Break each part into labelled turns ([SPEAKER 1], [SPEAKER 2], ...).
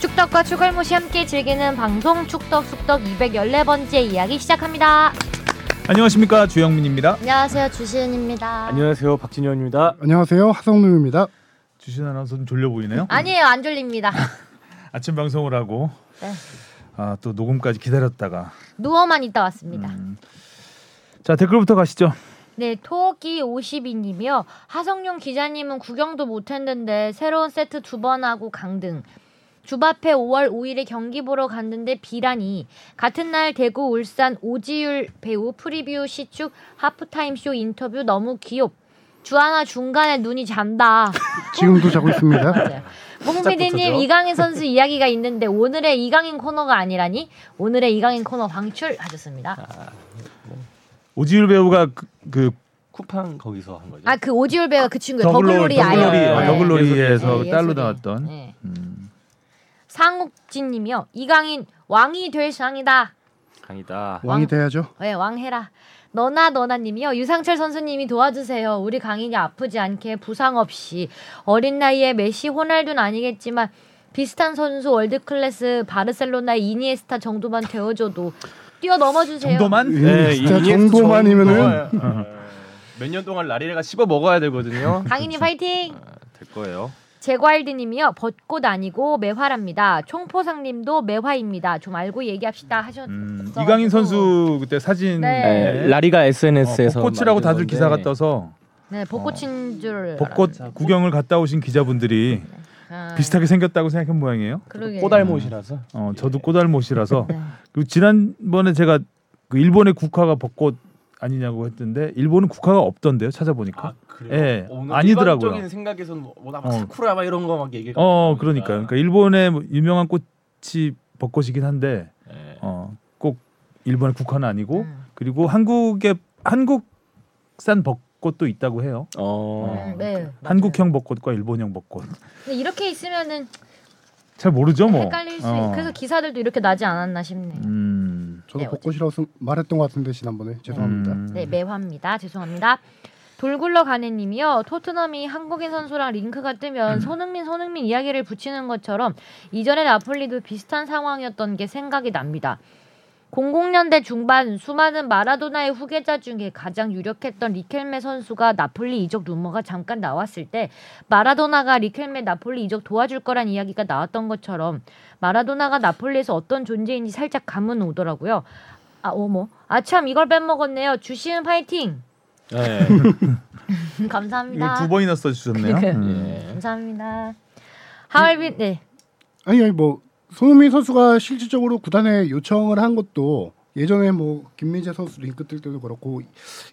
[SPEAKER 1] 축덕과 축갈무시 함께 즐기는 방송 축덕 숙덕 214번째 이야기 시작합니다.
[SPEAKER 2] 안녕하십니까 주영민입니다.
[SPEAKER 1] 안녕하세요 주시은입니다.
[SPEAKER 3] 안녕하세요 박진현입니다.
[SPEAKER 4] 안녕하세요 하성룡입니다.
[SPEAKER 2] 주신 아나운서는 졸려 보이네요.
[SPEAKER 1] 아니에요 안 졸립니다.
[SPEAKER 2] 아침 방송을 하고
[SPEAKER 1] 네.
[SPEAKER 2] 아, 또 녹음까지 기다렸다가
[SPEAKER 1] 누워만 있다 왔습니다.
[SPEAKER 3] 음.
[SPEAKER 2] 자 댓글부터 가시죠.
[SPEAKER 1] 네 토끼 52님이요. 하성룡 기자님은 구경도 못했는데 새로운 세트 두 번 하고 강등. 주바페 5월 5일에 경기 보러 갔는데 비라니 같은 날 대구 울산 오지율 배우 프리뷰 시축 하프타임 쇼 인터뷰 너무 귀엽 주하나 중간에 눈이 잔다
[SPEAKER 4] 지금도 자고 있습니다.
[SPEAKER 1] 몽피디님
[SPEAKER 3] 시작부터죠.
[SPEAKER 1] 이강인 선수 이야기가 있는데 오늘의 이강인 코너가 아니라니 오늘의 이강인 코너
[SPEAKER 2] 아,
[SPEAKER 1] 방출하셨습니다.
[SPEAKER 2] 오지율 배우가 그, 그
[SPEAKER 3] 쿠팡 거기서 한 거죠.
[SPEAKER 1] 아 그 오지율 배우가 그 친구예요.
[SPEAKER 2] 더글로리
[SPEAKER 1] 더글로리 아이언.
[SPEAKER 2] 더글로리 음. 아,
[SPEAKER 1] 네.
[SPEAKER 2] 더글로리에서
[SPEAKER 1] 네,
[SPEAKER 2] 딸로
[SPEAKER 1] 예술인.
[SPEAKER 2] 나왔던
[SPEAKER 1] 네. 상욱진님이요. 이강인 왕이 될 상이다.
[SPEAKER 3] 강이다.
[SPEAKER 4] 왕이 돼야죠.
[SPEAKER 1] 왜 왕해라. 너나 너나님이요. 유상철 선수님이 도와주세요. 우리 강인이 아프지 않게 부상 없이 어린 나이에 메시 호날두는 아니겠지만 비슷한 선수 월드 클래스 바르셀로나의 이니에스타 정도만 되어줘도 뛰어 넘어주세요.
[SPEAKER 2] 정도만
[SPEAKER 4] 네, 진짜
[SPEAKER 3] 이니에스타
[SPEAKER 4] 정도만이면은
[SPEAKER 3] 정도만. 몇년 동안 라리레가 씹어 먹어야 되거든요.
[SPEAKER 2] 그렇죠.
[SPEAKER 1] 강인이 파이팅.
[SPEAKER 3] 될 거예요.
[SPEAKER 1] 제과일드님이요. 벚꽃 아니고 매화랍니다. 총포상님도 매화입니다. 좀 알고 얘기합시다 하셨.
[SPEAKER 2] 음, 이강인 선수 그때 사진 어,
[SPEAKER 1] 네.
[SPEAKER 5] 네, 라리가
[SPEAKER 3] 어,
[SPEAKER 5] SNS에서
[SPEAKER 2] 벚꽃이라고 다들 기사가 떠서
[SPEAKER 1] 네 벚꽃인 줄.
[SPEAKER 2] 벚꽃 구경을 갔다 오신 기자분들이
[SPEAKER 1] 알았- 아,
[SPEAKER 2] 비슷하게 생겼다고 생각한 모양이에요.
[SPEAKER 1] 그러게.
[SPEAKER 3] 꼬달못이라서.
[SPEAKER 2] 어, 저도 꼬달못이라서
[SPEAKER 1] 예. 네.
[SPEAKER 2] 그 지난번에 제가 그 일본의 국화가 벚꽃 아니냐고 했던데 일본은 국화가 없던데요 찾아보니까 예, 아니더라고요.
[SPEAKER 3] 어, 일반적인 생각에서는 뭐나
[SPEAKER 2] 어.
[SPEAKER 3] 사쿠라 막 이런 거 막 얘기가.
[SPEAKER 2] 어 그러니까 그러니까 일본의 뭐 유명한 꽃이 벚꽃이긴 한데
[SPEAKER 3] 예.
[SPEAKER 2] 어 꼭 일본의 국화는 아니고
[SPEAKER 1] 음.
[SPEAKER 2] 그리고 한국의 한국산 벚꽃도 있다고 해요
[SPEAKER 5] 어.
[SPEAKER 1] 음, 네. 맞아요.
[SPEAKER 2] 한국형 벚꽃과 일본형 벚꽃
[SPEAKER 1] 근데 이렇게 있으면은
[SPEAKER 2] 잘 모르죠 뭐
[SPEAKER 1] 헷갈릴 수
[SPEAKER 2] 어.
[SPEAKER 1] 있... 그래서 기사들도 이렇게 나지 않았나 싶네요.
[SPEAKER 2] 음,
[SPEAKER 1] 네,
[SPEAKER 4] 저도 벚꽃이라고 쓴- 말했던 것 같은데 지난번에 죄송합니다.
[SPEAKER 2] 음.
[SPEAKER 1] 네, 매화입니다. 죄송합니다. 돌굴러 가네님이요. 토트넘이 한국인 선수랑 링크가 뜨면 손흥민 손흥민 이야기를 붙이는 것처럼 이전에 나폴리도 비슷한 상황이었던 게 생각이 납니다. 00년대 중반 수많은 마라도나의 후계자 중에 가장 유력했던 리켈메 선수가 나폴리 이적 루머가 잠깐 나왔을 때 마라도나가 리켈메 나폴리 이적 도와줄 거란 이야기가 나왔던 것처럼 마라도나가 나폴리에서 어떤 존재인지 살짝 감은 오더라고요. 아 어머 아참 이걸 빼먹었네요 주시은 파이팅
[SPEAKER 3] 예.
[SPEAKER 2] 이거
[SPEAKER 1] 감사합니다
[SPEAKER 2] 두 번이나 써주셨네요 음.
[SPEAKER 3] 예.
[SPEAKER 1] 감사합니다 하얼빈 네
[SPEAKER 4] 아니 아니 뭐 손흥민 선수가 실질적으로 구단에 요청을 한 것도 예전에 뭐 김민재 선수 링크 뜰 때도 그렇고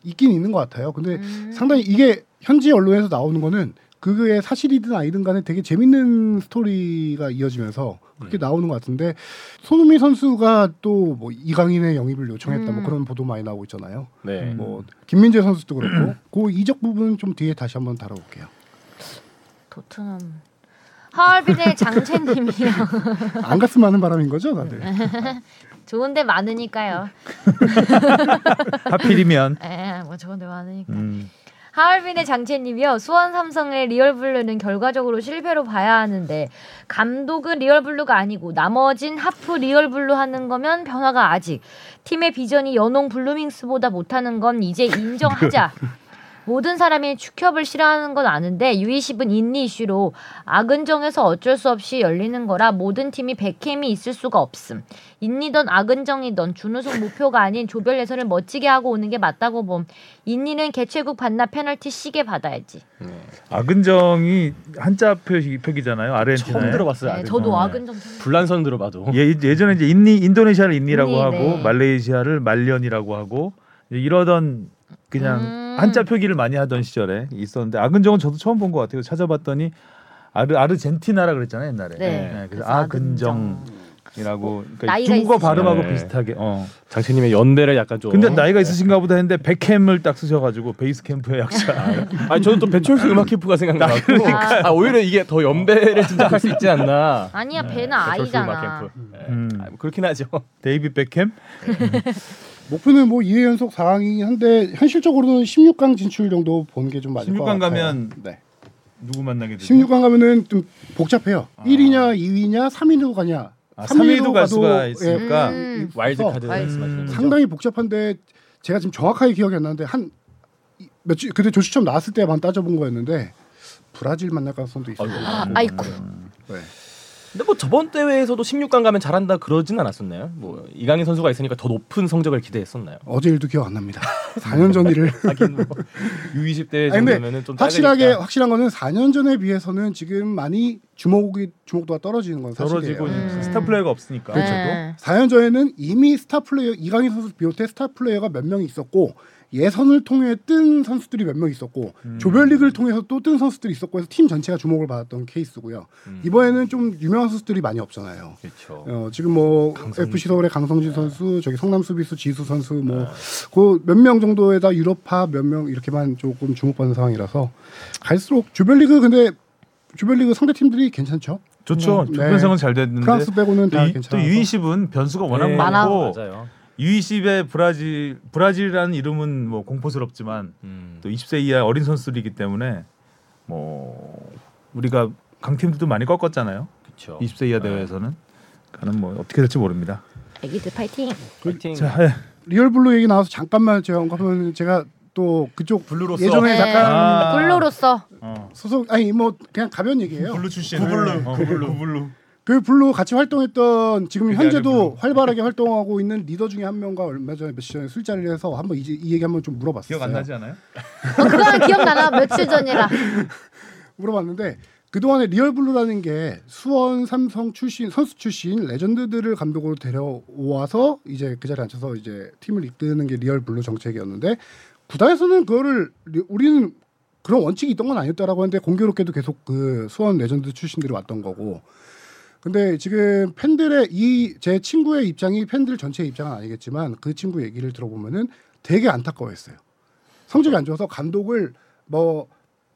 [SPEAKER 4] 있긴 있는 것 같아요. 근데 상당히 이게 현지 언론에서 나오는 거는 그게 사실이든 아니든 간에 되게 재밌는 스토리가 이어지면서 그렇게 나오는 것 같은데 손흥민 선수가 또 뭐 이강인의 영입을 요청했다
[SPEAKER 1] 음.
[SPEAKER 4] 뭐 그런 보도 많이 나오고 있잖아요.
[SPEAKER 3] 네.
[SPEAKER 2] 음.
[SPEAKER 4] 뭐 김민재 선수도 그렇고 그 이적 부분은 좀 뒤에 다시 한번 다뤄볼게요.
[SPEAKER 1] 도트넘 하얼빈의 장채님이요
[SPEAKER 4] 안 갔으면 하는 바람인 거죠, 다들.
[SPEAKER 1] 좋은데 많으니까요
[SPEAKER 2] 하필이면
[SPEAKER 1] 예, 에뭐 좋은데 많으니까
[SPEAKER 2] 음.
[SPEAKER 1] 하얼빈의 장채님이요. 수원 삼성의 리얼블루는 결과적으로 실패로 봐야 하는데 감독은 리얼블루가 아니고 나머진 하프 리얼블루 하는 거면 변화가 아직 팀의 비전이 연홍 블루밍스보다 못하는 건 이제 인정하자. 모든 사람이 축협을 싫어하는 건 아는데 유이십은 인리 이슈로 악은정에서 어쩔 수 없이 열리는 거라 모든 팀이 백캠이 있을 수가 없음. 인리던 악은정이던 준우승 목표가 아닌 조별 예선을 멋지게 하고 오는 게 맞다고 봄. 인리는 개최국 반납 페널티 시계 받아야지.
[SPEAKER 2] 아근정이 한자 표시 표기잖아요 아르헨티나
[SPEAKER 3] 처음 들어봤어요.
[SPEAKER 1] 네,
[SPEAKER 3] 그 아들.
[SPEAKER 1] 저도
[SPEAKER 2] 네.
[SPEAKER 1] 악은정 참-
[SPEAKER 3] 불란선 들어봐도.
[SPEAKER 2] 예, 예전에 이제 인니 인도네시아를 인니라고
[SPEAKER 1] 인니,
[SPEAKER 2] 하고
[SPEAKER 1] 네.
[SPEAKER 2] 말레이시아를 말련이라고 하고 이제 이러던 그냥
[SPEAKER 1] 음.
[SPEAKER 2] 한자 표기를 많이 하던 시절에 있었는데 아근정은 저도 처음 본 것 같아요. 찾아봤더니 아르 아르헨티나라 그랬잖아요 옛날에.
[SPEAKER 1] 네.
[SPEAKER 2] 그래서
[SPEAKER 1] 그래서
[SPEAKER 2] 아근정이라고
[SPEAKER 1] 아근정.
[SPEAKER 2] 그러니까
[SPEAKER 1] 나이가
[SPEAKER 2] 중국어
[SPEAKER 1] 있으신-
[SPEAKER 2] 발음하고
[SPEAKER 3] 네.
[SPEAKER 2] 비슷하게. 어.
[SPEAKER 3] 장채님의 연대를 약간 좀.
[SPEAKER 2] 근데 나이가 있으신가 보다 했는데 백캠을 딱 쓰셔가지고 베이스 캠프의 약자.
[SPEAKER 3] 아니 저는 또 배철수 음악 캠프가 생각나고. 아 오히려 이게 더 연배를 짐작할 수 있지 않나. 네,
[SPEAKER 1] 아니야 배는
[SPEAKER 3] 배철수 음악
[SPEAKER 1] 아이잖아.
[SPEAKER 3] 캠프. 예.
[SPEAKER 2] 음.
[SPEAKER 3] 아, 뭐 그렇긴 하죠.
[SPEAKER 2] 데이비 백캠.
[SPEAKER 4] 목표는 뭐 2회 연속 4강이긴 한데 현실적으로는 16강 진출 정도 보는 게 좀 맞을 것
[SPEAKER 2] 16강
[SPEAKER 4] 같아요.
[SPEAKER 2] 가면
[SPEAKER 4] 네.
[SPEAKER 2] 누구 만나게 되죠?
[SPEAKER 4] 16강 가면은 좀 복잡해요.
[SPEAKER 2] 아.
[SPEAKER 4] 1위냐, 2위냐, 3위로 가냐.
[SPEAKER 2] 아, 3위도 갈 수가
[SPEAKER 4] 예,
[SPEAKER 2] 있으니까 그렇죠.
[SPEAKER 1] 음.
[SPEAKER 3] 와일드
[SPEAKER 4] 어,
[SPEAKER 3] 카드
[SPEAKER 1] 와일드.
[SPEAKER 3] 말씀하시는 거죠?
[SPEAKER 4] 상당히 복잡한데 제가 지금 정확하게 기억이 안 나는데 한 이- 며칠 그때 조추첨 나왔을 때만 따져본 거였는데 브라질 만날 가능성도 있어요.
[SPEAKER 1] 아, 아이고.
[SPEAKER 4] 네.
[SPEAKER 3] 근데 뭐 저번 대회에서도 16강 가면 잘한다 그러진 않았었나요? 뭐 이강인 선수가 있으니까 더 높은 성적을 기대했었나요?
[SPEAKER 4] 어제 일도 기억 안 납니다. 4년 전 일을.
[SPEAKER 3] 하긴 뭐 U20 대회
[SPEAKER 4] 아니, 근데
[SPEAKER 3] 정도면은 좀
[SPEAKER 4] 확실하게
[SPEAKER 3] 짜리니까.
[SPEAKER 4] 확실한 거는 4년 전에 비해서는 지금 많이 주목이 주목도가 떨어지는 건 사실이에요.
[SPEAKER 2] 떨어지고
[SPEAKER 1] 음.
[SPEAKER 2] 스타 플레이가 없으니까
[SPEAKER 1] 그렇죠.
[SPEAKER 2] 저도.
[SPEAKER 1] 네.
[SPEAKER 4] 4년 전에는 이미 스타 플레이어 이강인 선수 비롯해 스타 플레이어가 몇 명 있었고 예선을 통해 뜬 선수들이 몇 명 있었고
[SPEAKER 2] 음.
[SPEAKER 4] 조별리그를 통해서 또 뜬 선수들이 있었고 해서 팀 전체가 주목을 받았던 케이스고요.
[SPEAKER 3] 음.
[SPEAKER 4] 이번에는 좀 유명한 선수들이 많이 없잖아요.
[SPEAKER 3] 그렇죠.
[SPEAKER 4] 어, 지금 뭐 FC 서울의 강성진 선수, 저기 성남 수비수 지수 선수
[SPEAKER 2] 아.
[SPEAKER 4] 뭐 그 몇 명 정도에다 유럽파 몇 명 이렇게만 조금 주목받는 상황이라서 갈수록 조별리그 근데 조별리그 상대 팀들이 괜찮죠?
[SPEAKER 2] 좋죠.
[SPEAKER 4] 네.
[SPEAKER 2] 조편성은 잘 됐는데
[SPEAKER 4] 프랑스 빼고는 다
[SPEAKER 2] 또
[SPEAKER 4] 괜찮아서
[SPEAKER 2] U20은 변수가 워낙
[SPEAKER 3] 네,
[SPEAKER 1] 많아요.
[SPEAKER 2] 많고
[SPEAKER 3] 맞아요.
[SPEAKER 2] U20의 브라질 브라질이라는 이름은 뭐 공포스럽지만
[SPEAKER 3] 음.
[SPEAKER 2] 또 20세 이하 어린 선수들이기 때문에 뭐 우리가 강팀들도 많이 꺾었잖아요.
[SPEAKER 3] 그렇죠.
[SPEAKER 2] 20세
[SPEAKER 4] 네.
[SPEAKER 2] 이하 대회에서는 그는 뭐 어떻게 될지 모릅니다.
[SPEAKER 1] 애기들 파이팅.
[SPEAKER 3] 파이팅.
[SPEAKER 2] 자, 예.
[SPEAKER 4] 리얼블루 얘기 나와서 잠깐만 제가 언급하면 제가 또 그쪽
[SPEAKER 3] 블루로서
[SPEAKER 4] 예전에
[SPEAKER 1] 네.
[SPEAKER 4] 잠깐
[SPEAKER 2] 아.
[SPEAKER 1] 블로로서
[SPEAKER 2] 어.
[SPEAKER 4] 소속 아니 뭐 그냥 가벼운 얘기예요.
[SPEAKER 2] 출신 어, 구블루 구블루
[SPEAKER 4] 그 블루 같이 활동했던 지금
[SPEAKER 2] 그게 아니라
[SPEAKER 4] 현재도
[SPEAKER 2] 블루.
[SPEAKER 4] 활발하게 활동하고 있는 리더 중에 한 명과 얼마 전에 며칠 전에 술자리를 해서 한번 이제 이 얘기 한번 좀 물어봤어요.
[SPEAKER 2] 기억 안 나지 않아요?
[SPEAKER 1] 그거는 기억나나 며칠 전이라.
[SPEAKER 4] 물어봤는데 그동안에 리얼블루라는 게 수원 삼성 출신 선수 출신 레전드들을 감독으로 데려와서 이제 그 자리에 앉혀서 이제 팀을 이끄는 게 리얼블루 정책이었는데 구단에서는 그거를 리- 우리는 그런 원칙이 있던 건 아니었다라고 하는데 공교롭게도 계속 그 수원 레전드 출신들이 왔던 거고 근데 지금 팬들의 이 제 친구의 입장이 팬들 전체의 입장은 아니겠지만 그 친구 얘기를 들어보면은 되게 안타까워했어요. 성적이 안 좋아서 감독을 뭐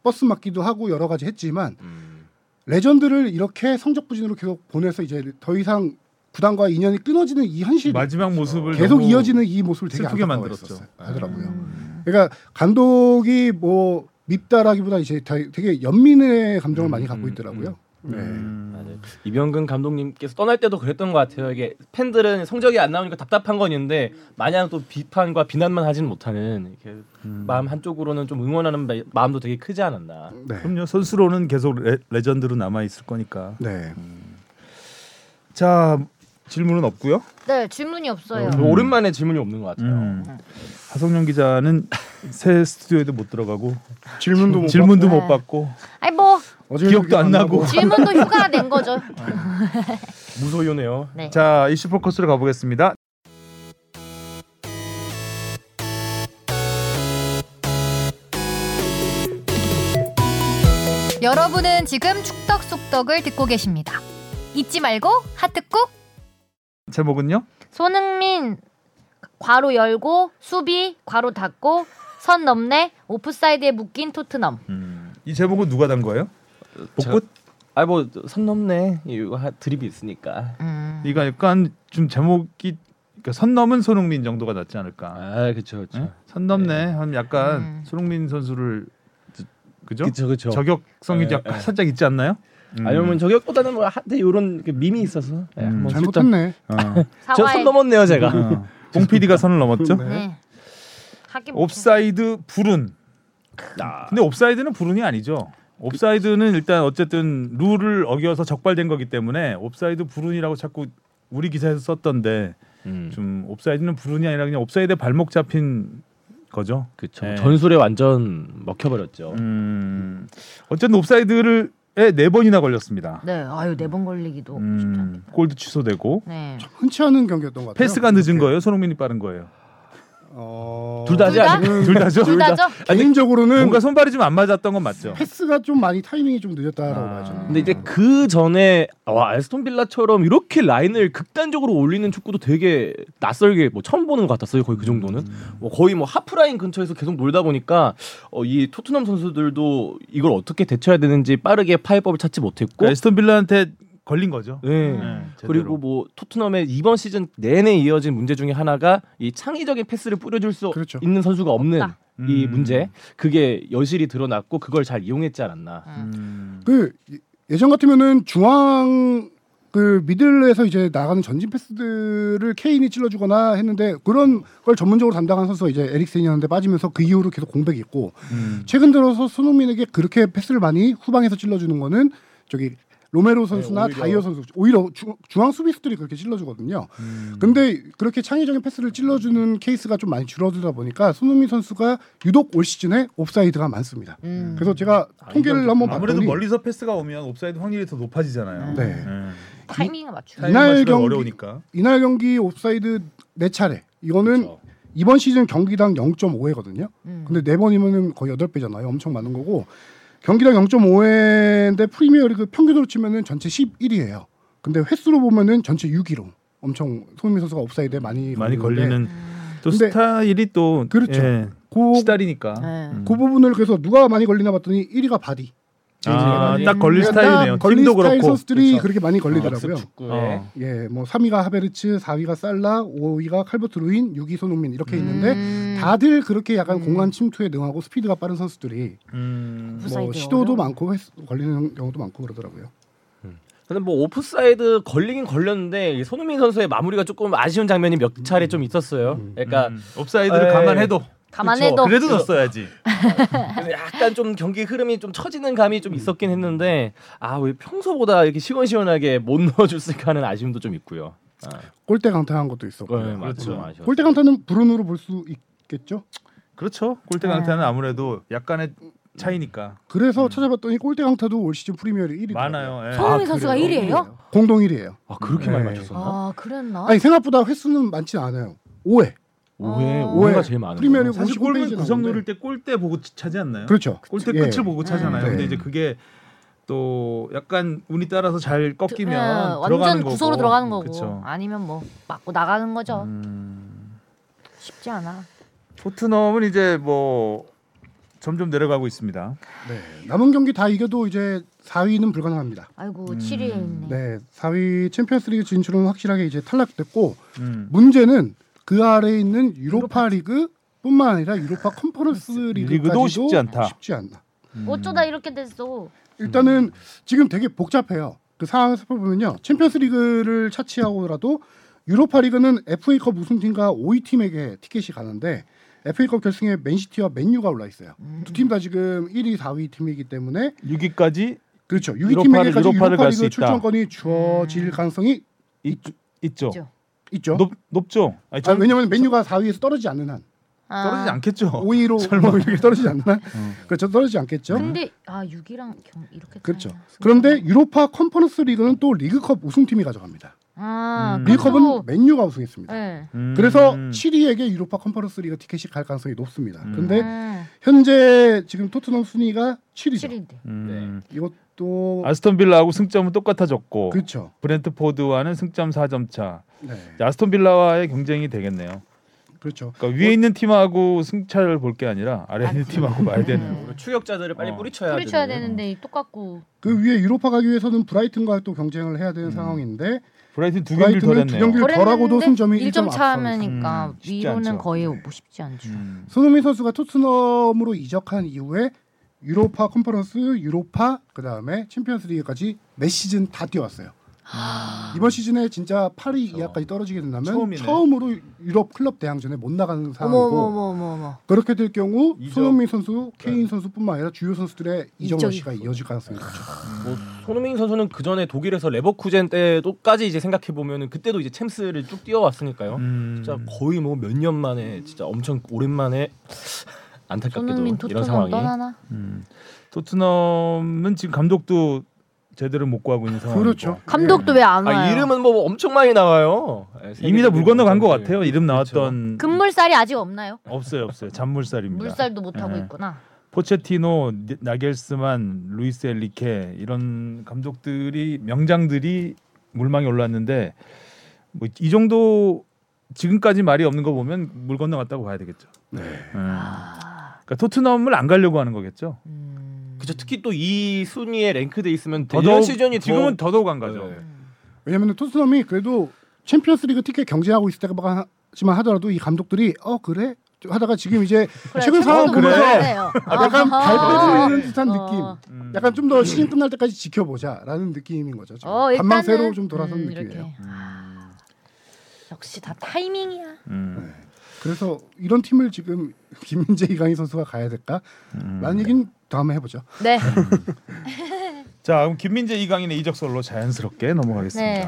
[SPEAKER 4] 버스 맞기도 하고 여러 가지 했지만
[SPEAKER 3] 음.
[SPEAKER 4] 레전드를 이렇게 성적 부진으로 계속 보내서 이제 더 이상 구단과 인연이 끊어지는 이 현실
[SPEAKER 2] 마지막 모습을
[SPEAKER 4] 계속
[SPEAKER 2] 너무
[SPEAKER 4] 이어지는 이 모습을 되게
[SPEAKER 2] 슬프게
[SPEAKER 4] 안타까워했었어요. 네.
[SPEAKER 2] 만들었죠.
[SPEAKER 4] 하더라고요.
[SPEAKER 1] 음.
[SPEAKER 4] 그러니까 감독이 뭐 밉다라기보다 이제 다- 되게 연민의 감정을
[SPEAKER 3] 음,
[SPEAKER 4] 많이 갖고
[SPEAKER 3] 음,
[SPEAKER 4] 있더라고요. 네.
[SPEAKER 2] 음.
[SPEAKER 3] 맞아요. 이병근 감독님께서 떠날 때도 그랬던 것 같아요. 이게 팬들은 성적이 안 나오니까 답답한 건 있는데 마냥 또 비판과 비난만 하진 못하는 이렇게 마음 한쪽으로는 좀 응원하는 마- 마음도 되게 크지 않았나.
[SPEAKER 4] 네.
[SPEAKER 2] 그럼요. 선수로는 계속 레, 레전드로 남아 있을 거니까.
[SPEAKER 4] 네.
[SPEAKER 2] 자, 질문은 없고요.
[SPEAKER 1] 네 질문이 없어요.
[SPEAKER 3] 저 음. 오랜만에 질문이 없는 것 같아요.
[SPEAKER 2] 음. 하성룡 기자는 새 스튜디오에도 못 들어가고
[SPEAKER 4] 질문도 못
[SPEAKER 2] 질문도
[SPEAKER 1] 받고.
[SPEAKER 2] 못 받고
[SPEAKER 1] 아니 뭐
[SPEAKER 4] 받고, 어제
[SPEAKER 2] 기억도 안 나고.
[SPEAKER 1] 질문도 휴가 낸 거죠.
[SPEAKER 3] 무소유네요.
[SPEAKER 1] 네.
[SPEAKER 2] 자 이슈 포커스로 가보겠습니다.
[SPEAKER 5] 여러분은 지금 축덕 속덕을 듣고 계십니다. 잊지 말고 하트 꾹.
[SPEAKER 2] 제목은요?
[SPEAKER 1] 손흥민 괄호 열고 수비 괄호 닫고 선 넘네 오프사이드에 묶인 토트넘.
[SPEAKER 2] 음, 이 제목은 누가 단 거예요? 복꽃?
[SPEAKER 3] 아 뭐 선 넘네. 이거 하- 드립이 있으니까.
[SPEAKER 1] 음.
[SPEAKER 2] 이거 약간 좀 제목이 그러니까 선 넘은 손흥민 정도가 낫지 않을까?
[SPEAKER 3] 아 그렇죠
[SPEAKER 2] 예? 선 넘네. 하면 약간
[SPEAKER 1] 음.
[SPEAKER 2] 손흥민 선수를 그죠? 네.
[SPEAKER 3] 그렇죠 그렇죠.
[SPEAKER 2] 저격성이
[SPEAKER 3] 예,
[SPEAKER 2] 약간 살짝 있지 않나요? 음.
[SPEAKER 3] 아니면 저격보다는 뭐 한테 이런 그 밈이 있어서 예,
[SPEAKER 2] 음.
[SPEAKER 3] 한번 술단-
[SPEAKER 4] 잘못했네.
[SPEAKER 2] 어.
[SPEAKER 3] 저선 뭐- 넘었네요 제가.
[SPEAKER 2] 어. 봉 PD가 선을 넘었죠?
[SPEAKER 4] 네.
[SPEAKER 1] 네. 하긴 뭐-
[SPEAKER 2] 옵사이드 불운. 근데 옵사이드는 불운이 아니죠. 옵사이드는 일단 어쨌든 룰을 어겨서 적발된 거기 때문에 옵사이드 불운이라고 자꾸 우리 기사에서 썼던데
[SPEAKER 3] 음.
[SPEAKER 2] 좀 옵사이드는 불운이 아니라 그냥 옵사이드 발목 잡힌 거죠.
[SPEAKER 3] 그렇죠.
[SPEAKER 2] 예.
[SPEAKER 3] 전술에 완전 먹혀버렸죠.
[SPEAKER 2] 음, 어쨌든 옵사이드를 에네 번이나 걸렸습니다.
[SPEAKER 1] 네. 아유 네 번 걸리기도 쉽지
[SPEAKER 2] 음,
[SPEAKER 1] 않겠다.
[SPEAKER 2] 골도 취소되고
[SPEAKER 1] 네.
[SPEAKER 4] 흔치 않은 경기였던 것 같아요.
[SPEAKER 2] 패스가 늦은 거예요. 손흥민이 빠른 거예요.
[SPEAKER 4] 어...
[SPEAKER 3] 둘 다지
[SPEAKER 1] 둘 다?
[SPEAKER 3] 아니고
[SPEAKER 2] 둘 다죠.
[SPEAKER 1] 둘 다죠?
[SPEAKER 4] 개인적으로는
[SPEAKER 2] 뭔가 손발이 좀 안 맞았던 건 맞죠.
[SPEAKER 4] 패스가 좀 많이 타이밍이 좀 늦었다라고
[SPEAKER 2] 아.
[SPEAKER 4] 봐야죠.
[SPEAKER 3] 근데 이제 그 전에 와 에스톤 빌라처럼 이렇게 라인을 극단적으로 올리는 축구도 되게 낯설게 뭐 처음 보는 것 같았어요 거의 그 정도는 뭐 거의 뭐 하프라인 근처에서 계속 놀다 보니까 어, 이 토트넘 선수들도 이걸 어떻게 대처해야 되는지 빠르게 파해법을 찾지 못했고
[SPEAKER 4] 네.
[SPEAKER 2] 그러니까 에스턴 빌라한테 걸린 거죠.
[SPEAKER 3] 네.
[SPEAKER 2] 네, 제대로.
[SPEAKER 3] 그리고 뭐 토트넘의 이번 시즌 내내 이어진 문제 중에 하나가 이 창의적인 패스를 뿌려줄 수
[SPEAKER 4] 그렇죠.
[SPEAKER 3] 있는 선수가 없는
[SPEAKER 1] 없다.
[SPEAKER 3] 이
[SPEAKER 2] 음.
[SPEAKER 3] 문제 그게 여실히 드러났고 그걸 잘 이용했지 않았나.
[SPEAKER 2] 음.
[SPEAKER 4] 그 예- 예전 같으면은 중앙 그 미들에서 이제 나가는 전진 패스들을 케인이 찔러주거나 했는데 그런 걸 전문적으로 담당한 선수가 이제 에릭센이었는데 빠지면서 그 이후로 계속 공백이 있고
[SPEAKER 2] 음.
[SPEAKER 4] 최근 들어서 손흥민에게 그렇게 패스를 많이 후방에서 찔러주는 거는 저기 로메로 선수나
[SPEAKER 2] 네, 오히려.
[SPEAKER 4] 다이어 선수 오히려 중, 중앙 수비수들이 그렇게 찔러주거든요.
[SPEAKER 2] 음.
[SPEAKER 4] 근데 그렇게 창의적인 패스를 찔러주는 케이스가 좀 많이 줄어들다 보니까 손흥민 선수가 유독 올 시즌에 옵사이드가 많습니다.
[SPEAKER 1] 음.
[SPEAKER 4] 그래서 제가 통계를 한번
[SPEAKER 2] 아무래도
[SPEAKER 4] 봤더니
[SPEAKER 2] 멀리서 패스가 오면 옵사이드 확률이 더 높아지잖아요.
[SPEAKER 4] 네.
[SPEAKER 2] 음.
[SPEAKER 1] 타이밍을 맞추.
[SPEAKER 4] 이날
[SPEAKER 2] 타이밍 맞추면
[SPEAKER 4] 경기-
[SPEAKER 2] 어려우니까.
[SPEAKER 4] 이날 경기 옵사이드 네 차례. 이거는
[SPEAKER 3] 그렇죠.
[SPEAKER 4] 이번 시즌 경기당 0.5회거든요.
[SPEAKER 1] 음.
[SPEAKER 4] 근데 네 번이면은 거의 8배잖아요. 엄청 많은 거고. 경기당 0.5회인데 프리미어리그 평균으로 치면은 전체 11위예요. 근데 횟수로 보면은 전체 6위로 엄청 손흥민 선수가 옵사이드에 많이
[SPEAKER 2] 많이
[SPEAKER 4] 걸리는데 음.
[SPEAKER 2] 걸리는 또
[SPEAKER 4] 근데-
[SPEAKER 2] 스타일이 또
[SPEAKER 4] 그렇죠.
[SPEAKER 2] 예,
[SPEAKER 4] 그,
[SPEAKER 2] 시달이니까.
[SPEAKER 1] 네.
[SPEAKER 2] 음.
[SPEAKER 4] 그 부분을 그래서 누가 많이 걸리나 봤더니 1위가 바디.
[SPEAKER 2] 아,
[SPEAKER 3] 음.
[SPEAKER 2] 딱 걸릴
[SPEAKER 4] 그러니까
[SPEAKER 2] 스타일이네요.
[SPEAKER 4] 딱 걸린
[SPEAKER 2] 팀도
[SPEAKER 4] 스타일
[SPEAKER 2] 그렇고.
[SPEAKER 4] 선수들이
[SPEAKER 3] 그렇죠.
[SPEAKER 4] 그렇게 많이 걸리더라고요.
[SPEAKER 3] 학습 축구에
[SPEAKER 2] 어.
[SPEAKER 4] 예, 뭐 3위가 하베르츠, 4위가 살라, 5위가 칼버트 루인, 6위 손흥민 이렇게 있는데
[SPEAKER 5] 음.
[SPEAKER 4] 다들 그렇게 약간
[SPEAKER 1] 음.
[SPEAKER 4] 공간 침투에 능하고 스피드가 빠른 선수들이
[SPEAKER 2] 음.
[SPEAKER 1] 오프사이드
[SPEAKER 4] 뭐 시도도
[SPEAKER 1] 어려워.
[SPEAKER 4] 많고 횟수- 걸리는 경우도 많고 그러더라고요.
[SPEAKER 3] 근데 뭐 오프사이드 걸리긴 걸렸는데 이 손흥민 선수의 마무리가 조금 아쉬운 장면이 몇 차례 좀 있었어요. 그러니까
[SPEAKER 2] 음. 옵사이드를
[SPEAKER 3] 에이.
[SPEAKER 2] 감안해도
[SPEAKER 1] 감안해도
[SPEAKER 2] 그래도 넣었어야지.
[SPEAKER 3] 그래서 약간 좀 경기 흐름이 좀 처지는 감이 좀 있었긴 했는데 아 왜 평소보다 이렇게 시원시원하게 못 넣어줬을까 하는 아쉬움도 좀 있고요. 아,
[SPEAKER 4] 골대 강타한 것도 있었고.
[SPEAKER 3] 그건 네, 맞죠.
[SPEAKER 2] 그렇죠.
[SPEAKER 3] 아쉬웠어요.
[SPEAKER 4] 골대 강타는 불운으로 볼 수 있겠죠.
[SPEAKER 2] 그렇죠. 골대
[SPEAKER 4] 네.
[SPEAKER 2] 강타는 아무래도 약간의 차이니까
[SPEAKER 4] 그래서
[SPEAKER 3] 음.
[SPEAKER 4] 찾아봤더니 골대 강타도 올 시즌 프리미어리 1위.
[SPEAKER 2] 많아요. 예.
[SPEAKER 1] 손흥민 선수가 1위예요?
[SPEAKER 4] 공동 1위예요.
[SPEAKER 3] 아 그렇게 많이
[SPEAKER 4] 네.
[SPEAKER 3] 맞췄었나?
[SPEAKER 1] 아 그랬나?
[SPEAKER 4] 아니 생각보다 횟수는 많지 않아요. 5회.
[SPEAKER 3] 오해
[SPEAKER 1] 아.
[SPEAKER 3] 오해가
[SPEAKER 4] 오해.
[SPEAKER 3] 제일 많은
[SPEAKER 4] 프리미어리그
[SPEAKER 3] 거예요.
[SPEAKER 2] 사실 골문
[SPEAKER 4] 55페이지
[SPEAKER 2] 구성
[SPEAKER 4] 나오는데.
[SPEAKER 2] 누를 때 골대 보고 치- 차지 않나요?
[SPEAKER 4] 그렇죠.
[SPEAKER 2] 골대
[SPEAKER 4] 예.
[SPEAKER 2] 끝을 보고 차잖아요.
[SPEAKER 4] 네.
[SPEAKER 2] 근데 이제 그게 또 약간 운이 따라서 잘 꺾이면
[SPEAKER 1] 예,
[SPEAKER 2] 들어가는
[SPEAKER 1] 완전
[SPEAKER 2] 거고.
[SPEAKER 1] 구소로 들어가는 거고
[SPEAKER 2] 그쵸.
[SPEAKER 1] 아니면 뭐 맞고 나가는 거죠.
[SPEAKER 2] 음,
[SPEAKER 1] 쉽지 않아.
[SPEAKER 2] 토트넘은 이제 뭐 점점 내려가고 있습니다.
[SPEAKER 4] 네. 남은 경기 다 이겨도 이제 4위는 불가능합니다.
[SPEAKER 1] 아이고
[SPEAKER 2] 음,
[SPEAKER 1] 7위에 있네.
[SPEAKER 4] 네. 4위 챔피언스리그 진출은 확실하게 이제 탈락됐고
[SPEAKER 2] 음.
[SPEAKER 4] 문제는 그 아래에 있는 유로파 리그뿐만 아니라 유로파 컨퍼런스
[SPEAKER 2] 리그도
[SPEAKER 4] 리그까지도
[SPEAKER 2] 쉽지 않다.
[SPEAKER 4] 쉽지 않나.
[SPEAKER 1] 뭐
[SPEAKER 2] 음.
[SPEAKER 1] 어쩌다 이렇게 됐어.
[SPEAKER 4] 일단은 지금 되게 복잡해요. 그 상황을 살펴보면요. 챔피언스리그를 차치하고라도 유로파리그는 FA컵 우승팀과 5위 팀에게 티켓이 가는데 FA컵 결승에 맨시티와 맨유가 올라 있어요.
[SPEAKER 1] 음.
[SPEAKER 4] 두 팀 다 지금 1위, 4위 팀이기 때문에
[SPEAKER 2] 6위까지
[SPEAKER 4] 그렇죠. 6위
[SPEAKER 2] 유로파를-
[SPEAKER 4] 팀에게까지
[SPEAKER 2] 유로파를 갈수
[SPEAKER 4] 유로파리그
[SPEAKER 2] 있다.
[SPEAKER 4] 출전권이 주어질 가능성이
[SPEAKER 2] 있죠.
[SPEAKER 1] 있죠.
[SPEAKER 4] 있죠.
[SPEAKER 2] 높 높죠. 아니,
[SPEAKER 4] 예? 아,
[SPEAKER 2] 절-
[SPEAKER 4] 왜냐하면 맨유가 4위에서 떨어지지 않는 한,
[SPEAKER 1] 아,
[SPEAKER 2] 떨어지지 않겠죠.
[SPEAKER 4] 5위로 뭐
[SPEAKER 2] 설마. 음.
[SPEAKER 4] 이렇게 떨어지지 않는 한, 그렇죠. 떨어지지 않겠죠.
[SPEAKER 1] 근데 아 6위랑 경 이렇게
[SPEAKER 4] 그렇죠.
[SPEAKER 1] 차이나.
[SPEAKER 4] 그런데 유로파 컨퍼런스 리그는 또 리그컵 우승팀이 가져갑니다.
[SPEAKER 1] 아
[SPEAKER 2] 음.
[SPEAKER 1] 그래도-
[SPEAKER 4] 리그컵은 맨유가 우승했습니다.
[SPEAKER 1] 네.
[SPEAKER 2] 음.
[SPEAKER 4] 그래서 7위에게 유로파 컨퍼런스 리그 티켓이 갈 가능성이 높습니다.
[SPEAKER 2] 음.
[SPEAKER 4] 근데
[SPEAKER 1] 음,
[SPEAKER 4] 현재 지금 토트넘 순위가 7위죠.
[SPEAKER 1] 7위인데.
[SPEAKER 2] 음.
[SPEAKER 4] 이것도
[SPEAKER 2] 아스톤 뭐. 빌라하고 승점은 똑같아졌고
[SPEAKER 4] 그렇죠.
[SPEAKER 2] 브렌트포드와는 승점 4점 차.
[SPEAKER 4] 네,
[SPEAKER 2] 이제 아스톤 빌라와의 경쟁이 되겠네요.
[SPEAKER 4] 그렇죠.
[SPEAKER 2] 그러니까 위에 있는 팀하고 승차를 볼 게 아니라 아래 있는 팀하고 봐야 되는.
[SPEAKER 3] 우리 추격자들을 빨리
[SPEAKER 2] 어.
[SPEAKER 3] 뿌리쳐야
[SPEAKER 1] 뿌리쳐야
[SPEAKER 3] 되는.
[SPEAKER 1] 되는데 똑같고.
[SPEAKER 4] 그 위에 유로파 가기 위해서는 브라이튼과 또 경쟁을 해야 되는
[SPEAKER 2] 음.
[SPEAKER 4] 상황인데
[SPEAKER 2] 브라이튼 두 경기를 더
[SPEAKER 4] 브라이튼은 두
[SPEAKER 2] 냈네요.
[SPEAKER 4] 경기를 덜하고도 승점이 1점
[SPEAKER 1] 1점
[SPEAKER 4] 앞서 있습니다.
[SPEAKER 1] 차면이니까
[SPEAKER 2] 음, 쉽지
[SPEAKER 1] 위로는
[SPEAKER 2] 않죠.
[SPEAKER 1] 거의 뭐 쉽지 않죠.
[SPEAKER 2] 음.
[SPEAKER 4] 손흥민 선수가 토트넘으로 이적한 이후에 유로파 컨퍼런스, 유로파 그 다음에 챔피언스리그까지 매 시즌 다 뛰어왔어요.
[SPEAKER 1] 아.
[SPEAKER 4] 이번 시즌에 진짜 8위 이하까지 떨어지게 된다면
[SPEAKER 2] 그렇죠. 처음이네.
[SPEAKER 4] 처음으로 유럽 클럽 대항전에 못 나가는
[SPEAKER 1] 어머
[SPEAKER 4] 상황이고
[SPEAKER 1] 어머 어머 어머 어머.
[SPEAKER 4] 그렇게 될 경우
[SPEAKER 2] 이적. 네.
[SPEAKER 4] 손흥민 선수, 케인 선수뿐만 아니라 주요 선수들의 이적
[SPEAKER 1] 이적이-
[SPEAKER 4] 러시가 이어질 가능성이 높죠.
[SPEAKER 3] 뭐 손흥민 선수는 그 전에 독일에서 레버쿠젠 때도까지 이제 생각해 보면은 그때도 이제 챔스를 쭉 뛰어왔으니까요.
[SPEAKER 2] 음.
[SPEAKER 3] 진짜 거의 뭐 몇 년 만에 진짜 엄청 오랜만에
[SPEAKER 1] 손흥민
[SPEAKER 3] 안타깝게도 이런
[SPEAKER 1] 토트넘
[SPEAKER 3] 상황이
[SPEAKER 1] 떠나나?
[SPEAKER 2] 음. 토트넘은 지금 감독도 제대로 못 구하고 있는 상황이고.
[SPEAKER 4] 그렇죠.
[SPEAKER 1] 감독도 왜 안 와요?
[SPEAKER 3] 아 이름은 뭐 엄청 많이 나와요. 예,
[SPEAKER 2] 이미 다 물 건너간 것
[SPEAKER 3] 세계적인
[SPEAKER 2] 같아요. 이름 나왔던
[SPEAKER 1] 금물살이 아직 없나요?
[SPEAKER 2] 없어요, 없어요. 잔물살입니다.
[SPEAKER 1] 물살도 못 하고
[SPEAKER 3] 네.
[SPEAKER 2] 예.
[SPEAKER 1] 있구나.
[SPEAKER 2] 포체티노, 니- 나겔스만, 루이스 엘리케 이런 감독들이 명장들이 물망에 올랐는데 뭐 이 정도 지금까지 말이 없는 거 보면 물 건너갔다고 봐야 되겠죠. 네.
[SPEAKER 1] 아,
[SPEAKER 2] 그러니까 토트넘을 안 가려고 하는 거겠죠.
[SPEAKER 1] 음.
[SPEAKER 3] 그죠. 특히 또 이 순위에 랭크돼 있으면
[SPEAKER 2] 더더욱
[SPEAKER 3] 더더욱 시즌이
[SPEAKER 2] 지금은
[SPEAKER 3] 더...
[SPEAKER 2] 더더욱 안 가죠.
[SPEAKER 3] 네.
[SPEAKER 4] 왜냐하면 토트넘이 그래도 챔피언스리그 티켓 경쟁하고 있을 때지만 하더라도 이 감독들이 어 그래 하다가 지금 이제
[SPEAKER 1] 그래,
[SPEAKER 4] 최근
[SPEAKER 2] 어,
[SPEAKER 4] 상황
[SPEAKER 1] 최근도
[SPEAKER 4] 보면서
[SPEAKER 1] 그러네요.
[SPEAKER 4] 약간
[SPEAKER 1] 아하.
[SPEAKER 4] 발빼돌리는 듯한
[SPEAKER 1] 어.
[SPEAKER 4] 느낌.
[SPEAKER 2] 음.
[SPEAKER 4] 약간 좀 더 시즌 끝날 때까지 지켜보자라는 느낌인 거죠. 지금.
[SPEAKER 1] 어, 일단은
[SPEAKER 4] 반망새로 좀 돌아선
[SPEAKER 1] 음,
[SPEAKER 4] 느낌이에요.
[SPEAKER 1] 이렇게. 아, 역시 다 타이밍이야.
[SPEAKER 2] 음.
[SPEAKER 4] 그래서 이런 팀을 지금 김민재 이강인 선수가 가야 될까?
[SPEAKER 2] 음.
[SPEAKER 4] 라는 얘기는 다음에 해보죠.
[SPEAKER 1] 네.
[SPEAKER 2] 자 그럼 김민재 이강인의 이적설로 자연스럽게
[SPEAKER 1] 네.
[SPEAKER 2] 넘어가겠습니다.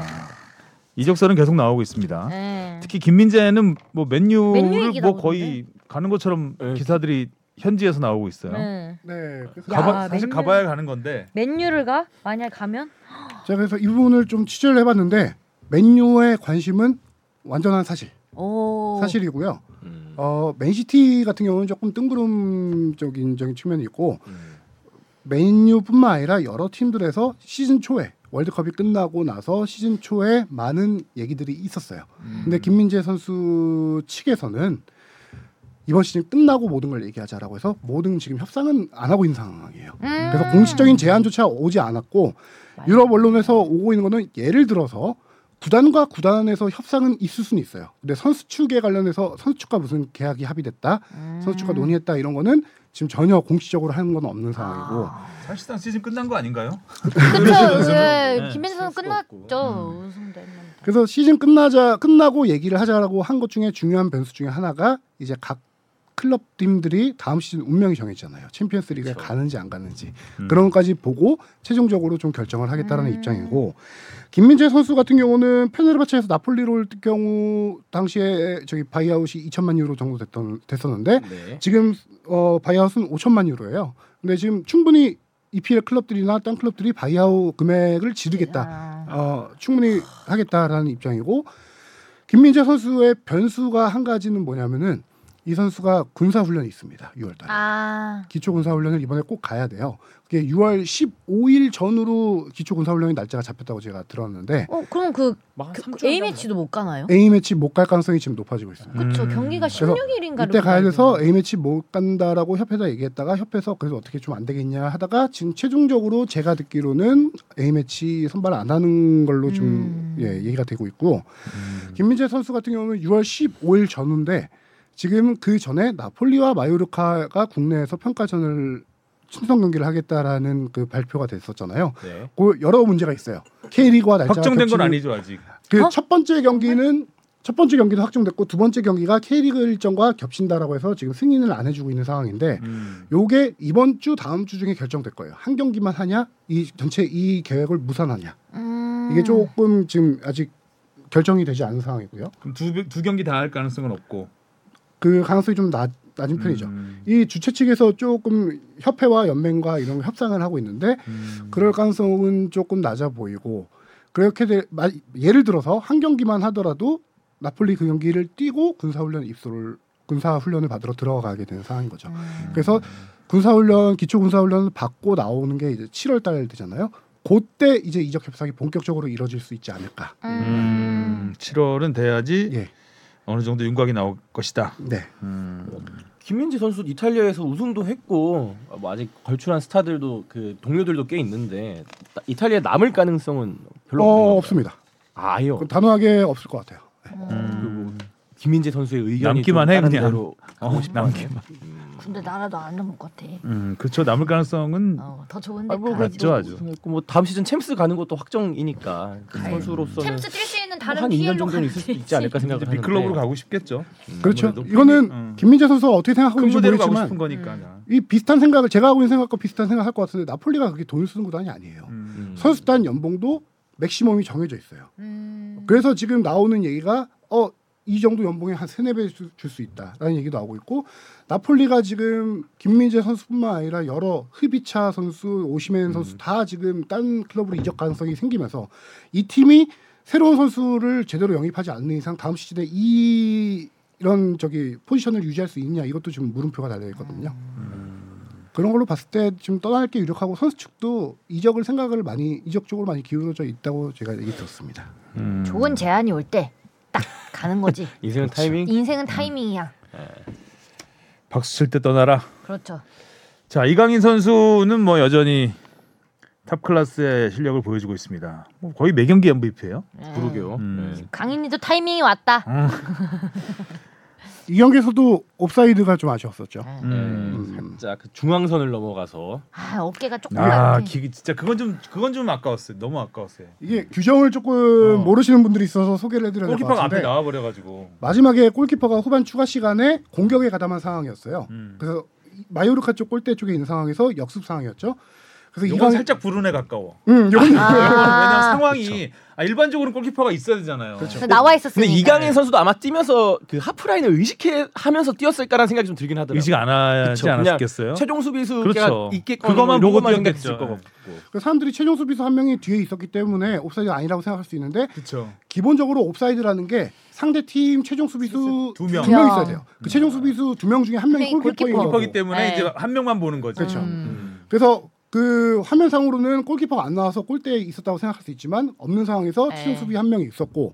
[SPEAKER 2] 이적설은 계속 나오고 있습니다.
[SPEAKER 1] 네.
[SPEAKER 2] 특히 김민재는 뭐
[SPEAKER 1] 맨유
[SPEAKER 2] 맨유를
[SPEAKER 1] 얘기
[SPEAKER 2] 뭐
[SPEAKER 1] 나오던데?
[SPEAKER 2] 거의 가는 것처럼
[SPEAKER 3] 네.
[SPEAKER 2] 기사들이 현지에서 나오고 있어요.
[SPEAKER 1] 네.
[SPEAKER 4] 네. 그래서
[SPEAKER 1] 야,
[SPEAKER 2] 가봐, 사실
[SPEAKER 1] 맨유.
[SPEAKER 2] 가봐야 가는 건데
[SPEAKER 1] 맨유를 가? 만약 가면?
[SPEAKER 4] 제가 그래서 이 부분을 좀 취재를 해봤는데 맨유의 관심은 완전한 사실
[SPEAKER 1] 오.
[SPEAKER 4] 사실이고요.
[SPEAKER 3] 음.
[SPEAKER 4] 어 맨시티 같은 경우는 조금 뜬구름적인 적인 측면이 있고
[SPEAKER 3] 음.
[SPEAKER 4] 맨유뿐만 아니라 여러 팀들에서 시즌 초에 월드컵이 끝나고 나서 시즌 초에 많은 얘기들이 있었어요. 근데 김민재 선수 측에서는 이번 시즌 끝나고 모든 걸 얘기하자라고 해서 모든 지금 협상은 안 하고 있는 상황이에요.
[SPEAKER 5] 음.
[SPEAKER 4] 그래서 공식적인 제안조차 오지 않았고 유럽 언론에서 오고 있는 거는 예를 들어서 구단과 구단에서 협상은 있을 수는 있어요. 근데 선수 축에 관련해서 선수 축과 무슨 계약이 합의됐다, 선수 축과 논의했다 이런 거는 지금 전혀 공식적으로 하는 건 없는 상황이고
[SPEAKER 2] 사실상 시즌 끝난 거 아닌가요?
[SPEAKER 1] 그쵸. 예.
[SPEAKER 2] 네,
[SPEAKER 1] 김민재 선수
[SPEAKER 3] 쓸 수도 없고.
[SPEAKER 1] 끝났죠. 우승도 했는데.
[SPEAKER 4] 그래서 시즌 끝나자 끝나고 얘기를 하자라고 한 것 중에 중요한 변수 중에 하나가 이제 각 클럽 팀들이 다음 시즌 운명이 정해지잖아요. 챔피언스 리그에 가는지 안 가는지
[SPEAKER 2] 음.
[SPEAKER 4] 그런 것까지 보고 최종적으로 좀 결정을 하겠다는
[SPEAKER 1] 음.
[SPEAKER 4] 입장이고 김민재 선수 같은 경우는 페네르바체에서 나폴리로 올 경우 당시에 저기 바이아웃이 2천만 유로 정도 됐던 됐었는데
[SPEAKER 1] 그,
[SPEAKER 3] 네.
[SPEAKER 4] 지금 어, 바이아웃은 5천만 유로예요. 근데 지금 충분히 EPL 클럽들이나 딴 클럽들이 바이아웃 금액을 지르겠다.
[SPEAKER 1] 아.
[SPEAKER 4] 어, 충분히 하겠다라는 입장이고 김민재 선수의 변수가 한 가지는 뭐냐면은 이 선수가 군사 훈련이 있습니다. 6월달에
[SPEAKER 1] 아.
[SPEAKER 4] 기초 군사 훈련을 이번에 꼭 가야 돼요. 그게 6월 15일 전으로 기초 군사 훈련의 날짜가 잡혔다고 제가 들었는데
[SPEAKER 1] 어, 그럼 그,
[SPEAKER 3] 뭐 막한
[SPEAKER 1] 그,
[SPEAKER 3] 아, 삼
[SPEAKER 1] A 매치도 못 가나요?
[SPEAKER 4] A 매치 못 갈 가능성이 지금 높아지고 있습니다.
[SPEAKER 1] 그쵸.
[SPEAKER 2] 음.
[SPEAKER 1] 경기가
[SPEAKER 4] 그래서
[SPEAKER 1] 16일인가
[SPEAKER 4] 이때 가야 돼서 A 매치 못 간다라고 협회에다 얘기했다가 협회에서 그래서 어떻게 좀 안 되겠냐 하다가 지금 최종적으로 제가 듣기로는 A 매치 선발 안 하는 걸로
[SPEAKER 1] 음.
[SPEAKER 4] 지금 예, 얘기가 되고 있고 김민재 선수 같은 경우는 6월 15일 전후인데 지금 그 전에 나폴리와 마요르카가 국내에서 평가전을 친선 경기를 하겠다라는 그 발표가 됐었잖아요.
[SPEAKER 3] 네.
[SPEAKER 4] 그 여러 문제가 있어요. K리그와 날짜가
[SPEAKER 2] 네. 확정된 건
[SPEAKER 4] 겹치는
[SPEAKER 2] 아니죠 아직.
[SPEAKER 1] 어? 네.
[SPEAKER 4] 그첫 번째 경기는 첫 번째 경기도 확정됐고 두 번째 경기가 K리그 일정과 겹친다라고 해서 지금 승인을 안 해주고 있는 상황인데
[SPEAKER 2] 음.
[SPEAKER 4] 요게 이번 주 다음 주 중에 결정될 거예요. 한 경기만 하냐, 이 전체 이 계획을 무산하냐
[SPEAKER 1] 음.
[SPEAKER 4] 이게 조금 지금 아직 결정이 되지 않은 상황이고요.
[SPEAKER 2] 그럼 두, 두 경기 다 할 가능성은 없고.
[SPEAKER 4] 그 가능성이 좀 낮, 낮은 편이죠.
[SPEAKER 2] 음.
[SPEAKER 4] 이 주최 측에서 조금 협회와 연맹과 이런 거 협상을 하고 있는데
[SPEAKER 2] 음.
[SPEAKER 4] 그럴 가능성은 조금 낮아 보이고 그렇게 될, 마- 예를 들어서 한 경기만 하더라도 나폴리 그 경기를 뛰고 군사훈련 입소를 군사훈련을 받으러 들어가게 되는 상황인 거죠.
[SPEAKER 2] 음.
[SPEAKER 4] 그래서 군사훈련 기초 군사훈련을 받고 나오는 게 이제 7월 달 되잖아요. 그때 이제 이적 협상이 본격적으로 이뤄질 수 있지 않을까.
[SPEAKER 2] 음, 7월은 돼야지
[SPEAKER 4] 예,
[SPEAKER 2] 어느 정도 윤곽이 나올 것이다.
[SPEAKER 4] 네.
[SPEAKER 2] 음.
[SPEAKER 3] 김민재 선수 이탈리아에서 우승도 했고 아, 뭐 아직 걸출한 스타들도 그 동료들도 꽤 있는데 나- 이탈리아에 남을 가능성은 별로
[SPEAKER 4] 어,
[SPEAKER 3] 없는
[SPEAKER 4] 없습니다.
[SPEAKER 3] 아, 아예요.
[SPEAKER 2] 어.
[SPEAKER 4] 그건 단호하게 없을 것 같아요.
[SPEAKER 2] 음.
[SPEAKER 3] 김민재 선수의 의견이
[SPEAKER 2] 남기만
[SPEAKER 3] 좀
[SPEAKER 2] 해,
[SPEAKER 3] 다른
[SPEAKER 2] 그냥.
[SPEAKER 3] 대로 음.
[SPEAKER 2] 어, 남기.
[SPEAKER 1] 근데 나라도 안 넘을 것 같아.
[SPEAKER 2] 음, 그렇죠. 남을 가능성은
[SPEAKER 1] 어, 더 좋은데
[SPEAKER 3] 아, 뭐
[SPEAKER 1] 가야지.
[SPEAKER 2] 맞죠, 아주.
[SPEAKER 3] 우승했고 뭐 다음 시즌 챔스 가는 것도 확정이니까 그
[SPEAKER 1] 가야죠.
[SPEAKER 3] 선수로서는
[SPEAKER 1] 챔스 뛸 수 있는
[SPEAKER 3] 뭐
[SPEAKER 1] 다른
[SPEAKER 3] 한 2년
[SPEAKER 1] 피엘로
[SPEAKER 3] 정도는
[SPEAKER 1] 가는
[SPEAKER 3] 있을 수 있지 않을까
[SPEAKER 2] 이제
[SPEAKER 3] 생각하는데
[SPEAKER 2] 빅클럽으로 가고 싶겠죠.
[SPEAKER 4] 그렇죠.
[SPEAKER 2] 아무래도.
[SPEAKER 4] 이거는
[SPEAKER 2] 음.
[SPEAKER 4] 김민재 선수가 어떻게 생각하고
[SPEAKER 2] 큰
[SPEAKER 4] 있는지
[SPEAKER 2] 무대로 가고 싶은
[SPEAKER 4] 모르겠지만
[SPEAKER 2] 거니까.
[SPEAKER 4] 이 비슷한 생각을 제가 하고 있는 생각과 비슷한 생각할 것 같은데 나폴리가 그게 돈을 쓰는 구단이 아니에요.
[SPEAKER 2] 음.
[SPEAKER 3] 음.
[SPEAKER 4] 선수단 연봉도 맥시멈이 정해져 있어요.
[SPEAKER 1] 음.
[SPEAKER 4] 그래서 지금 나오는 얘기가 어 이 정도 연봉에 한 세네 배 줄 수 있다라는 얘기도 나오고 있고 나폴리가 지금 김민재 선수뿐만 아니라 여러 흐비차 선수, 오시멘 선수 다 지금 딴 클럽으로 이적 가능성이 생기면서 이 팀이 새로운 선수를 제대로 영입하지 않는 이상 다음 시즌에 이 이런 저기 포지션을 유지할 수 있냐 이것도 지금 물음표가 달려 있거든요. 그런 걸로 봤을 때 지금 떠날 게 유력하고 선수 측도 이적을 생각을 많이 이적 쪽으로 많이 기울어져 있다고 제가 얘기 들었습니다.
[SPEAKER 2] 음.
[SPEAKER 1] 좋은 제안이 올 때 딱 가는 거지.
[SPEAKER 3] 인생은 타이밍
[SPEAKER 1] 인생은 타이밍이야.
[SPEAKER 2] 박수 칠 때 떠나라.
[SPEAKER 1] 그렇죠.
[SPEAKER 2] 자 이강인 선수는 뭐 여전히 탑 클래스의 실력을 보여주고 있습니다. 뭐 거의 매 경기 MVP예요.
[SPEAKER 1] 예.
[SPEAKER 3] 네. 그러게요.
[SPEAKER 2] 음.
[SPEAKER 1] 강인이도 타이밍이 왔다.
[SPEAKER 2] 음.
[SPEAKER 4] 이 경기에서도 옵사이드가 좀 아쉬웠었죠.
[SPEAKER 2] 음.
[SPEAKER 4] 음.
[SPEAKER 3] 자, 네. 그 중앙선을 넘어가서
[SPEAKER 1] 아 어깨가 조금
[SPEAKER 2] 아,
[SPEAKER 1] 이렇게.
[SPEAKER 2] 기, 진짜 그건 좀 그건 좀 아까웠어요. 너무 아까웠어요.
[SPEAKER 4] 이게 규정을 조금
[SPEAKER 2] 어.
[SPEAKER 4] 모르시는 분들이 있어서 소개를 해드려야 될 것
[SPEAKER 2] 골키퍼가 앞에
[SPEAKER 4] 같은데 그
[SPEAKER 2] 나와 버려 가지고.
[SPEAKER 4] 마지막에 골키퍼가 후반 추가 시간에 공격에 가담한 상황이었어요.
[SPEAKER 2] 음.
[SPEAKER 4] 그래서 마요르카 쪽 골대 쪽에 있는 상황에서 역습 상황이었죠. 그래서
[SPEAKER 2] 이건
[SPEAKER 4] 이건
[SPEAKER 2] 살짝 불운에 가까워.
[SPEAKER 4] 음, 요건
[SPEAKER 2] 왜냐면
[SPEAKER 1] 아,
[SPEAKER 2] 상황이 아, 일반적으로는 골키퍼가 있어야 되잖아요. 그렇죠.
[SPEAKER 1] 그래서 나와
[SPEAKER 3] 근데
[SPEAKER 1] 있었으니까.
[SPEAKER 2] 네.
[SPEAKER 3] 이강인 선수도 아마 뛰면서 그 하프라인을 의식해 하면서 뛰었을까라는 생각이 좀 들긴 하더라고요.
[SPEAKER 2] 의식 안 하지
[SPEAKER 3] 그쵸, 그냥
[SPEAKER 2] 않았겠어요?
[SPEAKER 3] 최종 수비수가
[SPEAKER 2] 그렇죠.
[SPEAKER 3] 있겠거나
[SPEAKER 2] 그것만
[SPEAKER 3] 뭐
[SPEAKER 2] 보고
[SPEAKER 3] 이런 것만
[SPEAKER 2] 뛰었겠죠.
[SPEAKER 3] 생각했을 것 같고.
[SPEAKER 4] 그 사람들이 최종 수비수 한 명이 뒤에 있었기 때문에 옵사이드 아니라고 생각할 수 있는데
[SPEAKER 2] 그렇죠.
[SPEAKER 4] 기본적으로 옵사이드라는 게 상대 팀 최종 수비수
[SPEAKER 2] 두 명. 음.
[SPEAKER 4] 두 명 있어야 돼요. 그 최종 수비수 두 명 중에 한 명이
[SPEAKER 1] 한 명이
[SPEAKER 4] 골키퍼인
[SPEAKER 1] 골키퍼고.
[SPEAKER 4] 거고.
[SPEAKER 2] 골키퍼기 때문에
[SPEAKER 1] 네.
[SPEAKER 2] 이제 한 명만 보는 거죠.
[SPEAKER 4] 그렇죠.
[SPEAKER 1] 음.
[SPEAKER 4] 그래서 그 화면상으로는 골키퍼가 안 나와서 골대에 있었다고 생각할 수 있지만 없는 상황에서
[SPEAKER 1] 네.
[SPEAKER 4] 최종 수비 한 명이 있었고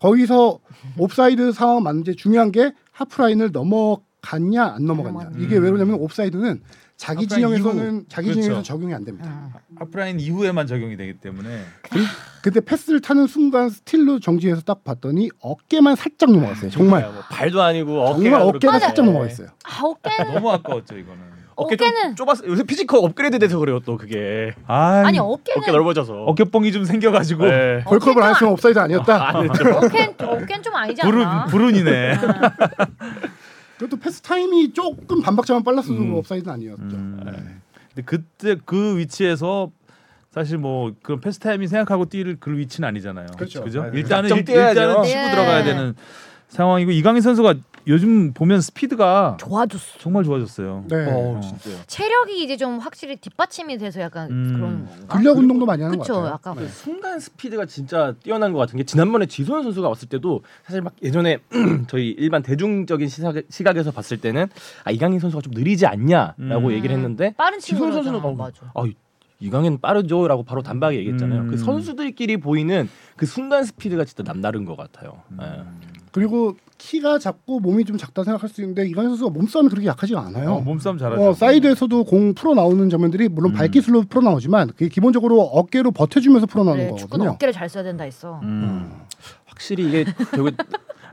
[SPEAKER 4] 거기서 옵사이드 상황 맞는데 중요한 게 하프라인을 넘어갔냐 안 넘어갔냐
[SPEAKER 1] 넘어갔냐.
[SPEAKER 4] 이게 왜 그러냐면 옵사이드는 자기
[SPEAKER 2] 하프라인
[SPEAKER 4] 진영에서는 자기
[SPEAKER 2] 그렇죠.
[SPEAKER 4] 진영에서 적용이 안 됩니다.
[SPEAKER 1] 음.
[SPEAKER 2] 하프라인 이후에만 적용이 되기 때문에
[SPEAKER 4] 그때 패스를 타는 순간 스틸로 정지해서 딱 봤더니 어깨만 살짝 넘어갔어요. 정말
[SPEAKER 3] 뭐 발도 아니고 어깨가
[SPEAKER 4] 정말 어깨가
[SPEAKER 3] 그렇게 네.
[SPEAKER 4] 살짝 넘어갔어요. 네.
[SPEAKER 1] 아 어깨는
[SPEAKER 2] 너무 아까웠죠 이거는.
[SPEAKER 3] 어깨 좀
[SPEAKER 1] 어깨는-
[SPEAKER 3] 좁았어. 요새 피지컬 업그레이드 돼서 그래요 또 그게
[SPEAKER 2] 아,
[SPEAKER 1] 아니 어깨는
[SPEAKER 3] 어깨 넓어져서.
[SPEAKER 2] 어깨뽕이 좀 생겨가지고
[SPEAKER 3] 네.
[SPEAKER 4] 벌크업을 안 했으면 옵사이드 아니었다.
[SPEAKER 1] 어깨는 어깨는 좀 아니지 않나?
[SPEAKER 2] 불운 불운이네.
[SPEAKER 4] 그것도 패스 타임이 조금 반박자만 빨랐어도
[SPEAKER 2] 음.
[SPEAKER 4] 옵사이드는 아니었죠.
[SPEAKER 2] 음. 근데 그때 그 위치에서 사실 뭐 그런 패스타임이 생각하고 뛸 그 위치는 아니잖아요.
[SPEAKER 4] 그렇죠.
[SPEAKER 2] 그죠?
[SPEAKER 4] 맞아요.
[SPEAKER 2] 일단은
[SPEAKER 3] 좀
[SPEAKER 2] 일,
[SPEAKER 3] 뛰어야죠.
[SPEAKER 2] 일단은 치고
[SPEAKER 1] 네.
[SPEAKER 2] 들어가야 되는 상황이고 이강인 선수가 요즘 보면 스피드가
[SPEAKER 1] 좋아졌어.
[SPEAKER 2] 정말 좋아졌어요.
[SPEAKER 4] 네.
[SPEAKER 2] 어,
[SPEAKER 3] 진짜요.
[SPEAKER 1] 체력이 이제 좀 확실히 뒷받침이 돼서 약간
[SPEAKER 2] 음.
[SPEAKER 1] 그런 건가?
[SPEAKER 4] 아, 근력 운동도 많이 하는 것
[SPEAKER 1] 그쵸.
[SPEAKER 4] 같아요.
[SPEAKER 1] 약간
[SPEAKER 3] 그 순간 스피드가 진짜 뛰어난 것 같은 게 지난번에 지소연 선수가 왔을 때도 사실 막 예전에 저희 일반 대중적인 시각, 에서 봤을 때는 아 이강인 선수가 좀 느리지 않냐라고
[SPEAKER 2] 음.
[SPEAKER 3] 얘기를 했는데
[SPEAKER 1] 빠른 친구로
[SPEAKER 3] 지소연 선수는
[SPEAKER 1] 하잖아.
[SPEAKER 3] 어,
[SPEAKER 1] 맞아.
[SPEAKER 3] 아 이강인 빠르죠라고 바로 단박에 얘기했잖아요.
[SPEAKER 2] 음.
[SPEAKER 3] 그 선수들끼리 보이는 그 순간 스피드가 진짜 남다른 것 같아요. 예.
[SPEAKER 4] 그리고 키가 작고 몸이 좀 작다 생각할 수 있는데 이강인 선수가 몸싸움이 그렇게 약하지가 않아요.
[SPEAKER 2] 어, 몸싸움 잘하죠.
[SPEAKER 4] 어, 사이드에서도 공 풀어 나오는 장면들이 물론
[SPEAKER 2] 음.
[SPEAKER 4] 발기술로 풀어 나오지만 그게 기본적으로 어깨로 버텨주면서 풀어 나오는
[SPEAKER 1] 그래, 네, 축구는
[SPEAKER 4] 거거든요.
[SPEAKER 1] 어깨를 잘 써야 된다 했어.
[SPEAKER 2] 음.
[SPEAKER 3] 예. 확실히 이게 네. 결국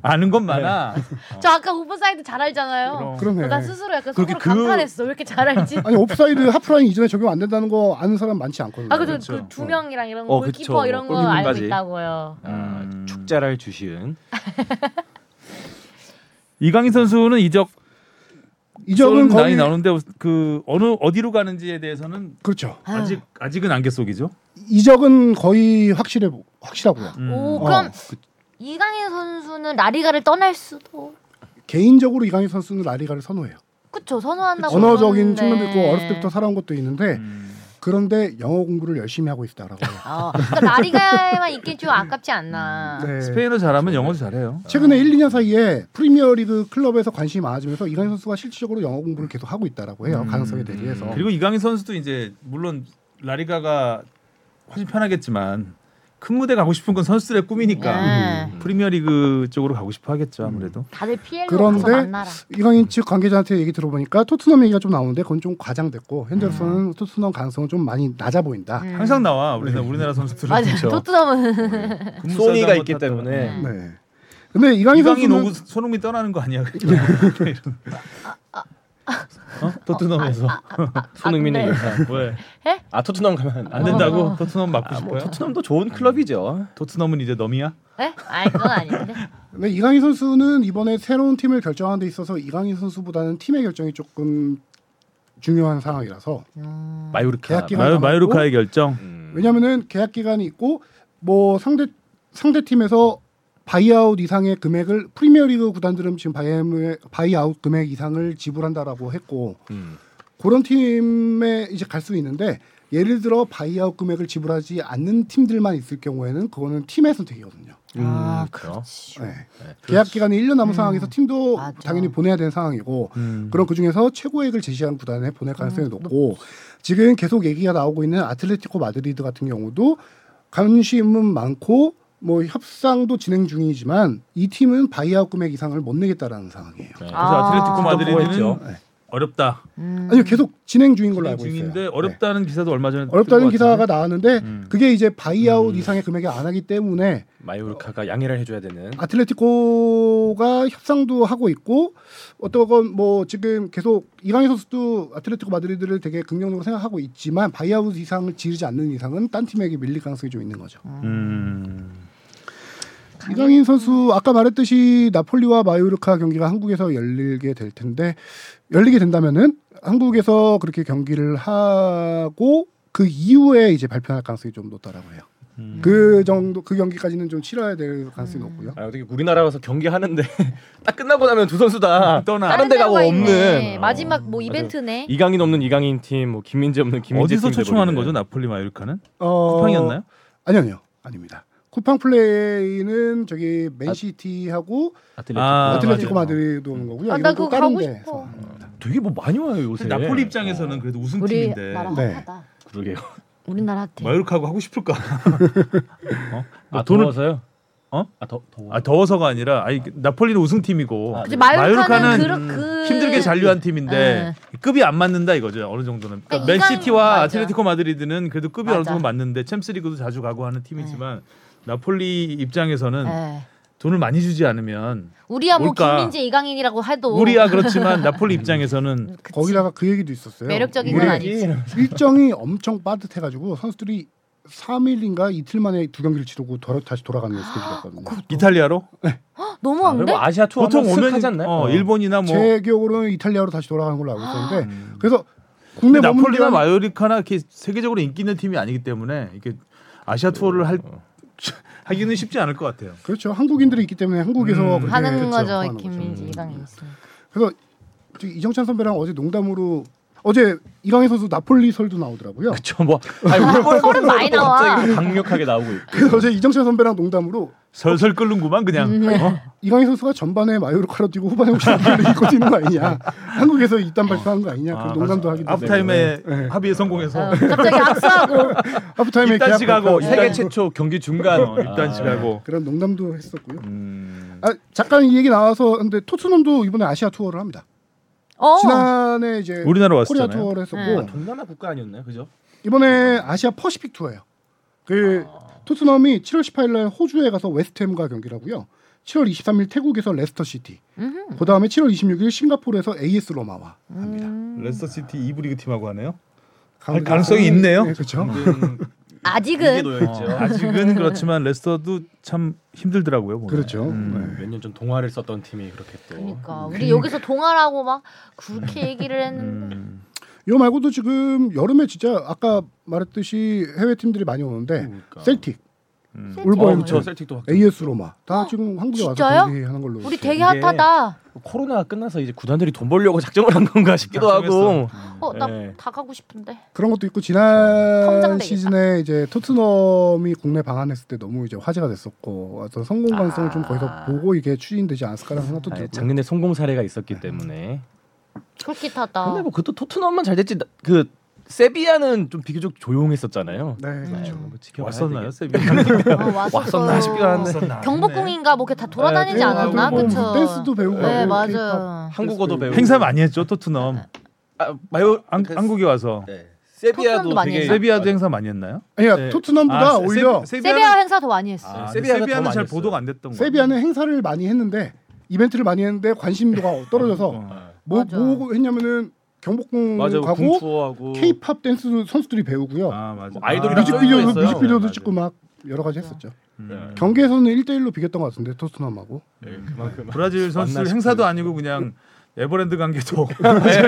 [SPEAKER 2] 아는 건
[SPEAKER 4] 네.
[SPEAKER 2] 많아.
[SPEAKER 1] 저 아까 오버사이드 잘 알잖아요.
[SPEAKER 2] 그럼.
[SPEAKER 4] 그러네.
[SPEAKER 1] 나 스스로 약간
[SPEAKER 3] 그렇게
[SPEAKER 1] 속으로
[SPEAKER 3] 그-
[SPEAKER 1] 감탄했어. 왜 이렇게 잘 알지?
[SPEAKER 4] 아니 옵사이드 하프라인 이전에 적용 안 된다는 거 아는 사람 많지 않거든요.
[SPEAKER 1] 아 그죠
[SPEAKER 2] 그렇죠.
[SPEAKER 1] 그두 명이랑 이런
[SPEAKER 3] 어,
[SPEAKER 1] 골키퍼
[SPEAKER 3] 그쵸.
[SPEAKER 1] 이런 거
[SPEAKER 3] 골키퍼까지.
[SPEAKER 1] 알고 있다고요.
[SPEAKER 3] 아,
[SPEAKER 2] 음.
[SPEAKER 3] 축자랄 주시은
[SPEAKER 2] 이강인 선수는 이적
[SPEAKER 4] 이적은
[SPEAKER 2] 나이
[SPEAKER 4] 거의
[SPEAKER 2] 나오는데 그 어느 어디로 가는지에 대해서는
[SPEAKER 4] 그렇죠.
[SPEAKER 2] 아직 아직은 안개 속이죠.
[SPEAKER 4] 이적은 거의 확실해 확실하고요.
[SPEAKER 2] 음.
[SPEAKER 1] 오
[SPEAKER 4] 어,
[SPEAKER 1] 그럼
[SPEAKER 4] 그-
[SPEAKER 1] 이강인 선수는 라리가를 떠날 수도
[SPEAKER 4] 개인적으로 이강인 선수는 라리가를 선호해요.
[SPEAKER 1] 그쵸 선호한다고
[SPEAKER 4] 언어적인
[SPEAKER 1] 그러는데.
[SPEAKER 4] 측면도 있고 어렸을 때부터 살아온 것도 있는데
[SPEAKER 2] 음.
[SPEAKER 4] 그런데 영어 공부를 열심히 하고 있다라고. 해요.
[SPEAKER 1] 어, 그러니까 라리가만 있긴 좀 아깝지 않나.
[SPEAKER 4] 네.
[SPEAKER 2] 스페인어 잘하면 영어도 잘해요.
[SPEAKER 4] 최근에 1, 2년 사이에 프리미어리그 클럽에서 관심이 많아지면서 이강인 선수가 실질적으로 영어 공부를 계속 하고 있다라고 해요.
[SPEAKER 2] 음.
[SPEAKER 4] 가능성에 대비해서.
[SPEAKER 2] 그리고 이강인 선수도 이제 물론 라리가가 훨씬 편하겠지만 큰 무대 가고 싶은 건 선수들의
[SPEAKER 4] 그러니까.
[SPEAKER 2] 꿈이니까
[SPEAKER 1] 네.
[SPEAKER 4] 음.
[SPEAKER 2] 프리미어리그 쪽으로 가고 싶어 하겠죠 아무래도.
[SPEAKER 1] 다들 PL로
[SPEAKER 4] 그런데-
[SPEAKER 1] 가서 만나라.
[SPEAKER 4] 이강인 측 관계자한테 얘기 들어보니까 토트넘 얘기가 좀 나오는데 그건 좀 과장됐고
[SPEAKER 2] 음.
[SPEAKER 4] 핸der슨은 토트넘 가능성은 좀 많이 낮아 보인다.
[SPEAKER 1] 음.
[SPEAKER 2] 항상 나와 우리나라 우리나라 선수들은
[SPEAKER 1] 맞아
[SPEAKER 2] 그렇죠.
[SPEAKER 1] 토트넘은
[SPEAKER 2] 근무 싸지
[SPEAKER 3] 소니가
[SPEAKER 2] 않고
[SPEAKER 3] 있기
[SPEAKER 2] 탔다가.
[SPEAKER 3] 때문에
[SPEAKER 1] 음.
[SPEAKER 4] 네. 근데 이강인,
[SPEAKER 2] 이강인
[SPEAKER 4] 선수는
[SPEAKER 2] 오고 손흥민 떠나는 거 아니야? 이런. 어? 토트넘에서
[SPEAKER 3] 손흥민이
[SPEAKER 1] 아, 네.
[SPEAKER 3] 일단
[SPEAKER 2] 왜?
[SPEAKER 3] 아 토트넘 가면
[SPEAKER 2] 안
[SPEAKER 3] 안 된다.
[SPEAKER 2] 된다고? 토트넘 맡고
[SPEAKER 3] 아,
[SPEAKER 2] 싶어요?
[SPEAKER 3] 뭐 토트넘도 좋은 클럽이죠.
[SPEAKER 2] 토트넘은 이제 넘이야?
[SPEAKER 1] 에? 아니 그건 아닌데.
[SPEAKER 4] 근데 네, 이강인 선수는 이번에 새로운 팀을 결정하는 데 있어서 이강인 선수보다는 팀의 결정이 조금 중요한 상황이라서
[SPEAKER 1] 음.
[SPEAKER 3] 마요르카.
[SPEAKER 4] 계약기간-
[SPEAKER 2] 마요, 마요르카의 결정.
[SPEAKER 3] 음.
[SPEAKER 4] 왜냐면은 계약 기간이 있고 뭐 상대 상대 팀에서 바이아웃 이상의 금액을 프리미어리그 구단들은 지금 바이아웃, 바이아웃 금액 이상을 지불한다라고 했고
[SPEAKER 3] 음.
[SPEAKER 4] 그런 팀에 이제 갈 수 있는데 예를 들어 바이아웃 금액을 지불하지 않는 팀들만 있을 경우에는 그거는 팀의 선택이거든요.
[SPEAKER 1] 아
[SPEAKER 3] 음, 그래요.
[SPEAKER 1] 그렇지.
[SPEAKER 4] 네. 계약 기간이 1년 남은 상황에서 팀도
[SPEAKER 1] 음. 맞아.
[SPEAKER 4] 당연히 보내야 되는 상황이고
[SPEAKER 2] 음.
[SPEAKER 4] 그럼 그 중에서 최고액을 제시하는 구단에 보낼 가능성이
[SPEAKER 1] 음,
[SPEAKER 2] 뭐.
[SPEAKER 4] 높고 지금 계속 얘기가 나오고 있는 아틀레티코 마드리드 같은 경우도 관심은 많고 뭐 협상도 진행 중이지만 이 팀은 바이아웃 금액 이상을 못 내겠다라는 상황이에요.
[SPEAKER 3] 네.
[SPEAKER 2] 그래서
[SPEAKER 1] 아.
[SPEAKER 2] 아틀레티코
[SPEAKER 1] 그건
[SPEAKER 2] 마드리드는
[SPEAKER 3] 뭐였죠?
[SPEAKER 2] 어, 어렵다.
[SPEAKER 5] 음.
[SPEAKER 4] 아니요 계속 진행 중인 걸로
[SPEAKER 2] 진행
[SPEAKER 4] 알고 있어요.
[SPEAKER 2] 중인데
[SPEAKER 4] 네.
[SPEAKER 2] 어렵다는 기사도 얼마 전에
[SPEAKER 4] 어렵다는
[SPEAKER 2] 뜬것 같은데.
[SPEAKER 4] 기사가 나왔는데
[SPEAKER 2] 음.
[SPEAKER 4] 그게 이제 바이아웃
[SPEAKER 3] 음.
[SPEAKER 4] 이상의 금액이 안 하기 때문에
[SPEAKER 3] 마요르카가 양해를 해줘야 되는.
[SPEAKER 4] 아틀레티코가 협상도 하고 있고 어떤 뭐 지금 계속 이강인 선수도 아틀레티코 마드리드를 되게 긍정적으로 생각하고 있지만 바이아웃 이상을 지르지 않는 이상은 딴 팀에게 밀릴 가능성이 좀 있는 거죠.
[SPEAKER 2] 음.
[SPEAKER 4] 이강인 선수 아까 말했듯이 나폴리와 마요르카 경기가 한국에서 열리게 될 텐데 열리게 된다면은 한국에서 그렇게 경기를 하고 그 이후에 이제 발표할 가능성이 좀 높다라고 해요.
[SPEAKER 2] 음.
[SPEAKER 4] 그 정도 그 경기까지는 좀 치러야 될 가능성이
[SPEAKER 5] 음.
[SPEAKER 4] 높고요.
[SPEAKER 3] 아, 어떻게 우리나라 가서 경기하는데 딱 끝나고 나면 두 선수 다
[SPEAKER 2] 떠나.
[SPEAKER 3] 다른 데 가고
[SPEAKER 1] 데가
[SPEAKER 3] 없는
[SPEAKER 4] 어.
[SPEAKER 1] 있네. 마지막 뭐 이벤트네.
[SPEAKER 3] 이강인 없는 이강인 팀, 뭐 김민재 없는 김민재
[SPEAKER 2] 어디서
[SPEAKER 3] 팀
[SPEAKER 2] 초청하는 거죠
[SPEAKER 3] 돼버리네.
[SPEAKER 2] 나폴리 마요르카는?
[SPEAKER 4] 어,
[SPEAKER 2] 쿠팡이었나요?
[SPEAKER 4] 아니요, 아니요. 아닙니다. 쿠팡 플레이는 저기 맨시티하고
[SPEAKER 3] 아틀레티코.
[SPEAKER 2] 아,
[SPEAKER 4] 아, 틀레티코
[SPEAKER 2] 맞아요.
[SPEAKER 4] 마드리드 오는 거고요.
[SPEAKER 1] 아,
[SPEAKER 4] 이건
[SPEAKER 1] 나
[SPEAKER 4] 또
[SPEAKER 1] 그거
[SPEAKER 4] 다른
[SPEAKER 1] 가고
[SPEAKER 4] 데에서.
[SPEAKER 1] 싶어.
[SPEAKER 3] 되게 뭐 많이 와요 요새. 어.
[SPEAKER 2] 나폴리 입장에서는 그래도
[SPEAKER 1] 우리
[SPEAKER 3] 음.
[SPEAKER 2] 우승팀인데
[SPEAKER 1] 나라
[SPEAKER 4] 네.
[SPEAKER 1] 핫하다.
[SPEAKER 3] 그러게요.
[SPEAKER 1] 우리나라 핫해.
[SPEAKER 2] 마요르카하고 하고 싶을까?
[SPEAKER 3] 아
[SPEAKER 2] 돈을-
[SPEAKER 3] 더워서요?
[SPEAKER 2] 어?
[SPEAKER 3] 아더 더워.
[SPEAKER 2] 아 더워서가 아니라 아니 나폴리는 우승팀이고
[SPEAKER 3] 아,
[SPEAKER 1] 그치, 마요르카는,
[SPEAKER 2] 마요르카는 음,
[SPEAKER 1] 그러- 그 네.
[SPEAKER 2] 힘들게 잔류한 팀인데 급이 안 맞는다 이거죠 어느 정도는 그러니까
[SPEAKER 1] 그러니까
[SPEAKER 2] 맨시티와
[SPEAKER 1] 이강인 맞아.
[SPEAKER 2] 아틀레티코 마드리드는 그래도 급이
[SPEAKER 1] 맞아.
[SPEAKER 2] 어느 정도 맞는데 챔스리그도 자주 가고 하는
[SPEAKER 1] 네.
[SPEAKER 2] 팀이지만 나폴리 입장에서는
[SPEAKER 1] 예.
[SPEAKER 2] 돈을 많이 주지 않으면
[SPEAKER 1] 우리야 뭐
[SPEAKER 2] 뭘까?
[SPEAKER 1] 김민재 이강인이라고 해도
[SPEAKER 2] 우리야 그렇지만 나폴리 입장에서는
[SPEAKER 1] 그치.
[SPEAKER 4] 거기다가 그 얘기도 있었어요.
[SPEAKER 1] 매력적인 건
[SPEAKER 4] 우리
[SPEAKER 1] 아니지.
[SPEAKER 4] 일정이 엄청 빠듯해가지고 선수들이 3일인가 이틀 만에 두 경기를 치르고 돌아, 다시 돌아가는 스케줄이었거든요.
[SPEAKER 2] 이탈리아로
[SPEAKER 1] 너무한데?
[SPEAKER 3] 그리고 뭐 아시아 투어
[SPEAKER 2] 보통 오면
[SPEAKER 3] 하지 않나요?
[SPEAKER 2] 어, 일본이나 뭐
[SPEAKER 4] 제 기억으로는 이탈리아로 다시 돌아가는 걸로 알고 있었는데
[SPEAKER 2] 음.
[SPEAKER 4] 그래서 국내
[SPEAKER 2] 근데 나폴리나
[SPEAKER 4] 머무르면
[SPEAKER 2] 마요리카나 이렇게 세계적으로 인기 있는 팀이 아니기 때문에 이게 아시아 투어를 할 하기는 쉽지 않을 것 같아요.
[SPEAKER 4] 그렇죠 한국인들이 있기 때문에 한국에서
[SPEAKER 2] 음.
[SPEAKER 4] 그렇게
[SPEAKER 1] 하는
[SPEAKER 4] 그렇죠. 하는
[SPEAKER 1] 거죠
[SPEAKER 4] 거죠.
[SPEAKER 1] 김민재
[SPEAKER 3] 음.
[SPEAKER 1] 이강인 있으니까.
[SPEAKER 4] 그래서 저기 이정찬 선배랑 어제 농담으로 어제 이강인 선수 나폴리 설도 나오더라고요.
[SPEAKER 3] 그쵸 뭐 아니 우리
[SPEAKER 1] 서울은 많이 나와.
[SPEAKER 3] 갑자기 강력하게 나오고 있고.
[SPEAKER 4] 그래서 어제 이정찬 선배랑 농담으로
[SPEAKER 2] 설설 끓는구만 그냥.
[SPEAKER 4] 음.
[SPEAKER 2] 어?
[SPEAKER 4] 이강인 선수가 전반에 마요르카로 뛰고 후반에 혹시 나폴리 입고 뛰는 거 아니냐 한국에서 이딴 발표한 거 아니냐
[SPEAKER 2] 아,
[SPEAKER 4] 그 농담도
[SPEAKER 2] 그래서
[SPEAKER 4] 하기도
[SPEAKER 2] 앞타임에
[SPEAKER 4] 되고. 네.
[SPEAKER 2] 합의에 성공해서
[SPEAKER 1] 어, 갑자기 악수하고
[SPEAKER 4] 하프타임에
[SPEAKER 2] 입단식
[SPEAKER 4] 계약
[SPEAKER 2] 하고
[SPEAKER 4] 발표-
[SPEAKER 2] 입단-
[SPEAKER 3] 세계 최초 경기 중간
[SPEAKER 2] 어, 입단식하고.
[SPEAKER 4] 그런 농담도 했었고요.
[SPEAKER 2] 음.
[SPEAKER 4] 아 잠깐 이 얘기 나와서 근데 토트넘도 이번에 아시아 투어를 합니다.
[SPEAKER 1] 어.
[SPEAKER 4] 지난해 이제
[SPEAKER 2] 우리나라
[SPEAKER 4] 네. 코리아
[SPEAKER 2] 왔었잖아요.
[SPEAKER 4] 투어를 했었고
[SPEAKER 1] 네.
[SPEAKER 3] 동남아 국가 아니었나요, 그죠?
[SPEAKER 4] 이번에 아시아 퍼시픽 투어예요. 그
[SPEAKER 1] 아.
[SPEAKER 4] 토트넘이 7월 18일 날 호주에 가서 웨스트햄과 경기를 하고요. 7월 23일 태국에서 레스터 시티.
[SPEAKER 1] 음흠.
[SPEAKER 4] 그다음에 7월 26일 싱가포르에서 AS 로마와 합니다.
[SPEAKER 1] 음.
[SPEAKER 2] 레스터 시티 2부 리그 팀하고 하네요. 할 가능성이 있네요.
[SPEAKER 4] 네, 그렇죠.
[SPEAKER 3] 음, 이게
[SPEAKER 1] 아직은
[SPEAKER 3] 놓여
[SPEAKER 2] 어,
[SPEAKER 3] 있죠.
[SPEAKER 2] 아직은 그렇지만 레스터도 참 힘들더라고요. 보면.
[SPEAKER 4] 그렇죠.
[SPEAKER 2] 음.
[SPEAKER 3] 몇 년 전 동화를 썼던 팀이 그렇게 또
[SPEAKER 1] 그러니까 우리 여기서 동아라고 막 그렇게 얘기를 했는데
[SPEAKER 2] 음.
[SPEAKER 4] 이거 말고도 지금 여름에 진짜 아까 말했듯이 해외 팀들이 많이 오는데
[SPEAKER 3] 그러니까.
[SPEAKER 4] 셀틱,
[SPEAKER 2] 음.
[SPEAKER 1] 셀틱.
[SPEAKER 3] 어,
[SPEAKER 4] 울버햄튼,
[SPEAKER 3] 그쵸, 셀틱도 확
[SPEAKER 4] AS 로마 다
[SPEAKER 1] 어?
[SPEAKER 4] 지금 한국에 와서
[SPEAKER 1] 진짜요?
[SPEAKER 4] 경기하는 걸로.
[SPEAKER 1] 우리
[SPEAKER 4] 있어요.
[SPEAKER 1] 되게
[SPEAKER 3] 이게-
[SPEAKER 1] 핫하다.
[SPEAKER 3] 코로나 끝나서 이제 구단들이 돈 벌려고 작정을 한 건가 싶기도 하고.
[SPEAKER 1] 어, 나 다
[SPEAKER 3] 네.
[SPEAKER 1] 가고 싶은데.
[SPEAKER 4] 그런 것도 있고 지난
[SPEAKER 1] 성장되겠다.
[SPEAKER 4] 시즌에 이제 토트넘이 국내 방한했을 때 너무 이제 화제가 됐었고 어떤 성공 가능성을 좀
[SPEAKER 1] 아.
[SPEAKER 4] 거기서 보고 이게 추진되지 않았을까라는 생각도
[SPEAKER 3] 아니,
[SPEAKER 4] 들고
[SPEAKER 3] 작년에 성공 사례가 있었기 때문에.
[SPEAKER 1] 솔깃하다.
[SPEAKER 3] 근데 뭐 그것도 토트넘만 잘 됐지 나- 그 세비야는 좀 비교적 조용했었잖아요.
[SPEAKER 4] 네
[SPEAKER 1] 음.
[SPEAKER 4] 그렇죠.
[SPEAKER 3] 뭐 지켜봐야
[SPEAKER 2] 왔었나요?
[SPEAKER 3] 되겠-
[SPEAKER 2] 세비
[SPEAKER 1] 어,
[SPEAKER 3] 왔었나 싶기도 하는데.
[SPEAKER 1] 경복궁인가 뭐 이렇게 다 돌아다니지
[SPEAKER 2] 네,
[SPEAKER 1] 않았나?
[SPEAKER 2] 뭐
[SPEAKER 1] 그쵸
[SPEAKER 4] 그렇죠. 댄스도 배우고
[SPEAKER 1] 네,
[SPEAKER 4] 하고
[SPEAKER 1] 맞아요.
[SPEAKER 3] 한국어도 배우고
[SPEAKER 2] 행사 많이 했죠 토트넘.
[SPEAKER 3] 아, 마요
[SPEAKER 2] 한,
[SPEAKER 3] 그-
[SPEAKER 2] 한국에 와서
[SPEAKER 3] 네.
[SPEAKER 1] 토트넘도
[SPEAKER 3] 세비야도
[SPEAKER 1] 많이
[SPEAKER 3] 되게
[SPEAKER 1] 했어요.
[SPEAKER 2] 세비야도 행사 많이 했나요?
[SPEAKER 4] 아니야
[SPEAKER 3] 네.
[SPEAKER 4] 토트넘보다
[SPEAKER 2] 아, 세-
[SPEAKER 4] 오히려
[SPEAKER 2] 세-
[SPEAKER 1] 세비야
[SPEAKER 2] 세비야는
[SPEAKER 1] 행사 더 많이 했어.
[SPEAKER 2] 아,
[SPEAKER 1] 요
[SPEAKER 2] 근데
[SPEAKER 3] 세비야는 더
[SPEAKER 2] 세비야는
[SPEAKER 3] 많이
[SPEAKER 2] 잘
[SPEAKER 3] 했어요.
[SPEAKER 2] 보도가 안 됐던 거.
[SPEAKER 4] 세비야는 행사를 많이 했는데 이벤트를 많이 했는데 관심도가 떨어져서 뭐,
[SPEAKER 1] 맞아.
[SPEAKER 4] 뭐 했냐면은 경복궁
[SPEAKER 3] 맞아
[SPEAKER 4] 가고
[SPEAKER 3] 궁투어하고
[SPEAKER 4] 케이팝 댄스 선수들이 배우고요.
[SPEAKER 2] 아 맞아.
[SPEAKER 3] 뭐 아이돌이랑
[SPEAKER 2] 뮤직비디오.
[SPEAKER 3] 또
[SPEAKER 4] 뮤직비디오도
[SPEAKER 3] 있어요.
[SPEAKER 4] 뮤직비디오도
[SPEAKER 3] 맞아.
[SPEAKER 4] 찍고 막 여러 가지 했었죠.
[SPEAKER 2] 음.
[SPEAKER 1] 네.
[SPEAKER 4] 경기에서는 1대1로 비겼던 것 같은데 토트넘하고.
[SPEAKER 3] 네, 그만큼
[SPEAKER 2] 브라질 선수
[SPEAKER 3] 만날
[SPEAKER 2] 행사도
[SPEAKER 3] 수도
[SPEAKER 2] 아니고 그냥 에버랜드 관계도
[SPEAKER 3] 네,
[SPEAKER 1] 맞아.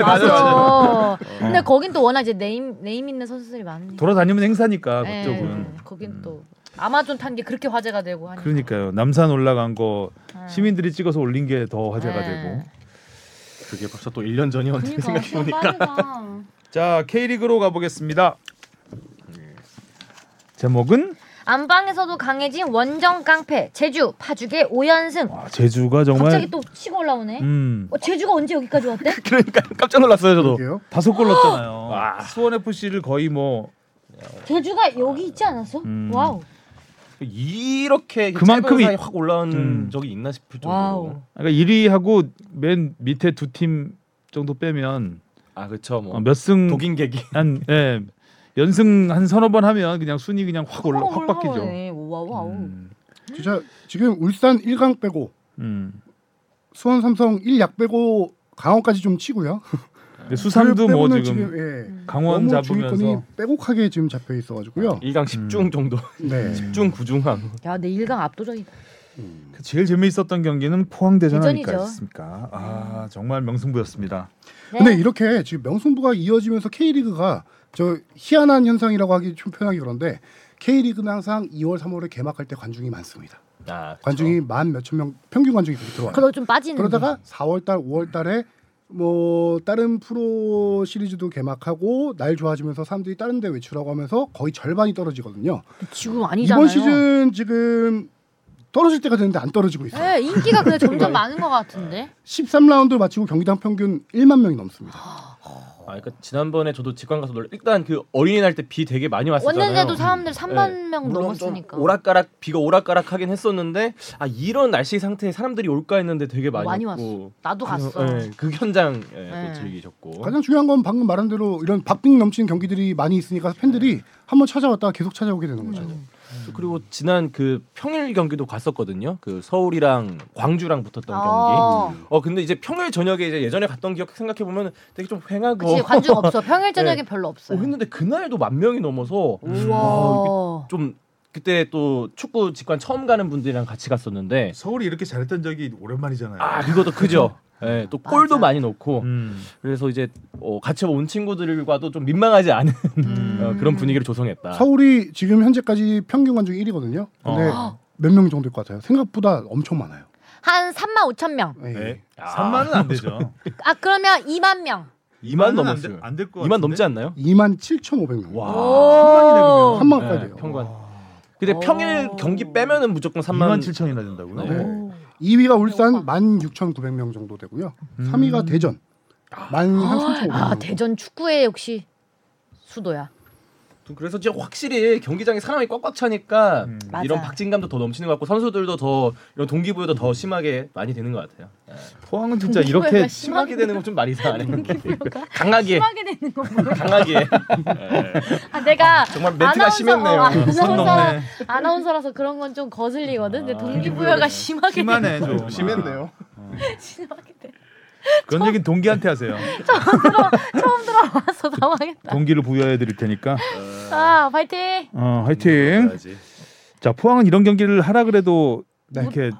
[SPEAKER 3] 맞아. 어.
[SPEAKER 1] 근데 거긴 또 워낙 이제 네임 네임 있는 선수들이 많으니까.
[SPEAKER 2] 돌아다니면 행사니까
[SPEAKER 1] 예,
[SPEAKER 2] 그쪽은.
[SPEAKER 1] 거긴 또 아마존 탄 게 그렇게 화제가 되고 하니까.
[SPEAKER 2] 그러니까요. 남산 올라간 거
[SPEAKER 1] 예.
[SPEAKER 2] 시민들이 찍어서 올린 게 더 화제가
[SPEAKER 1] 예.
[SPEAKER 2] 되고.
[SPEAKER 3] 그게 벌써 또 1년 전이었는데
[SPEAKER 1] 그러니까
[SPEAKER 3] 생각해
[SPEAKER 1] 시간
[SPEAKER 3] 보니까
[SPEAKER 1] 빠르다.
[SPEAKER 2] 자 K리그로 가보겠습니다.
[SPEAKER 1] 네.
[SPEAKER 2] 제목은
[SPEAKER 1] 안방에서도 강해진 원정 깡패 제주 파죽의 5연승.
[SPEAKER 2] 와, 제주가 아, 정말
[SPEAKER 1] 갑자기 또 치고 올라오네.
[SPEAKER 2] 음,
[SPEAKER 1] 어, 제주가 언제 여기까지 왔대?
[SPEAKER 3] 그러니까 깜짝 놀랐어요 저도.
[SPEAKER 4] 그게요.
[SPEAKER 2] 다섯 골 넣었잖아요.
[SPEAKER 3] 와.
[SPEAKER 2] 수원 FC를 거의 뭐
[SPEAKER 1] 제주가 여기 있지 않았어?
[SPEAKER 2] 음.
[SPEAKER 1] 와우.
[SPEAKER 3] 그 이렇게
[SPEAKER 2] 그만큼이-
[SPEAKER 3] 그만큼이 확 올라온
[SPEAKER 2] 음.
[SPEAKER 3] 적이 있나 싶을 정도로
[SPEAKER 1] 와우.
[SPEAKER 2] 그러니까 1위하고 맨 밑에 두 팀 정도 빼면
[SPEAKER 3] 아 그쵸 뭐
[SPEAKER 2] 어, 몇승
[SPEAKER 3] 독인객이
[SPEAKER 2] 한 예, 연승 한 서너 번 하면 그냥 순위 그냥 확 올라 확 바뀌죠.
[SPEAKER 1] 예. 와와우.
[SPEAKER 2] 음,
[SPEAKER 4] 진짜 지금 울산 1강 빼고
[SPEAKER 2] 음.
[SPEAKER 4] 수원 삼성 1약 빼고 강원까지 좀 치고요.
[SPEAKER 2] 근데 수삼도
[SPEAKER 4] 그
[SPEAKER 2] 뭐
[SPEAKER 4] 빼고는
[SPEAKER 2] 지금,
[SPEAKER 4] 예.
[SPEAKER 2] 강원
[SPEAKER 4] 너무
[SPEAKER 2] 잡으면서
[SPEAKER 4] 주인권이 빼곡하게 지금 잡혀 있어가지고요.
[SPEAKER 3] 1강 10중 정도
[SPEAKER 4] 네.
[SPEAKER 3] 10중 9중한
[SPEAKER 1] 야, 내 1강 압도적이다.
[SPEAKER 2] 그 제일 재미있었던 경기는 포항대전
[SPEAKER 1] 대전이죠.
[SPEAKER 2] 아닐까였습니까? 아 정말 명승부였습니다.
[SPEAKER 1] 네.
[SPEAKER 4] 근데 이렇게 지금 명승부가 이어지면서 K리그가 저 희한한 현상이라고 하기 좀 표현하기 그런데 K리그는 항상 2월 3월에 개막할 때 관중이 많습니다.
[SPEAKER 3] 아, 그쵸.
[SPEAKER 4] 관중이 만 몇천 명 평균 관중이 그렇게 들어와요.
[SPEAKER 1] 그렇죠. 그러다 좀 빠지는.
[SPEAKER 4] 그러다가 4월달, 5월달에 뭐 다른 프로 시리즈도 개막하고 날 좋아지면서 사람들이 다른 데 외출하고 하면서 거의 절반이 떨어지거든요.
[SPEAKER 1] 그 지금 아니잖아요.
[SPEAKER 4] 이번 시즌 지금 떨어질 때가 됐는데 안 떨어지고 있어요.
[SPEAKER 1] 예,
[SPEAKER 5] 네, 인기가 근데 점점 많은 것 같은데.
[SPEAKER 4] 13라운드 마치고 경기당 평균 1만 명이 넘습니다.
[SPEAKER 3] 아 그러니까 지난번에 저도 직관 가서 놀래 일단 그 어린이날 때 비 되게 많이 왔었잖아요.
[SPEAKER 5] 원년에도 사람들 3만 명
[SPEAKER 3] 물론 좀
[SPEAKER 5] 넘었으니까.
[SPEAKER 3] 오락가락 비가 오락가락 하긴 했었는데 아 이런 날씨 상태에 사람들이 올까 했는데 되게 많이,
[SPEAKER 5] 많이
[SPEAKER 3] 왔고
[SPEAKER 5] 나도 갔어.
[SPEAKER 3] 예, 그 현장 예,
[SPEAKER 5] 네.
[SPEAKER 3] 또 즐기셨고
[SPEAKER 4] 가장 중요한 건 방금 말한 대로 이런 박빙 넘치는 경기들이 많이 있으니까
[SPEAKER 2] 네.
[SPEAKER 4] 팬들이 한번 찾아왔다가 계속 찾아오게 되는 거죠.
[SPEAKER 3] 그리고 지난 그 평일 경기도 갔었거든요. 그 서울이랑 광주랑 붙었던 경기.
[SPEAKER 5] 어.
[SPEAKER 3] 어 근데 이제 평일 저녁에 이제 예전에 갔던 기억 생각해 보면 되게 좀 휑하고
[SPEAKER 5] 그치 관중 없어. 평일 저녁엔
[SPEAKER 3] 네.
[SPEAKER 5] 별로
[SPEAKER 3] 어,
[SPEAKER 5] 없어요.
[SPEAKER 3] 했는데 그날도 만 명이 넘어서
[SPEAKER 5] 음. 우와.
[SPEAKER 3] 좀 그때 또 축구 직관 처음 가는 분들이랑 같이 갔었는데
[SPEAKER 2] 네. 서울이 이렇게 잘했던 적이 오랜만이잖아요.
[SPEAKER 3] 아 그것도 크죠. 예, 또
[SPEAKER 5] 맞아.
[SPEAKER 3] 골도 많이 넣고
[SPEAKER 2] 음.
[SPEAKER 3] 그래서 이제 어, 같이 온 친구들과도 좀 민망하지 않은
[SPEAKER 5] 음.
[SPEAKER 3] 어, 그런 분위기를
[SPEAKER 2] 아.
[SPEAKER 3] 조성했다.
[SPEAKER 4] 서울이 지금 현재까지 평균 관중 1위거든요. 근데
[SPEAKER 2] 어.
[SPEAKER 4] 몇 명 정도일 것 같아요. 생각보다 엄청 많아요.
[SPEAKER 5] 한 3만 5천 명.
[SPEAKER 4] 예.
[SPEAKER 2] 네.
[SPEAKER 3] 아.
[SPEAKER 2] 3만은 안 되죠.
[SPEAKER 5] 아 그러면 2만 명.
[SPEAKER 3] 2만 넘었어요.
[SPEAKER 2] 안될것
[SPEAKER 3] 2만 넘지 않나요?
[SPEAKER 4] 2만 7,500명.
[SPEAKER 3] 와.
[SPEAKER 2] 한
[SPEAKER 4] 한
[SPEAKER 2] 만
[SPEAKER 4] 만까지
[SPEAKER 3] 예,
[SPEAKER 4] 돼요.
[SPEAKER 3] 평관. 근데
[SPEAKER 5] 어.
[SPEAKER 3] 평일 경기 빼면은 무조건
[SPEAKER 2] 3만
[SPEAKER 3] 3만
[SPEAKER 2] 7천이나 된다고요.
[SPEAKER 3] 네.
[SPEAKER 4] 2위가
[SPEAKER 1] 네,
[SPEAKER 4] 울산 16,900명 정도 되고요.
[SPEAKER 2] 음.
[SPEAKER 4] 3위가 대전 13,500명.
[SPEAKER 1] 아, 대전 축구에 역시 수도야.
[SPEAKER 3] 그래서 진짜 확실히 경기장에 사람이 꽉꽉 차니까
[SPEAKER 2] 음.
[SPEAKER 3] 이런
[SPEAKER 5] 맞아.
[SPEAKER 3] 박진감도 더 넘치는 것 같고 선수들도 더 이런 동기부여도 더 심하게 많이 되는 것 같아요. 예.
[SPEAKER 2] 포항은 진짜
[SPEAKER 5] 동기부여가
[SPEAKER 2] 이렇게
[SPEAKER 5] 심-
[SPEAKER 3] 심하게 되는 건 좀 말이 이상하네. 강하게
[SPEAKER 5] 심하게 되는 거 뭐야?
[SPEAKER 3] 강하게
[SPEAKER 5] 아, 내가
[SPEAKER 3] 정말 멘트가
[SPEAKER 5] 아나운서,
[SPEAKER 3] 심했네요.
[SPEAKER 5] 어, 아나운서,
[SPEAKER 2] 선 넘네.
[SPEAKER 5] 아나운서라서 그런 건 좀 거슬리거든. 근데
[SPEAKER 3] 아,
[SPEAKER 5] 동기부여가 심하게 되는
[SPEAKER 2] 심하네 좀.
[SPEAKER 5] 심하게 돼. 아.
[SPEAKER 2] 그런 얘기 동기한테 하세요.
[SPEAKER 5] 와서 당황했다.
[SPEAKER 2] 동기를 부여해 드릴 테니까.
[SPEAKER 5] 아 파이팅.
[SPEAKER 2] 어, 화이팅. 자, 포항은 이런 경기를 하라 그래도
[SPEAKER 5] 네.
[SPEAKER 2] 이렇게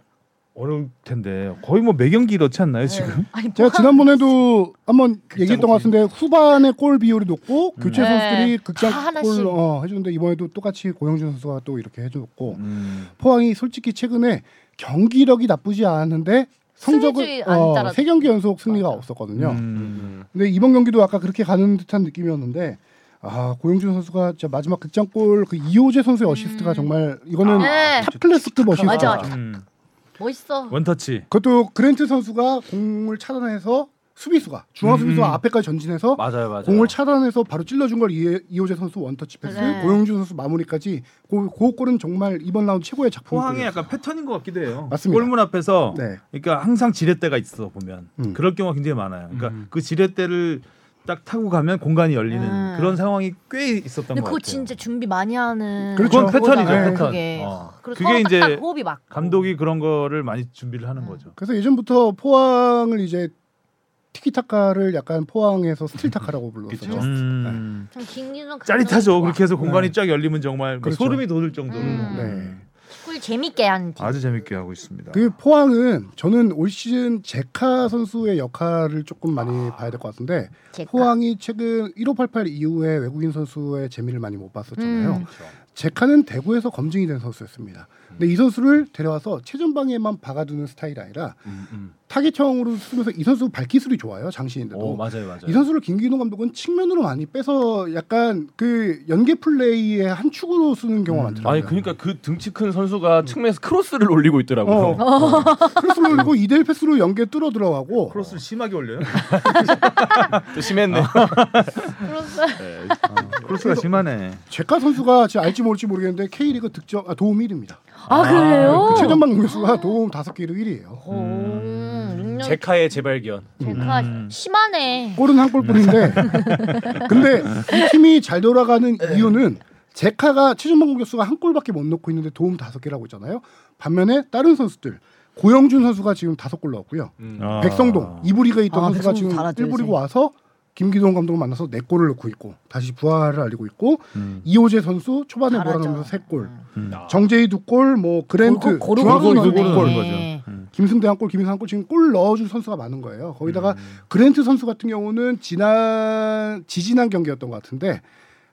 [SPEAKER 2] 어려울 텐데 거의 뭐 매 경기 이렇지
[SPEAKER 5] 네.
[SPEAKER 2] 않나요 지금?
[SPEAKER 5] 아니
[SPEAKER 4] 제가
[SPEAKER 5] 뭐가 그
[SPEAKER 4] 지난번에도 한번 얘기했던 것 같은데 후반에 골 비율이 높고 교체
[SPEAKER 5] 네.
[SPEAKER 4] 선수들이 극장
[SPEAKER 5] 다 하나씩.
[SPEAKER 4] 골 어, 해줬는데 이번에도 똑같이 고영준 선수가 또 이렇게 해줬고
[SPEAKER 2] 음.
[SPEAKER 4] 포항이 솔직히 최근에 경기력이 나쁘지 않았는데
[SPEAKER 5] 승리주의
[SPEAKER 4] 성적은
[SPEAKER 5] 안 따라-
[SPEAKER 4] 세 경기 연속 승리가 없었거든요.
[SPEAKER 2] 음.
[SPEAKER 3] 음.
[SPEAKER 4] 근데 이번 경기도 아까 그렇게 가는 듯한 느낌이었는데 아 고영준 선수가 진짜 마지막 극장골 그 이호재 선수의 어시스트가 정말
[SPEAKER 3] 음.
[SPEAKER 4] 이거는
[SPEAKER 5] 음. 네.
[SPEAKER 4] 탑클래스급 어시스트.
[SPEAKER 5] 맞아, 맞아.
[SPEAKER 2] 음.
[SPEAKER 5] 멋있어.
[SPEAKER 2] 원터치.
[SPEAKER 4] 그것도 그랜트 선수가 공을 차단해서 수비수가 중앙 수비수가
[SPEAKER 2] 음.
[SPEAKER 4] 앞에까지 전진해서
[SPEAKER 3] 맞아요, 맞아요.
[SPEAKER 4] 공을 차단해서 바로 찔러준 걸 이, 이호재 선수 원터치 패스,
[SPEAKER 5] 네.
[SPEAKER 4] 고영준 선수 마무리까지 그, 그 골은 정말 이번 라운드 최고의 작품.
[SPEAKER 2] 포항이 약간 패턴인 것 같기도 해요.
[SPEAKER 4] 맞습니다.
[SPEAKER 2] 골문 앞에서
[SPEAKER 4] 네.
[SPEAKER 2] 그러니까 항상 지렛대가 있어 보면
[SPEAKER 4] 음.
[SPEAKER 2] 그럴 경우가 굉장히 많아요. 그러니까 그 지렛대를 딱 타고 가면 공간이 열리는
[SPEAKER 5] 음.
[SPEAKER 2] 그런 상황이 꽤 있었던
[SPEAKER 5] 근데
[SPEAKER 2] 것
[SPEAKER 5] 그거
[SPEAKER 2] 같아요.
[SPEAKER 5] 진짜 준비 많이 하는.
[SPEAKER 4] 그건
[SPEAKER 5] 거잖아.
[SPEAKER 2] 패턴이죠,
[SPEAKER 4] 패턴.
[SPEAKER 5] 그게.
[SPEAKER 2] 어.
[SPEAKER 5] 그리고
[SPEAKER 2] 그렇죠. 그게
[SPEAKER 5] 서로
[SPEAKER 2] 이제
[SPEAKER 5] 딱딱 음. 호흡이 맞.
[SPEAKER 2] 감독이 그런 거를 많이 준비를 하는 거죠.
[SPEAKER 4] 그래서 예전부터 포항을 이제 티키타카를 약간 포항에서 스틸타카라고 불렀어요.
[SPEAKER 5] 그렇죠.
[SPEAKER 2] 음.
[SPEAKER 5] 참 김기성
[SPEAKER 2] 짜릿하죠. 그렇게 해서 공간이
[SPEAKER 4] 그렇죠. 네.
[SPEAKER 2] 쫙 열리면 정말 뭐
[SPEAKER 4] 그렇죠.
[SPEAKER 2] 소름이 돋을 정도로
[SPEAKER 5] 음.
[SPEAKER 4] 네.
[SPEAKER 5] 축구를 재밌게 하는 팀.
[SPEAKER 2] 아주 재밌게 하고 있습니다.
[SPEAKER 4] 그 포항은 저는 올 시즌 제카 선수의 역할을 조금 많이 봐야 될 것 같은데
[SPEAKER 5] 제가.
[SPEAKER 4] 포항이 최근 1588 이후에 외국인 선수의 재미를 많이 못 봤었잖아요.
[SPEAKER 5] 음.
[SPEAKER 3] 그렇죠.
[SPEAKER 4] 제카는 대구에서 검증이 된 선수였습니다. 근데 이 선수를 데려와서 최전방에만 박아두는 스타일이 아니라
[SPEAKER 3] 음,
[SPEAKER 4] 타겟형으로 쓰면서 이 선수 발기술이 좋아요. 장신인데도.
[SPEAKER 3] 오, 어, 맞아요, 맞아요.
[SPEAKER 4] 이 선수를 김기동 감독은 측면으로 많이 빼서 약간 그 연계 플레이의 한 축으로 쓰는 경우가 많더라고요.
[SPEAKER 3] 아니 그러니까 그 등치 큰 선수가 측면에서 크로스를 올리고 있더라고요.
[SPEAKER 4] 어, 크로스로 올리고 2대1 패스로 연계 뚫어 들어가고
[SPEAKER 2] 크로스를 심하게 올려요.
[SPEAKER 3] 또 심했네.
[SPEAKER 5] 어. 그렇죠.
[SPEAKER 2] 크로스가 어, 심하네.
[SPEAKER 4] 제카 선수가 지금 알지 모를지 모르겠는데 K리그 득점 아, 도움 1위입니다.
[SPEAKER 3] 어.
[SPEAKER 5] 아 그래요?
[SPEAKER 4] 최전방 공격수가 도움 5개로 1위예요.
[SPEAKER 5] 오, 음,
[SPEAKER 1] 분명히
[SPEAKER 3] 제카의 재발견.
[SPEAKER 1] 제카
[SPEAKER 2] 음.
[SPEAKER 1] 심하네.
[SPEAKER 4] 골은 한 골뿐인데 근데 이 팀이 잘 돌아가는
[SPEAKER 6] 네.
[SPEAKER 4] 이유는 제카가 최준범 공격수가 한 골밖에 못 넣고 있는데 도움 다섯 개라고 있잖아요. 반면에 다른 선수들 고영준 선수가 지금 다섯 골 넣었고요.
[SPEAKER 3] 음.
[SPEAKER 2] 아.
[SPEAKER 4] 백성동 이부리그에 있던
[SPEAKER 6] 아,
[SPEAKER 4] 선수가
[SPEAKER 6] 백성동
[SPEAKER 4] 지금
[SPEAKER 6] 잘하죠,
[SPEAKER 4] 1부리고
[SPEAKER 6] 요새.
[SPEAKER 4] 와서 김기동 감독을 만나서 네 골을 넣고 있고 다시 부활을 알리고 있고
[SPEAKER 2] 음.
[SPEAKER 4] 이호재 선수 초반에
[SPEAKER 6] 잘하죠.
[SPEAKER 4] 몰아넣으면서 세 골,
[SPEAKER 2] 음.
[SPEAKER 4] 정재희 두 골, 뭐 그랜트
[SPEAKER 6] 골고-
[SPEAKER 4] 중앙
[SPEAKER 6] 골고-
[SPEAKER 4] 선수 두
[SPEAKER 6] 골고-
[SPEAKER 4] 골,
[SPEAKER 2] 골.
[SPEAKER 6] 네.
[SPEAKER 2] 음.
[SPEAKER 4] 김승대 한 골, 김희상 한 골, 지금 골 넣어줄 선수가 많은 거예요. 거기다가 그랜트 선수 같은 경우는 지난 지지난 경기였던 것 같은데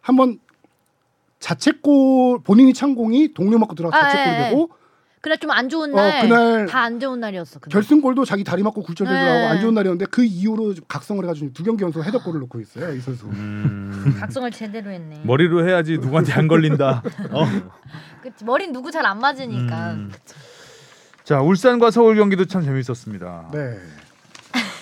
[SPEAKER 4] 한번 자책골 본인이 찬공이 동료 맞고 들어가
[SPEAKER 1] 아,
[SPEAKER 4] 서 자책골이
[SPEAKER 1] 예, 예.
[SPEAKER 4] 되고
[SPEAKER 1] 그날 좀 안 좋은
[SPEAKER 4] 어,
[SPEAKER 1] 날,
[SPEAKER 4] 그날
[SPEAKER 1] 다 안 좋은 날이었어. 그날.
[SPEAKER 4] 결승골도 자기 다리 맞고 굴절되고
[SPEAKER 1] 네.
[SPEAKER 4] 하고 안 좋은 날이었는데 그 이후로 각성을 해가지고 두 경기 연속 헤더골을 넣고 있어요 이 선수.
[SPEAKER 2] 음.
[SPEAKER 1] 각성을 제대로 했네. 머리
[SPEAKER 2] 머리로 해야지 누구한테 안 걸린다. 어.
[SPEAKER 1] 그치, 머린 누구 잘 안 맞으니까.
[SPEAKER 2] 음. 자 울산과 서울 경기도 참 재밌었습니다.
[SPEAKER 4] 네.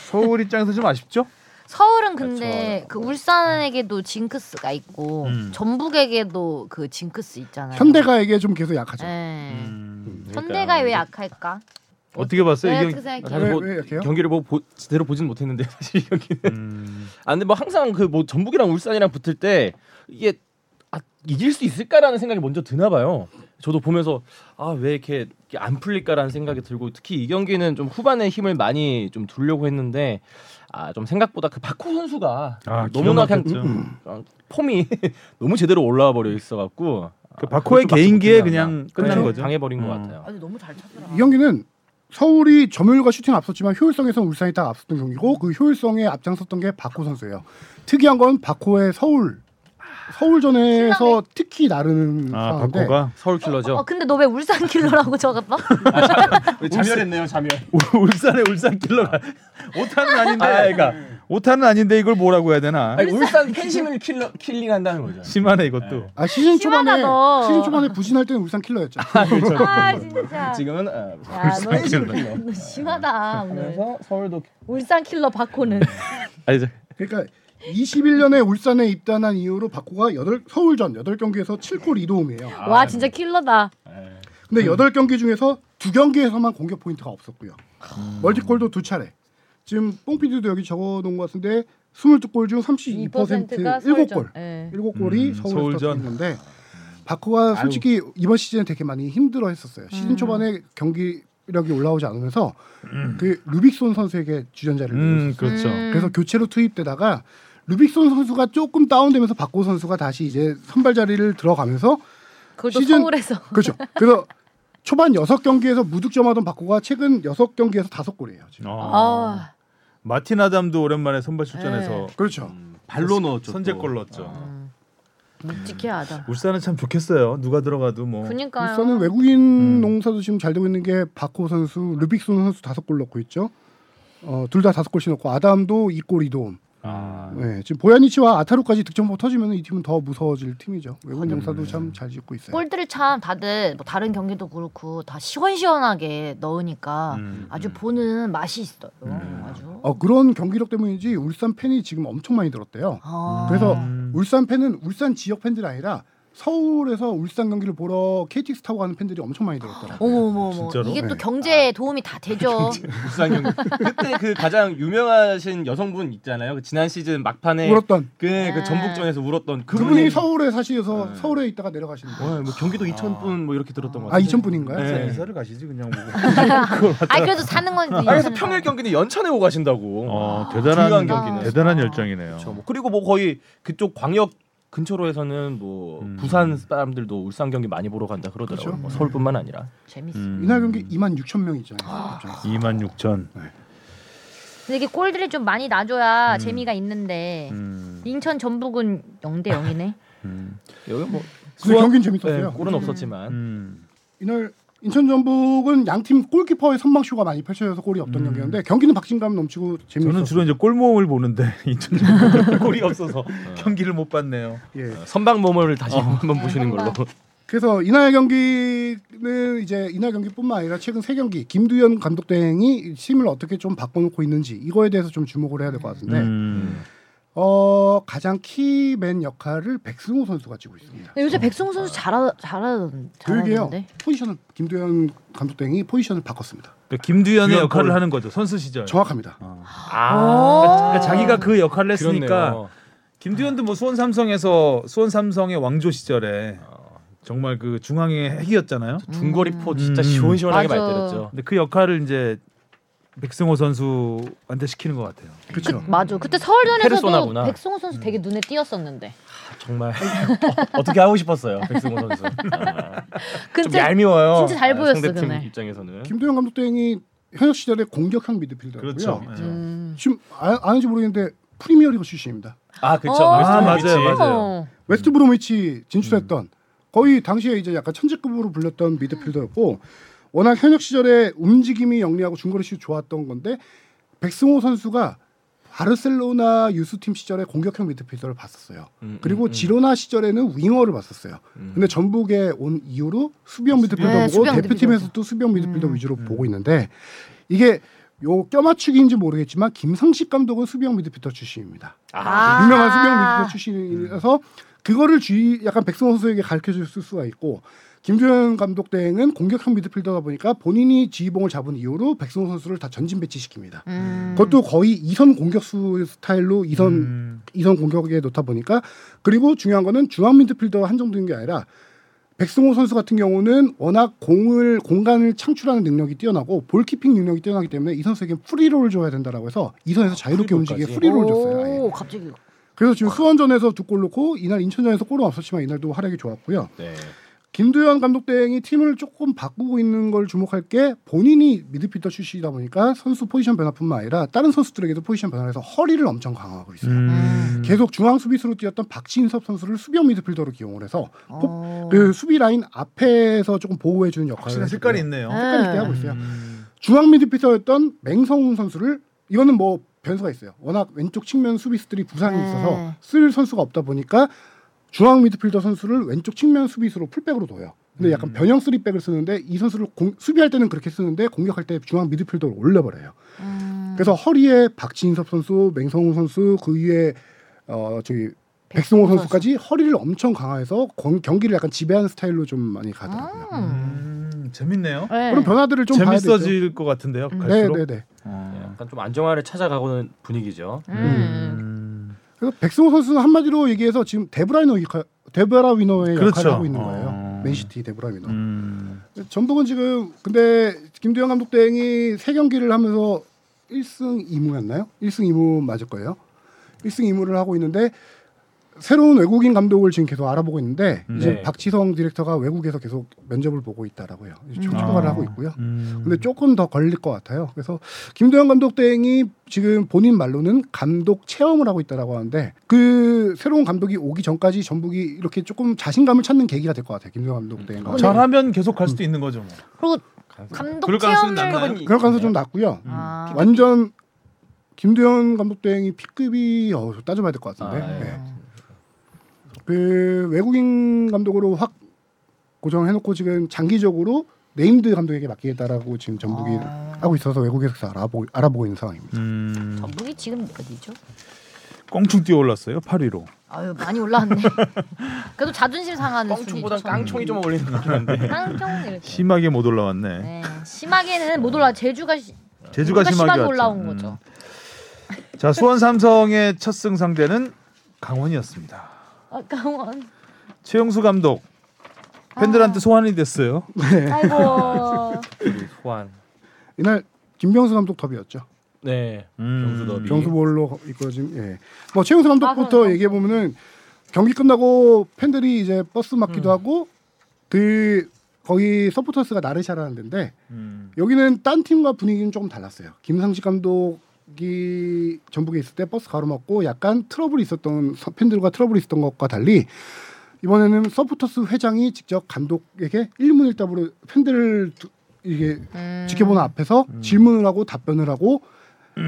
[SPEAKER 2] 서울 입장에서 좀 아쉽죠?
[SPEAKER 1] 서울은 근데 그 울산에게도 징크스가 있고
[SPEAKER 2] 음.
[SPEAKER 1] 전북에게도 그 징크스 있잖아요.
[SPEAKER 4] 현대가에게 좀 계속 약하죠.
[SPEAKER 1] 예.
[SPEAKER 5] 네.
[SPEAKER 2] 음.
[SPEAKER 1] 현대가 왜 약할까?
[SPEAKER 2] 어떻게 봤어요?
[SPEAKER 1] 왜
[SPEAKER 5] 네,
[SPEAKER 2] 이
[SPEAKER 1] 그
[SPEAKER 2] 경기?
[SPEAKER 1] 생각해?
[SPEAKER 3] 그러니까. 사실
[SPEAKER 4] 왜-
[SPEAKER 3] 뭐
[SPEAKER 4] 왜 이렇게요?
[SPEAKER 3] 경기를 뭐 보, 제대로 보진 못했는데 사실 여기는.
[SPEAKER 2] 음.
[SPEAKER 3] 아 근데 뭐 항상 그 뭐 전북이랑 울산이랑 붙을 때 이게 아, 이길 수 있을까라는 생각이 먼저 드나 봐요. 저도 보면서 아 왜 이렇게 이렇게 안 풀릴까라는 생각이 들고 특히 이 경기는 좀 후반에 힘을 많이 좀 두려고 했는데 아 좀 생각보다 그 박호 선수가
[SPEAKER 2] 아,
[SPEAKER 3] 너무나
[SPEAKER 2] 기가
[SPEAKER 3] 그냥
[SPEAKER 2] 막혔죠.
[SPEAKER 3] 어, 폼이 너무 제대로 올라와 버려 있어갖고 아,
[SPEAKER 2] 그 박호의 개인기에 그냥 끝난 거죠.
[SPEAKER 3] 끝난 거죠. 그렇죠. 당해버린 것
[SPEAKER 2] 어.
[SPEAKER 3] 같아요.
[SPEAKER 6] 아니 너무 잘 찾더라.
[SPEAKER 4] 이 경기는 서울이 점유율과 슈팅 앞섰지만 효율성에서 울산이 딱 앞섰던 경기고 그 효율성에 앞장섰던 게 박호 선수예요. 특이한 건 박호의 서울 서울전에서
[SPEAKER 1] 신남이?
[SPEAKER 4] 특히 나르는
[SPEAKER 2] 아
[SPEAKER 4] 상황인데
[SPEAKER 2] 박호가
[SPEAKER 3] 서울 킬러죠.
[SPEAKER 1] 어 근데 너 왜 울산 킬러라고 적었어?
[SPEAKER 3] 자멸했네요, 자멸.
[SPEAKER 2] 울산의 울산 킬러가 아. 오타는 아닌데
[SPEAKER 3] 아, 그러니까
[SPEAKER 2] 오타는 아닌데 이걸 뭐라고 해야 되나?
[SPEAKER 3] 아니, 울산 팬심을 킬러 킬링한다는 거죠.
[SPEAKER 2] 심하네 이것도.
[SPEAKER 4] 아 시즌 초반에
[SPEAKER 1] 심하다, 너.
[SPEAKER 4] 시즌 초반에 부진할 때는 울산 킬러였죠.
[SPEAKER 1] 아 진짜.
[SPEAKER 3] 지금은 아,
[SPEAKER 1] 야, 너,
[SPEAKER 2] 킬러.
[SPEAKER 1] 너 심하다
[SPEAKER 6] 네,
[SPEAKER 1] 오늘.
[SPEAKER 3] 그래서 서울도
[SPEAKER 1] 울산 킬러 바코는.
[SPEAKER 2] 아니 저-
[SPEAKER 4] 그러니까 21년에 울산에 입단한 이후로 박호가 여덟 서울전 8경기에서 7골 2도움이에요.
[SPEAKER 1] 와 진짜 킬러다.
[SPEAKER 3] 예.
[SPEAKER 2] 음.
[SPEAKER 4] 근데 여덟 경기 중에서 두경기에서만 공격 포인트가 없었고요.
[SPEAKER 2] 음.
[SPEAKER 4] 멀티골도 두 차례. 지금 뽕피디도 여기 적어 놓은 것 같은데 22골 중 32%
[SPEAKER 1] 2%가
[SPEAKER 4] 7골.
[SPEAKER 1] 예.
[SPEAKER 4] 일곱 골이
[SPEAKER 2] 음,
[SPEAKER 4] 서울
[SPEAKER 2] 서울전. 음.
[SPEAKER 4] 스타트였는데 바쿠가 솔직히 이번 시즌에 되게 많이 힘들어했었어요. 시즌 초반에 경기력이 올라오지 않으면서 그 루빅손 선수에게 주전자를
[SPEAKER 2] 음
[SPEAKER 4] 내줬어요.
[SPEAKER 2] 그렇죠.
[SPEAKER 1] 음.
[SPEAKER 4] 그래서 교체로 투입되다가 루빅손 선수가 조금 다운되면서 바쿠 선수가 다시 이제 선발 자리를 들어가면서
[SPEAKER 1] 그걸 또
[SPEAKER 4] 시즌-
[SPEAKER 1] 서울에서.
[SPEAKER 4] 그렇죠. 그래서 초반 여섯 경기에서 무득점하던 바쿠가 최근 여섯 경기에서 다섯 골이에요. 지금.
[SPEAKER 2] 어.
[SPEAKER 1] 아. 네.
[SPEAKER 2] 마틴 아담도 오랜만에 선발 출전해서
[SPEAKER 4] 그렇죠.
[SPEAKER 2] 음.
[SPEAKER 3] 발로 넣었죠.
[SPEAKER 2] 선제골 넣었죠.
[SPEAKER 1] 묵직해야 하다.
[SPEAKER 2] 울산은 참 좋겠어요. 누가 들어가도 뭐.
[SPEAKER 1] 그니까요.
[SPEAKER 4] 울산은 외국인
[SPEAKER 2] 음.
[SPEAKER 4] 농사도 지금 잘 되고 있는 게 바코 선수, 루빅손 선수 다섯 골 넣고 있죠. 어, 둘 다 다섯 골씩 넣고 아담도 이골이도움
[SPEAKER 2] 아,
[SPEAKER 4] 네, 지금 보야니치와 아타루까지 득점포 터지면 이 팀은 더 무서워질 팀이죠.
[SPEAKER 2] 음.
[SPEAKER 4] 외국인 농사도 참 잘 짓고 있어요.
[SPEAKER 1] 골들을 참 다들 뭐 다른 경기도 그렇고 다 시원시원하게 넣으니까
[SPEAKER 2] 음,
[SPEAKER 1] 아주 보는 맛이 있어요. 아주.
[SPEAKER 4] 어, 그런 경기력 때문인지 울산 팬이 지금 엄청 많이 들었대요.
[SPEAKER 1] 아.
[SPEAKER 4] 그래서
[SPEAKER 2] 음.
[SPEAKER 4] 울산 팬은 울산 지역 팬들이 아니라 서울에서 울산 경기를 보러 KTX 타고 가는 팬들이 엄청 많이 들었더라고요.
[SPEAKER 1] 어머 어머 어머.
[SPEAKER 2] 진짜로?
[SPEAKER 1] 이게 또
[SPEAKER 4] 네.
[SPEAKER 1] 경제에 도움이 다 되죠.
[SPEAKER 3] 울산 경기. 아. 그때 그 가장 유명하신 여성분 있잖아요. 그 지난
[SPEAKER 2] 네.
[SPEAKER 3] 시즌 막판에
[SPEAKER 4] 울었던
[SPEAKER 3] 그,
[SPEAKER 1] 아.
[SPEAKER 3] 그 전북전에서 울었던
[SPEAKER 4] 그분이
[SPEAKER 3] 그분이
[SPEAKER 4] 서울에 사시면서
[SPEAKER 3] 네.
[SPEAKER 4] 서울에 있다가 내려가시는 거예요.
[SPEAKER 3] 와, 뭐 경기도 2천 분뭐 이렇게 들었던 것
[SPEAKER 4] 아,
[SPEAKER 3] 같아요.
[SPEAKER 4] 2,000분인가요?
[SPEAKER 3] 네.
[SPEAKER 2] 이사를 가시지 그냥 보고.
[SPEAKER 1] 아 그래도 사는 건
[SPEAKER 3] 아, 그래서 평일 경기는 연천에 오고 가신다고.
[SPEAKER 4] 아,
[SPEAKER 3] 아,
[SPEAKER 2] 어,
[SPEAKER 3] 중요한
[SPEAKER 2] 대단한
[SPEAKER 3] 경기는.
[SPEAKER 2] 대단한 열정이네요.
[SPEAKER 3] 그렇죠. 뭐 그리고 뭐 거의 그쪽 광역 근처로 해서는 뭐
[SPEAKER 2] 음.
[SPEAKER 3] 부산 사람들도 울산 경기 많이 보러 간다 그러더라고요.
[SPEAKER 4] 그렇죠.
[SPEAKER 3] 뭐 서울뿐만 아니라.
[SPEAKER 1] 재밌어.
[SPEAKER 2] 음,
[SPEAKER 4] 이날 경기 2만 6천 명 있잖아요. 그렇죠.
[SPEAKER 2] 2만 6천.
[SPEAKER 1] 근데 이게 골들이 좀 많이 나줘야
[SPEAKER 2] 음.
[SPEAKER 1] 재미가 있는데
[SPEAKER 2] 음,
[SPEAKER 1] 인천 전북은 0대 0이네.
[SPEAKER 2] 음,
[SPEAKER 3] 여기 뭐
[SPEAKER 4] 근데 경기는
[SPEAKER 3] 네,
[SPEAKER 4] 재밌었어요.
[SPEAKER 3] 골은 없었지만
[SPEAKER 2] 음.
[SPEAKER 4] 이날 인천 전북은 양팀 골키퍼의 선방쇼가 많이 펼쳐져서 골이 없던
[SPEAKER 2] 음.
[SPEAKER 4] 경기였는데 경기는 박진감 넘치고
[SPEAKER 2] 저는
[SPEAKER 4] 재밌었어요.
[SPEAKER 2] 주로 이제 골모음을 보는데 인천
[SPEAKER 4] 음.
[SPEAKER 2] 전북은 골이 없어서 경기를 못 봤네요.
[SPEAKER 4] 예.
[SPEAKER 3] 선방 모모를 다시 한번 보시는 걸로.
[SPEAKER 4] 그래서 이날 경기는 이제 이날 경기뿐만 아니라 최근 세 경기 김두현 감독 대행이 팀을 어떻게 좀 바꿔놓고 있는지 이거에 대해서 좀 주목을 해야 될 것 같은데
[SPEAKER 2] 네. 음.
[SPEAKER 4] 어, 가장 키맨 역할을 백승호 선수가 지고
[SPEAKER 2] 네.
[SPEAKER 4] 있습니다.
[SPEAKER 3] 어.
[SPEAKER 1] 요새 백승호 선수 잘하 잘하던
[SPEAKER 4] 그러게요.
[SPEAKER 1] 잘하던데.
[SPEAKER 4] 포지션은 김도현 감독 등이 포지션을 바꿨습니다.
[SPEAKER 2] 그러니까 김두현의
[SPEAKER 3] 두현
[SPEAKER 2] 역할을
[SPEAKER 3] 거울.
[SPEAKER 2] 하는 거죠 선수
[SPEAKER 4] 네.
[SPEAKER 2] 시절.
[SPEAKER 4] 정확합니다.
[SPEAKER 3] 아,
[SPEAKER 1] 어.
[SPEAKER 2] 그러니까 자기가 그 역할을 했으니까
[SPEAKER 3] 그렇네요.
[SPEAKER 2] 김두현도 뭐 수원 삼성에서 수원 삼성의 왕조 시절에 정말 그 중앙의 핵이었잖아요.
[SPEAKER 3] 중거리포 진짜
[SPEAKER 2] 음.
[SPEAKER 3] 시원시원하게
[SPEAKER 1] 맞아.
[SPEAKER 3] 많이 때렸죠.
[SPEAKER 2] 근데 그 역할을 이제 백승호 선수한테 시키는 것 같아요.
[SPEAKER 1] 그,
[SPEAKER 4] 그렇죠.
[SPEAKER 1] 맞아. 그때 서울전에서도
[SPEAKER 3] 페르소나구나.
[SPEAKER 1] 백승호 선수
[SPEAKER 4] 음.
[SPEAKER 1] 되게 눈에 띄었었는데.
[SPEAKER 3] 정말 어, 떻게 하고 싶었어요 백승호 선수. 아, 좀
[SPEAKER 1] 근데
[SPEAKER 3] 얄미워요.
[SPEAKER 1] 진짜 잘
[SPEAKER 3] 아,
[SPEAKER 1] 보였어,
[SPEAKER 3] 상대팀
[SPEAKER 1] 그날.
[SPEAKER 3] 입장에서는.
[SPEAKER 4] 김도현 감독 등이 현역 시절에 공격형 미드필더고요.
[SPEAKER 3] 그렇죠.
[SPEAKER 2] 예.
[SPEAKER 1] 음.
[SPEAKER 4] 지금 아, 아는지 모르겠는데 프리미어리그 출신입니다.
[SPEAKER 3] 아 그쵸.
[SPEAKER 1] 어.
[SPEAKER 2] 아,
[SPEAKER 3] 웨스트햄
[SPEAKER 2] 맞아요,
[SPEAKER 3] 위치.
[SPEAKER 2] 맞아요.
[SPEAKER 1] 어.
[SPEAKER 4] 웨스트 브로미치 진출했던 거의 당시에 이제 약간 천재급으로 불렸던 미드필더였고 워낙 현역 시절에 움직임이 영리하고 중거리 슛 좋았던 건데 백승호 선수가 바르셀로나 유스팀 시절에 공격형 미드필더를 봤었어요.
[SPEAKER 3] 음,
[SPEAKER 4] 그리고
[SPEAKER 3] 음, 음.
[SPEAKER 4] 지로나 시절에는 윙어를 봤었어요.
[SPEAKER 3] 음.
[SPEAKER 4] 근데 전북에 온 이후로 수비형 미드필더
[SPEAKER 1] 네,
[SPEAKER 4] 보고
[SPEAKER 1] 수비형
[SPEAKER 4] 대표팀에서도 수비형 미드필더 위주로 보고 있는데 이게 요 껴맞추기인지 모르겠지만 김상식 감독은 수비형 미드필더 출신입니다.
[SPEAKER 3] 아,
[SPEAKER 4] 유명한 수비형 미드필더 출신이라서 그거를 주의 약간 백승호 선수에게 가르쳐 줄 수가 있고 김주현 감독 대행은 공격형 미드필더다 보니까 본인이 지휘봉을 잡은 이후로 백승호 선수를 다 전진 배치시킵니다.
[SPEAKER 5] 음.
[SPEAKER 4] 그것도 거의 이선 공격수 스타일로 이선
[SPEAKER 2] 음.
[SPEAKER 4] 이선 공격에 놓다 보니까 그리고 중요한 거는 중앙 미드필더가 한정된 게 아니라 백승호 선수 같은 경우는 워낙 공을 공간을 창출하는 능력이 뛰어나고 볼키핑 능력이 뛰어나기 때문에 이 선수에게 프리롤을 줘야 된다라고 해서 이 선에서 자유롭게 움직이게
[SPEAKER 3] 아, 프리롤까지?
[SPEAKER 4] 프리롤을 줬어요. 아예.
[SPEAKER 1] 오, 갑자기.
[SPEAKER 4] 그래서 지금 수원전에서 두 골 넣고 이날 인천전에서 골은 없었지만 이날도 활약이 좋았고요.
[SPEAKER 3] 네.
[SPEAKER 4] 김두현 감독 대행이 팀을 조금 바꾸고 있는 걸 주목할 게 본인이 미드필더 출신이다 보니까 선수 포지션 변화뿐만 아니라 다른 선수들에게도 포지션 변화를 해서 허리를 엄청 강화하고 있어요.
[SPEAKER 2] 음.
[SPEAKER 4] 계속 중앙 수비수로 뛰었던 박진섭 선수를 수비형 미드필더로 기용을 해서
[SPEAKER 1] 어.
[SPEAKER 4] 그 수비 라인 앞에서 조금 보호해 주는 역할을
[SPEAKER 2] 확실한 색깔이 있네요.
[SPEAKER 1] 네.
[SPEAKER 4] 색깔 있게 하고 있어요.
[SPEAKER 2] 음.
[SPEAKER 4] 중앙 미드필더였던 맹성훈 선수를 이거는 뭐 변수가 있어요. 워낙 왼쪽 측면 수비수들이 부상이
[SPEAKER 1] 네.
[SPEAKER 4] 있어서 쓸 선수가 없다 보니까 중앙 미드필더 선수를 왼쪽 측면 수비수로 풀백으로 둬요. 근데 약간 변형 쓰리백을 쓰는데 이 선수를 공- 수비할 때는 그렇게 쓰는데 공격할 때 중앙 미드필더로 올려버려요.
[SPEAKER 5] 음.
[SPEAKER 4] 그래서 허리에 박진섭 선수, 맹성훈 선수 그 위에 어 저기 백승호 선수까지 허리를 엄청 강화해서 권- 경기를 약간 지배하는 스타일로 좀 많이 가더라고요.
[SPEAKER 2] 음, 재밌네요.
[SPEAKER 1] 네.
[SPEAKER 4] 그런 변화들을 좀 봐야
[SPEAKER 2] 재밌어질 것 같은데요.
[SPEAKER 1] 음.
[SPEAKER 4] 되죠.
[SPEAKER 2] 갈수록.
[SPEAKER 4] 네, 네, 네.
[SPEAKER 3] 네,
[SPEAKER 2] 어.
[SPEAKER 3] 약간 좀 안정화를 찾아가고는 분위기죠.
[SPEAKER 1] 음.
[SPEAKER 2] 음.
[SPEAKER 4] 그래서 백승호 선수 한마디로 얘기해서 지금 데브라이너 역할, 데브라 위너의
[SPEAKER 2] 그렇죠.
[SPEAKER 4] 역할을 하고 있는 거예요.
[SPEAKER 2] 어.
[SPEAKER 4] 맨시티 데브라 위너.
[SPEAKER 2] 음.
[SPEAKER 4] 전북은 지금 근데 김두현 감독 대행이 세 경기를 하면서 1승 2무였나요? 1승 2무 맞을 거예요. 1승 2무를 하고 있는데 새로운 외국인 감독을 지금 계속 알아보고 있는데
[SPEAKER 2] 네.
[SPEAKER 4] 이제 박지성 디렉터가 외국에서 계속 면접을 보고 있다라고요. 이제 초- 초과를
[SPEAKER 2] 아.
[SPEAKER 4] 하고 있고요.
[SPEAKER 2] 음.
[SPEAKER 4] 근데 조금 더 걸릴 것 같아요. 그래서 김도현 감독 대행이 지금 본인 말로는 감독 체험을 하고 있다라고 하는데 그 새로운 감독이 오기 전까지 전북이 이렇게 조금 자신감을 찾는 계기가 될 것 같아요. 김도현 감독 대행.
[SPEAKER 2] 음. 잘하면 계속 갈 수도 있는 거죠. 뭐.
[SPEAKER 1] 그리고
[SPEAKER 2] 그럴
[SPEAKER 1] 감독
[SPEAKER 2] 가능성이
[SPEAKER 3] 음,
[SPEAKER 1] 체험을
[SPEAKER 2] 낮나요?
[SPEAKER 3] 네.
[SPEAKER 4] 그럴 가능성 좀 낮고요.
[SPEAKER 1] 아.
[SPEAKER 2] 음.
[SPEAKER 4] 완전 김도현 감독 대행이 P급이 어, 따져봐야 될 것 같은데.
[SPEAKER 3] 아, 예.
[SPEAKER 4] 네. 그 외국인 감독으로 확 고정해놓고 지금 장기적으로 네임드 감독에게 맡기겠다라고 지금 전북이
[SPEAKER 2] 아.
[SPEAKER 4] 하고 있어서 외국에서 알아보고, 알아보고 있는 상황입니다.
[SPEAKER 2] 음.
[SPEAKER 1] 전북이 지금 어디죠?
[SPEAKER 2] 껑충 뛰어올랐어요. 8위로.
[SPEAKER 1] 아유 많이 올라왔네. 그래도 자존심 상하는
[SPEAKER 3] 네. 깡총보단
[SPEAKER 1] 순위죠, 저는.
[SPEAKER 3] 깡총이 좀 어울리는 것 같은데.
[SPEAKER 1] 깡총 이렇게.
[SPEAKER 2] 심하게 못 올라왔네.
[SPEAKER 1] 네. 심하게는 못 올라. 제주가 시-
[SPEAKER 2] 제주가 심하게,
[SPEAKER 1] 심하게
[SPEAKER 2] 왔죠.
[SPEAKER 1] 올라온
[SPEAKER 2] 음.
[SPEAKER 1] 거죠.
[SPEAKER 2] 자 수원 삼성의 첫 승 상대는 강원이었습니다.
[SPEAKER 1] 아까운.
[SPEAKER 2] 최영수 감독
[SPEAKER 1] 아.
[SPEAKER 2] 팬들한테 소환이 됐어요.
[SPEAKER 1] 아이고.
[SPEAKER 3] 소환.
[SPEAKER 4] 이날 김병수 감독 더비였죠.
[SPEAKER 3] 네.
[SPEAKER 2] 음.
[SPEAKER 3] 경수 더비.
[SPEAKER 4] 병수볼로 이거 지금 예. 뭐 최용수
[SPEAKER 1] 아,
[SPEAKER 4] 감독부터
[SPEAKER 1] 그럼요.
[SPEAKER 4] 얘기해 보면은 경기 끝나고 팬들이 이제 버스 맞기도 하고 그 거기 서포터스가 나르샤라는 데인데
[SPEAKER 2] 음.
[SPEAKER 4] 여기는 딴 팀과 분위기는 조금 달랐어요. 김상식 감독이 전북에 있을 때 버스 가로막고 약간 트러블이 있었던 서- 팬들과 트러블이 있었던 것과 달리 이번에는 서포터스 회장이 직접 감독에게 일문일답으로 팬들을 두- 이게 지켜보는 앞에서 질문을 하고 답변을 하고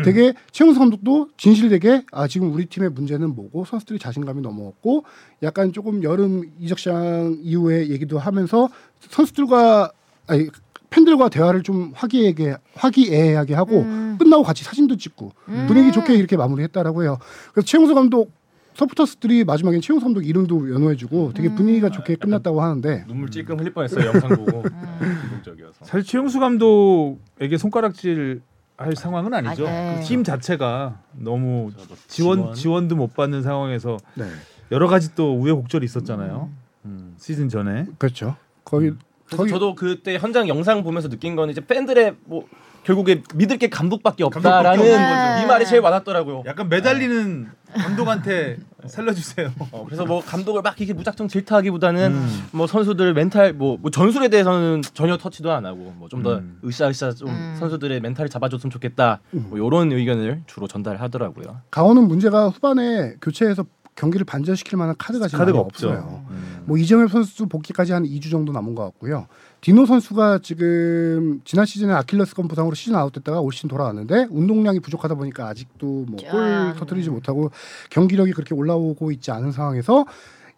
[SPEAKER 4] 되게 최용수 감독도 진실되게 아 지금 우리 팀의 문제는 뭐고 선수들이 자신감이 넘어왔고 약간 조금 여름 이적 시장 이후에 얘기도 하면서 선수들과 아니 팬들과 대화를 좀 화기애애하게, 화기애애하게 하고
[SPEAKER 5] 음.
[SPEAKER 4] 끝나고 같이 사진도 찍고
[SPEAKER 5] 음.
[SPEAKER 4] 분위기 좋게 이렇게 마무리했다라고 해요. 그래서 최용수 감독 서포터스들이 마지막엔 최용수 감독 이름도 연호해주고 되게
[SPEAKER 5] 음.
[SPEAKER 4] 분위기가 좋게 끝났다고 하는데
[SPEAKER 6] 눈물 찔끔 흘릴 뻔했어요 영상 보고
[SPEAKER 1] 음.
[SPEAKER 6] 감동적이어서
[SPEAKER 2] 사실 최용수 감독에게 손가락질 할 상황은 아니죠. 그
[SPEAKER 5] 아, 네.
[SPEAKER 2] 팀 자체가 너무 그렇죠. 지원 지원도 못 받는 상황에서
[SPEAKER 4] 네.
[SPEAKER 2] 여러 가지 또 우여곡절이 있었잖아요. 음, 시즌 전에
[SPEAKER 4] 그렇죠. 거기
[SPEAKER 3] 그래서
[SPEAKER 4] 거기
[SPEAKER 3] 저도 그때 현장 영상 보면서 느낀 건 이제 팬들의 뭐 결국에 믿을 게 감독밖에 없다라는
[SPEAKER 2] 감독밖에
[SPEAKER 5] 없는 거죠.
[SPEAKER 3] 이 말이 제일 와닿더라고요.
[SPEAKER 2] 약간 매달리는 감독한테
[SPEAKER 1] 네.
[SPEAKER 2] 살려주세요.
[SPEAKER 3] 어, 그래서 뭐 감독을 막 이렇게 무작정 질타하기보다는 뭐 선수들 멘탈 뭐, 뭐 전술에 대해서는 전혀 터치도 안 하고 뭐 좀 더
[SPEAKER 2] 음.
[SPEAKER 3] 으쌰으쌰 좀
[SPEAKER 5] 음.
[SPEAKER 3] 선수들의 멘탈을 잡아줬으면 좋겠다 뭐 이런 의견을 주로 전달하더라고요.
[SPEAKER 4] 강원은 문제가 후반에 교체해서 경기를 반전시킬 만한 카드가 지금
[SPEAKER 2] 카드가
[SPEAKER 4] 많이
[SPEAKER 2] 없죠.
[SPEAKER 4] 없어요. 뭐 이정엽 선수 복귀까지 한 2주 정도 남은 것 같고요. 디노 선수가 지금 지난 시즌에 아킬레스건 부상으로 시즌 아웃됐다가 올 시즌 돌아왔는데 운동량이 부족하다 보니까 아직도 뭐
[SPEAKER 5] 아.
[SPEAKER 4] 골 터뜨리지 못하고 경기력이 그렇게 올라오고 있지 않은 상황에서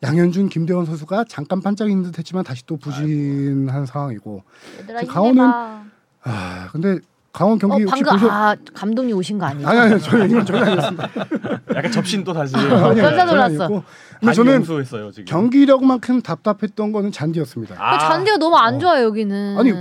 [SPEAKER 4] 양현준, 김대원 선수가 잠깐 반짝이는 듯했지만 다시 또 부진한 상황이고.
[SPEAKER 1] 얘들아
[SPEAKER 4] 강원은
[SPEAKER 1] 힘내봐.
[SPEAKER 4] 아 근데 강원 경기
[SPEAKER 1] 어,
[SPEAKER 4] 혹시
[SPEAKER 1] 방금
[SPEAKER 4] 보셨?
[SPEAKER 1] 아 감독님 오신 거 아니에요?
[SPEAKER 4] 아니 아니 저는 이건 전혀 아니었습니다.
[SPEAKER 3] 약간 접신 또 다시
[SPEAKER 4] 아니요,
[SPEAKER 1] 깜짝
[SPEAKER 4] 전혀
[SPEAKER 1] 놀랐어.
[SPEAKER 4] 아니었고. 근데
[SPEAKER 6] 반
[SPEAKER 4] 저는
[SPEAKER 6] 용수했어요 지금
[SPEAKER 4] 경기력만큼 답답했던 거는 잔디였습니다.
[SPEAKER 3] 아.
[SPEAKER 1] 그 잔디가 너무 안 좋아요 여기는.
[SPEAKER 4] 아니,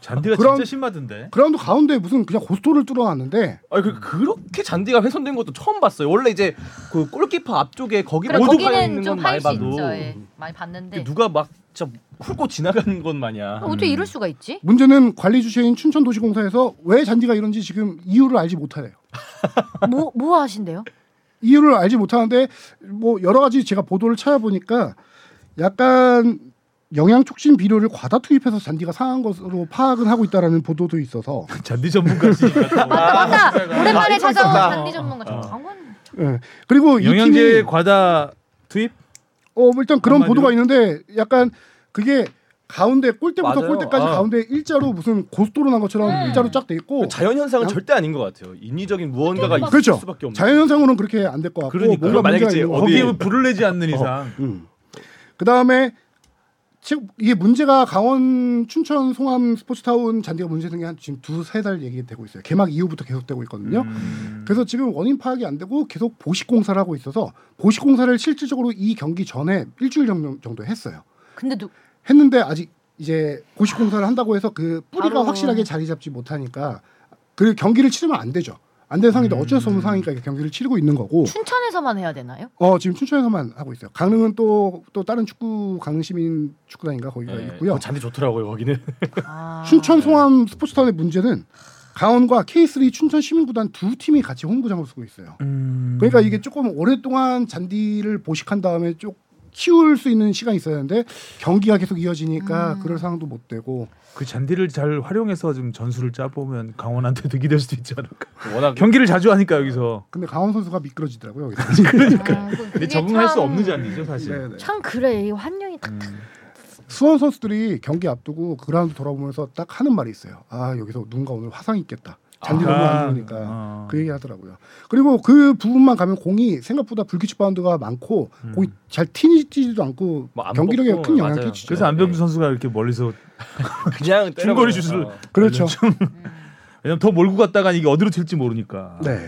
[SPEAKER 2] 잔디가
[SPEAKER 4] 그럼-
[SPEAKER 2] 진짜 심하던데.
[SPEAKER 4] 그라운드 가운데 무슨 그냥 고스톱을 뚫어놨는데
[SPEAKER 3] 아니 그 그렇게 잔디가 훼손된 것도 처음 봤어요. 원래 이제 그 골키퍼 앞쪽에 거기
[SPEAKER 5] 그래,
[SPEAKER 3] 모두 가
[SPEAKER 5] 거기는
[SPEAKER 3] 있는 건
[SPEAKER 5] 좀
[SPEAKER 3] 많이
[SPEAKER 5] 할수
[SPEAKER 3] 봐도 그
[SPEAKER 5] 있죠. 예. 많이
[SPEAKER 1] 네. 그
[SPEAKER 5] 봤는데
[SPEAKER 3] 누가 막 진짜 훑고 지나가는 것
[SPEAKER 1] 아,
[SPEAKER 3] 마냥
[SPEAKER 5] 어떻게 이럴 수가 있지?
[SPEAKER 4] 문제는 관리 주체인 춘천도시공사에서 왜 잔디가 이런지 지금 이유를 알지 못해요.
[SPEAKER 1] 뭐뭐 뭐 하신대요?
[SPEAKER 4] 이유를 알지 못하는데 뭐 여러 가지 제가 보도를 찾아보니까 약간 영양 촉진 비료를 과다 투입해서 잔디가 상한 것으로 파악은 하고 있다라는 보도도 있어서
[SPEAKER 2] 잔디 전문가시니까. 또.
[SPEAKER 1] 맞다 맞다. 오랜만에
[SPEAKER 3] 아,
[SPEAKER 1] 찾아온
[SPEAKER 3] 있었다.
[SPEAKER 1] 잔디 전문가 저 강원.
[SPEAKER 4] 예. 그리고 이
[SPEAKER 2] 영양제
[SPEAKER 4] 팀이
[SPEAKER 2] 과다 투입?
[SPEAKER 4] 어, 일단 그런
[SPEAKER 2] 한마디로?
[SPEAKER 4] 보도가 있는데 약간 그게 가운데 골대부터
[SPEAKER 3] 맞아요.
[SPEAKER 4] 골대까지
[SPEAKER 3] 아.
[SPEAKER 4] 가운데 일자로 무슨 고스도로 난 것처럼 일자로 쫙 돼 있고
[SPEAKER 3] 그 자연 현상은
[SPEAKER 4] 양-
[SPEAKER 3] 절대 아닌 것 같아요. 인위적인 무언가가 있을
[SPEAKER 4] 그렇죠.
[SPEAKER 3] 수밖에 없는.
[SPEAKER 4] 자연현상으로는 그렇게 안 될 것 같고
[SPEAKER 3] 그러니까요.
[SPEAKER 4] 뭔가
[SPEAKER 3] 만약에
[SPEAKER 4] 문제가
[SPEAKER 3] 이제
[SPEAKER 4] 있는 것
[SPEAKER 3] 어디-
[SPEAKER 4] 같고.
[SPEAKER 2] 거기에 불을 내지 않는 이상.
[SPEAKER 4] 음. 그다음에 지금 이게 문제가 강원 춘천 송암 스포츠타운 잔디가 문제된 게 한 지금 두세 달 얘기되고 있어요. 개막 이후부터 계속되고 있거든요.
[SPEAKER 1] 음.
[SPEAKER 2] 음.
[SPEAKER 4] 그래서 지금 원인 파악이 안 되고 계속 보식 공사를 하고 있어서 보식 공사를 실질적으로 이 경기 전에 일주일 정도 정도 했어요.
[SPEAKER 1] 근데 누
[SPEAKER 4] 했는데 아직 이제 보식 공사를 한다고 해서 그 뿌리가
[SPEAKER 1] 바로.
[SPEAKER 4] 확실하게 자리 잡지 못하니까 그리고 경기를 치르면 안 되죠. 안 되는
[SPEAKER 1] 음.
[SPEAKER 4] 상황인데 어쩔 수 없는 상황이니까 이렇게 경기를 치르고 있는 거고.
[SPEAKER 1] 춘천에서만 해야 되나요?
[SPEAKER 4] 어 지금 춘천에서만 하고 있어요. 강릉은 또 또 다른 축구 강릉 시민 축구단인가 거기가
[SPEAKER 3] 예,
[SPEAKER 4] 있고요.
[SPEAKER 3] 그거 잔디 좋더라고요 거기는.
[SPEAKER 1] 아.
[SPEAKER 4] 춘천 송암 스포츠타운의 문제는 강원과 K3 춘천 시민구단 두 팀이 같이 홈구장을 쓰고 있어요.
[SPEAKER 2] 음.
[SPEAKER 4] 그러니까 이게 조금 오랫동안 잔디를 보식한 다음에 쭉 키울 수 있는 시간이 있어야 되는데 경기가 계속 이어지니까 그럴 상황도 못 되고
[SPEAKER 2] 그 잔디를 잘 활용해서 좀 전술을 짜보면 강원한테 득이 될 수도 있지 않을까.
[SPEAKER 3] 워낙
[SPEAKER 2] 경기를 자주 하니까 여기서.
[SPEAKER 4] 근데 강원 선수가 미끄러지더라고요. 여기서.
[SPEAKER 1] 그러니까.
[SPEAKER 2] 근데 적응할 수 없는 잔디죠 사실.
[SPEAKER 4] 네, 네.
[SPEAKER 1] 참 그래 이 환경이 탁탁.
[SPEAKER 4] 수원 선수들이 경기 앞두고 그라운드 돌아보면서 딱 하는 말이 있어요. 아 여기서 누군가 오늘 화상 있겠다. 잔디 너무
[SPEAKER 2] 아,
[SPEAKER 4] 안 좋으니까
[SPEAKER 2] 어.
[SPEAKER 4] 그 얘기 하더라고요. 그리고 그 부분만 가면 공이 생각보다 불규칙 바운드가 많고
[SPEAKER 2] 음.
[SPEAKER 4] 공이 잘 튀지도 않고
[SPEAKER 3] 뭐안
[SPEAKER 4] 경기력에
[SPEAKER 3] 뽑고,
[SPEAKER 4] 큰 영향을
[SPEAKER 3] 맞아요.
[SPEAKER 4] 끼치죠.
[SPEAKER 2] 그래서 안병주 선수가 이렇게 멀리서
[SPEAKER 3] 그냥
[SPEAKER 2] 중거리
[SPEAKER 3] 때려버려요.
[SPEAKER 2] 슛을
[SPEAKER 3] 어.
[SPEAKER 4] 그렇죠.
[SPEAKER 2] 왜냐면 더 몰고 갔다가 이게 어디로 튈지 모르니까.
[SPEAKER 4] 네.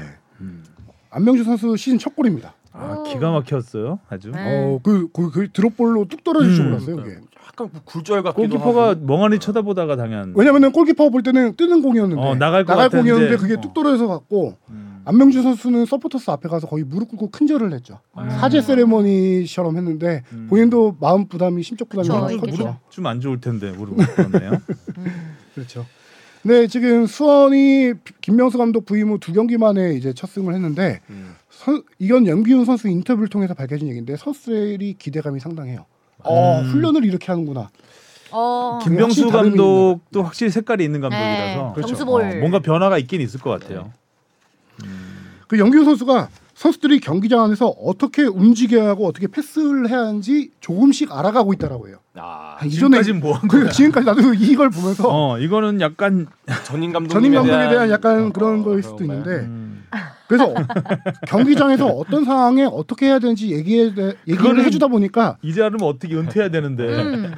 [SPEAKER 4] 안명주 선수 시즌 첫 골입니다.
[SPEAKER 2] 아 기가 막혔어요 아주.
[SPEAKER 5] 네.
[SPEAKER 4] 어그그 그, 그 드롭볼로 뚝 떨어질 줄
[SPEAKER 2] 음.
[SPEAKER 4] 몰랐어요. 이게.
[SPEAKER 3] 약간 그 굴절 같기도
[SPEAKER 2] 골키퍼가
[SPEAKER 3] 하고.
[SPEAKER 2] 멍하니 쳐다보다가 당한.
[SPEAKER 4] 왜냐면은 골키퍼 볼 때는 뜨는 공이었는데
[SPEAKER 2] 어, 나갈 것 같았는데.
[SPEAKER 4] 공이었는데 그게
[SPEAKER 2] 어.
[SPEAKER 4] 뚝 떨어져서 갔고
[SPEAKER 2] 음.
[SPEAKER 4] 안명주 선수는 서포터스 앞에 가서 거의 무릎 꿇고 큰절을 했죠. 사죄 세레머니처럼 했는데
[SPEAKER 2] 아. 음.
[SPEAKER 4] 본인도 마음 부담이 심적 부담이
[SPEAKER 5] 그쵸,
[SPEAKER 4] 많이
[SPEAKER 5] 이게
[SPEAKER 4] 컸죠.
[SPEAKER 5] 좀-
[SPEAKER 2] 무릎 좀 안 좋을 텐데 무릎 그렇네요.
[SPEAKER 4] 그렇죠. 네, 지금 수원이 비- 김명수 감독 부임 후 두 경기 만에 이제 첫 승을 했는데 선- 이건 염기훈 선수 인터뷰를 통해서 밝혀진 얘기인데 선수들이 기대감이 상당해요. 어,
[SPEAKER 2] 음.
[SPEAKER 4] 훈련을 이렇게 하는구나.
[SPEAKER 1] 어.
[SPEAKER 2] 김병수
[SPEAKER 4] 확실히 다른
[SPEAKER 2] 감독도 확실히 색깔이 있는 감독이라서
[SPEAKER 1] 네. 점수볼.
[SPEAKER 2] 어, 뭔가 변화가 있긴 있을 것 같아요.
[SPEAKER 4] 그 염기훈 선수가 선수들이 경기장 안에서 어떻게 움직여야 하고 어떻게 패스를 해야 하는지 조금씩 알아가고 있다라고 해요.
[SPEAKER 3] 아,
[SPEAKER 4] 아, 이전에
[SPEAKER 2] 지금까지 뭐한 거야?
[SPEAKER 4] 그 지금까지 나도 이걸 보면서
[SPEAKER 2] 어 네. 이거는 약간
[SPEAKER 3] 전임 감독
[SPEAKER 4] 전임 감독에 대한 약간
[SPEAKER 2] 어,
[SPEAKER 4] 그런 거일 수도 있는데
[SPEAKER 2] 음,
[SPEAKER 4] 그래서 경기장에서 어떤 상황에 어떻게 해야 되는지 얘기해 얘기를
[SPEAKER 2] 그거는-
[SPEAKER 4] 해주다 보니까
[SPEAKER 2] 이제 하면 어떻게 은퇴해야 되는데
[SPEAKER 5] 음.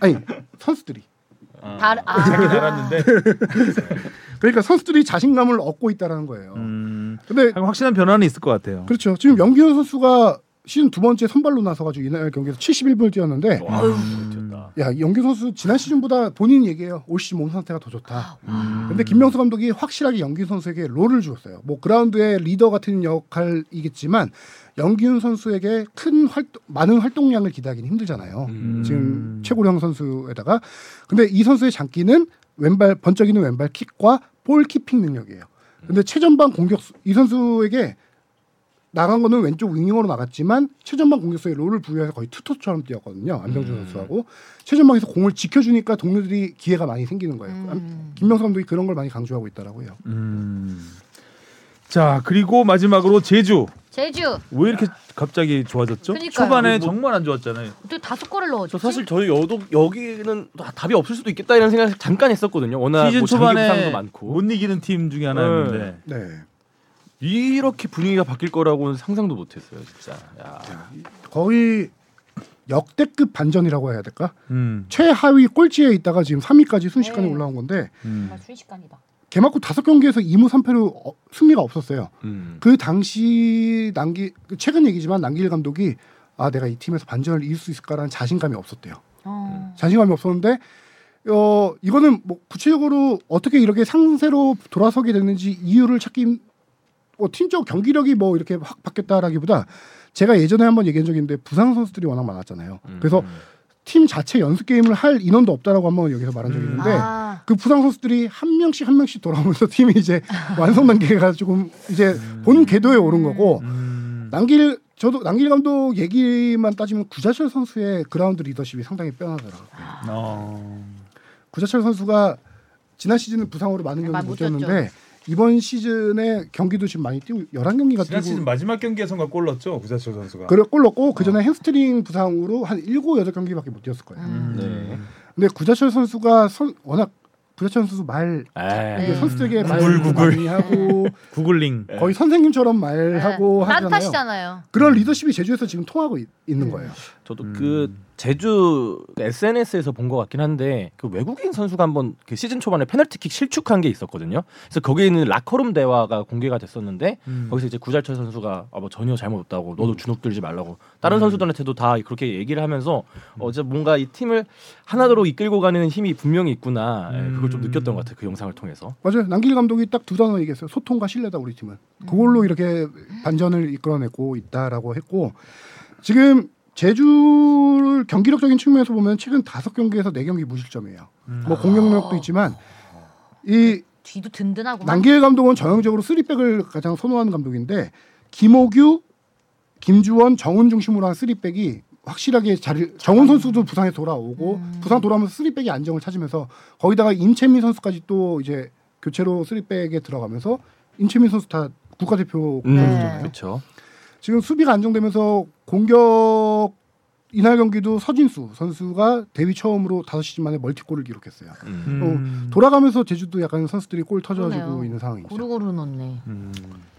[SPEAKER 4] 아니 선수들이
[SPEAKER 1] 다 아.
[SPEAKER 2] 자기는 알았는데
[SPEAKER 4] 그러니까 선수들이 자신감을 얻고 있다라는 거예요.
[SPEAKER 2] 음,
[SPEAKER 4] 근데
[SPEAKER 2] 확실한 변화는 있을 것 같아요.
[SPEAKER 4] 그렇죠. 지금 영기현 선수가 시즌 두 번째 선발로 나서가지고 이날 경기에서 71분을 뛰었는데
[SPEAKER 6] 와, 다
[SPEAKER 4] 야 영기 선수 지난 시즌보다 본인 얘기예요. 올 시즌 몸 상태가 더 좋다. 근데 김명수 감독이 확실하게 영기 선수에게 롤을 주었어요. 뭐 그라운드의 리더 같은 역할이겠지만 영기훈 선수에게 큰 활동, 많은 활동량을 기대하기는 힘들잖아요.
[SPEAKER 2] 음.
[SPEAKER 4] 지금 최고령 선수에다가 근데 이 선수의 장기는 왼발 번쩍이는 왼발 킥과 볼 키핑 능력이에요. 근데 최전방 공격수 이 선수에게 나간 거는 왼쪽 윙윙으로 나갔지만 최전방 공격수의 롤을 부여해서 거의 투톱처럼 뛰었거든요. 안병준 선수하고 최전방에서 공을 지켜주니까 동료들이 기회가 많이 생기는 거예요.
[SPEAKER 5] 음.
[SPEAKER 4] 김명수 감독이 그런 걸 많이 강조하고 있다라고요.
[SPEAKER 2] 음. 자 그리고 마지막으로 제주
[SPEAKER 1] 제주
[SPEAKER 2] 왜 이렇게 갑자기 좋아졌죠?
[SPEAKER 1] 그러니까요.
[SPEAKER 2] 초반에
[SPEAKER 3] 뭐-
[SPEAKER 2] 정말 안 좋았잖아요.
[SPEAKER 1] 또 다섯 골을 넣었죠.
[SPEAKER 3] 저 사실 저희 여도 여기는 다- 답이 없을 수도 있겠다 이런 생각을 잠깐 했었거든요. 워낙
[SPEAKER 2] 시즌
[SPEAKER 3] 뭐
[SPEAKER 2] 초반에
[SPEAKER 3] 장기부상도 많고
[SPEAKER 2] 못 이기는 팀 중에 하나였는데
[SPEAKER 3] 네.
[SPEAKER 4] 네.
[SPEAKER 3] 이렇게 분위기가 바뀔 거라고는 상상도 못했어요, 진짜. 야.
[SPEAKER 4] 거의 역대급 반전이라고 해야 될까?
[SPEAKER 2] 음,
[SPEAKER 4] 최하위 꼴찌에 있다가 지금 3위까지 순식간에
[SPEAKER 1] 네.
[SPEAKER 4] 올라온 건데
[SPEAKER 2] 음.
[SPEAKER 1] 순식간이다.
[SPEAKER 4] 개막 후 다섯 경기에서 2무 3패로 어, 승리가 없었어요.
[SPEAKER 3] 음.
[SPEAKER 4] 그 당시 남기 그 최근 얘기지만 남길 감독이 아 내가 이 팀에서 반전을 이길 수 있을까라는 자신감이 없었대요.
[SPEAKER 1] 어.
[SPEAKER 4] 자신감이 없었는데 어 이거는 뭐 구체적으로 어떻게 이렇게 상세로 돌아서게 됐는지 이유를 찾기 뭐 팀적 경기력이 뭐 이렇게 확 바뀌었다라기보다 제가 예전에 한번 얘기한 적이 있는데 부상 선수들이 워낙 많았잖아요. 그래서 팀 자체 연습 게임을 할 인원도 없다라고 한번 여기서 말한 적이 있는데
[SPEAKER 1] 아,
[SPEAKER 4] 그 부상 선수들이 한 명씩 한 명씩 돌아오면서 팀이 이제 완성 단계가 조금 이제 본 궤도에 오른 거고
[SPEAKER 2] 음.
[SPEAKER 4] 남길 저도 남길 감독 얘기만 따지면 구자철 선수의 그라운드 리더십이 상당히 빼어나더라고요.
[SPEAKER 2] 어.
[SPEAKER 4] 구자철 선수가 지난 시즌은 부상으로 많은 경기
[SPEAKER 1] 많이
[SPEAKER 4] 못
[SPEAKER 1] 못 뛰었죠.
[SPEAKER 4] 뛰었는데 이번 시즌에 경기도 지금 많이 뛰고 11경기가
[SPEAKER 2] 지난 시즌 어.
[SPEAKER 4] 뛰고
[SPEAKER 2] 마지막 경기에선가 골 넣었죠 구자철 선수가.
[SPEAKER 4] 그러니까 그래 골 넣고 그 전에 햄스트링 부상으로 한 7, 8경기밖에 못 뛰었을 거예요.
[SPEAKER 1] 음.
[SPEAKER 3] 네.
[SPEAKER 4] 근데 구자철 선수가 선, 워낙 구자철 선수 말
[SPEAKER 3] 에이.
[SPEAKER 1] 네.
[SPEAKER 4] 이게 선수들에게
[SPEAKER 2] 구글,
[SPEAKER 4] 말을
[SPEAKER 2] 구글.
[SPEAKER 4] 많이 하고
[SPEAKER 2] 구글링.
[SPEAKER 4] 거의 선생님처럼
[SPEAKER 1] 네.
[SPEAKER 4] 말하고 하잖아요.
[SPEAKER 5] 따뜻하시잖아요.
[SPEAKER 4] 그런 리더십이 제주에서 지금 통하고 있, 는 거예요.
[SPEAKER 3] 저도 그 제주 SNS에서 본 것 같긴 한데 그 외국인 선수가 한번 그 시즌 초반에 페널티킥 실축한 게 있었거든요. 그래서 거기에 있는 라커룸 대화가 공개가 됐었는데
[SPEAKER 2] 음.
[SPEAKER 3] 거기서 이제 구잘철 선수가 아, 뭐 전혀 잘못 없다고 너도 주눅 들지 말라고 다른 선수들한테도 다 그렇게 얘기를 하면서 어제 뭔가 이 팀을 하나로 이끌고 가는 힘이 분명히 있구나 예, 그걸 좀 느꼈던 것 같아요 그 영상을 통해서
[SPEAKER 4] 맞아요. 남길 감독이 딱 두 단어 얘기했어요. 소통과 신뢰다 우리 팀은. 그걸로 이렇게 반전을 이끌어내고 있다라고 했고 지금 제주를 경기력적인 측면에서 보면 최근 다섯 경기에서 네 경기 무실점이에요. 뭐 공격력도 있지만 이
[SPEAKER 1] 뒤도 든든하고.
[SPEAKER 4] 남길 감독은 전형적으로 쓰리백을 가장 선호하는 감독인데 김호규, 김주원, 정훈 중심으로 한 쓰리백이 확실하게 자리 정훈 선수도 부상에 돌아오고
[SPEAKER 1] 음.
[SPEAKER 4] 부상 돌아오면서 쓰리백이 안정을 찾으면서 거기다가 임채민 선수까지 또 이제 교체로 쓰리백에 들어가면서 임채민 선수 다 국가대표
[SPEAKER 3] 음,
[SPEAKER 1] 네.
[SPEAKER 3] 그렇죠
[SPEAKER 4] 지금 수비가 안정되면서 공격 이날 경기도 서진수 선수가 데뷔 처음으로 다섯 시즌 만에 멀티골을 기록했어요.
[SPEAKER 3] 음.
[SPEAKER 2] 음.
[SPEAKER 4] 돌아가면서 제주도 약간 선수들이 골 터져지고
[SPEAKER 1] 그러네요.
[SPEAKER 4] 있는 상황이죠.
[SPEAKER 1] 고루고루 넣네.
[SPEAKER 2] 음.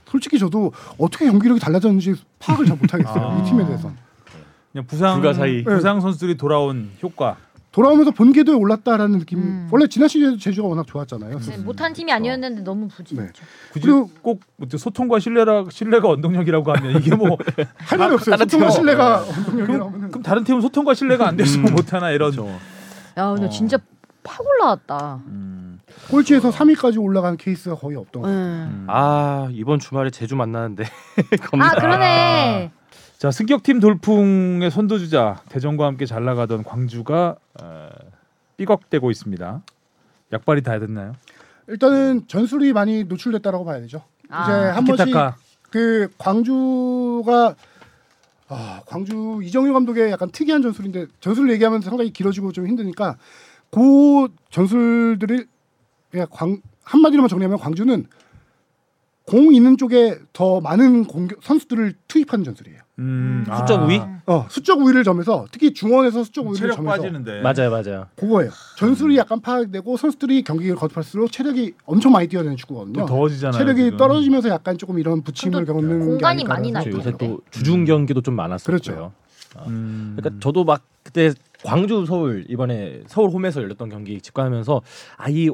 [SPEAKER 4] 솔직히 저도 어떻게 연기력이 달라졌는지 파악을 잘 못하겠어요.
[SPEAKER 2] 아.
[SPEAKER 4] 이 팀에 대해서
[SPEAKER 2] 그냥 부상
[SPEAKER 3] 불가 사이.
[SPEAKER 2] 부상 선수들이 돌아온 효과.
[SPEAKER 4] 돌아오면서 본 궤도에 올랐다라는 느낌.
[SPEAKER 1] 음.
[SPEAKER 4] 원래 지난 시즌에도 제주가 워낙 좋았잖아요.
[SPEAKER 1] 네, 못한 팀이 아니었는데 너무
[SPEAKER 4] 네.
[SPEAKER 1] 부진했죠.
[SPEAKER 2] 굳이
[SPEAKER 4] 그리고-
[SPEAKER 2] 꼭뭐 소통과 신뢰라 신뢰가 원동력이라고 하면 이게 뭐
[SPEAKER 4] 할 말이 없어요. 소통과 신뢰가 원동력이라고 하면은.
[SPEAKER 2] 네. 그럼 다른 팀은 소통과 신뢰가 안 돼서
[SPEAKER 3] 음.
[SPEAKER 2] 못하나 이런.
[SPEAKER 3] 그렇죠.
[SPEAKER 1] 야, 근데
[SPEAKER 2] 어.
[SPEAKER 1] 진짜 팍 올라왔다.
[SPEAKER 2] 음.
[SPEAKER 4] 꼴찌에서 3위까지 올라간 케이스가 거의 없던 거예요.
[SPEAKER 1] 음.
[SPEAKER 3] 아 이번 주말에 제주 만나는데 겁나
[SPEAKER 1] 아, 그러네.
[SPEAKER 2] 자 승격팀 돌풍의 선두주자 대전과 함께 잘 나가던 광주가 어, 삐걱대고 있습니다. 약발이 다 됐나요?
[SPEAKER 4] 일단은 전술이 많이 노출됐다라고 봐야 되죠.
[SPEAKER 1] 아.
[SPEAKER 4] 이제 한 번씩
[SPEAKER 2] 티키타카.
[SPEAKER 4] 그 광주가 아, 광주 이정효 감독의 약간 특이한 전술인데 전술 얘기하면 상당히 길어지고 좀 힘드니까 그 전술들을 그냥 광 한마디로만 정리하면 광주는 공 있는 쪽에 더 많은 공격 선수들을 투입하는 전술이에요.
[SPEAKER 2] 음,
[SPEAKER 3] 수적 우위?
[SPEAKER 1] 네.
[SPEAKER 4] 어, 수적 우위를 점해서 특히 중원에서 수적 우위를
[SPEAKER 2] 체력
[SPEAKER 4] 점해서
[SPEAKER 2] 빠지는데. 음.
[SPEAKER 3] 맞아요 맞아요
[SPEAKER 4] 그거예요. 전술이 약간 파악되고 선수들이 경기를 거듭할수록 체력이 엄청 많이 뛰어야 되는
[SPEAKER 2] 또
[SPEAKER 4] 축구거든요.
[SPEAKER 2] 더워지잖아요.
[SPEAKER 4] 체력이
[SPEAKER 2] 지금.
[SPEAKER 4] 떨어지면서 약간 조금 이런 부침을
[SPEAKER 1] 그럼 또
[SPEAKER 4] 겪는 게
[SPEAKER 1] 공간이 네.
[SPEAKER 4] 아닐까라는
[SPEAKER 1] 많이 날
[SPEAKER 3] 그렇죠. 요새
[SPEAKER 1] 텐데.
[SPEAKER 3] 또 주중 경기도 좀 많았었고요
[SPEAKER 4] 그렇죠.
[SPEAKER 2] 음.
[SPEAKER 3] 그러니까 저도 막 그때 광주 서울 이번에 서울 홈에서 열렸던 경기 직관하면서 아 이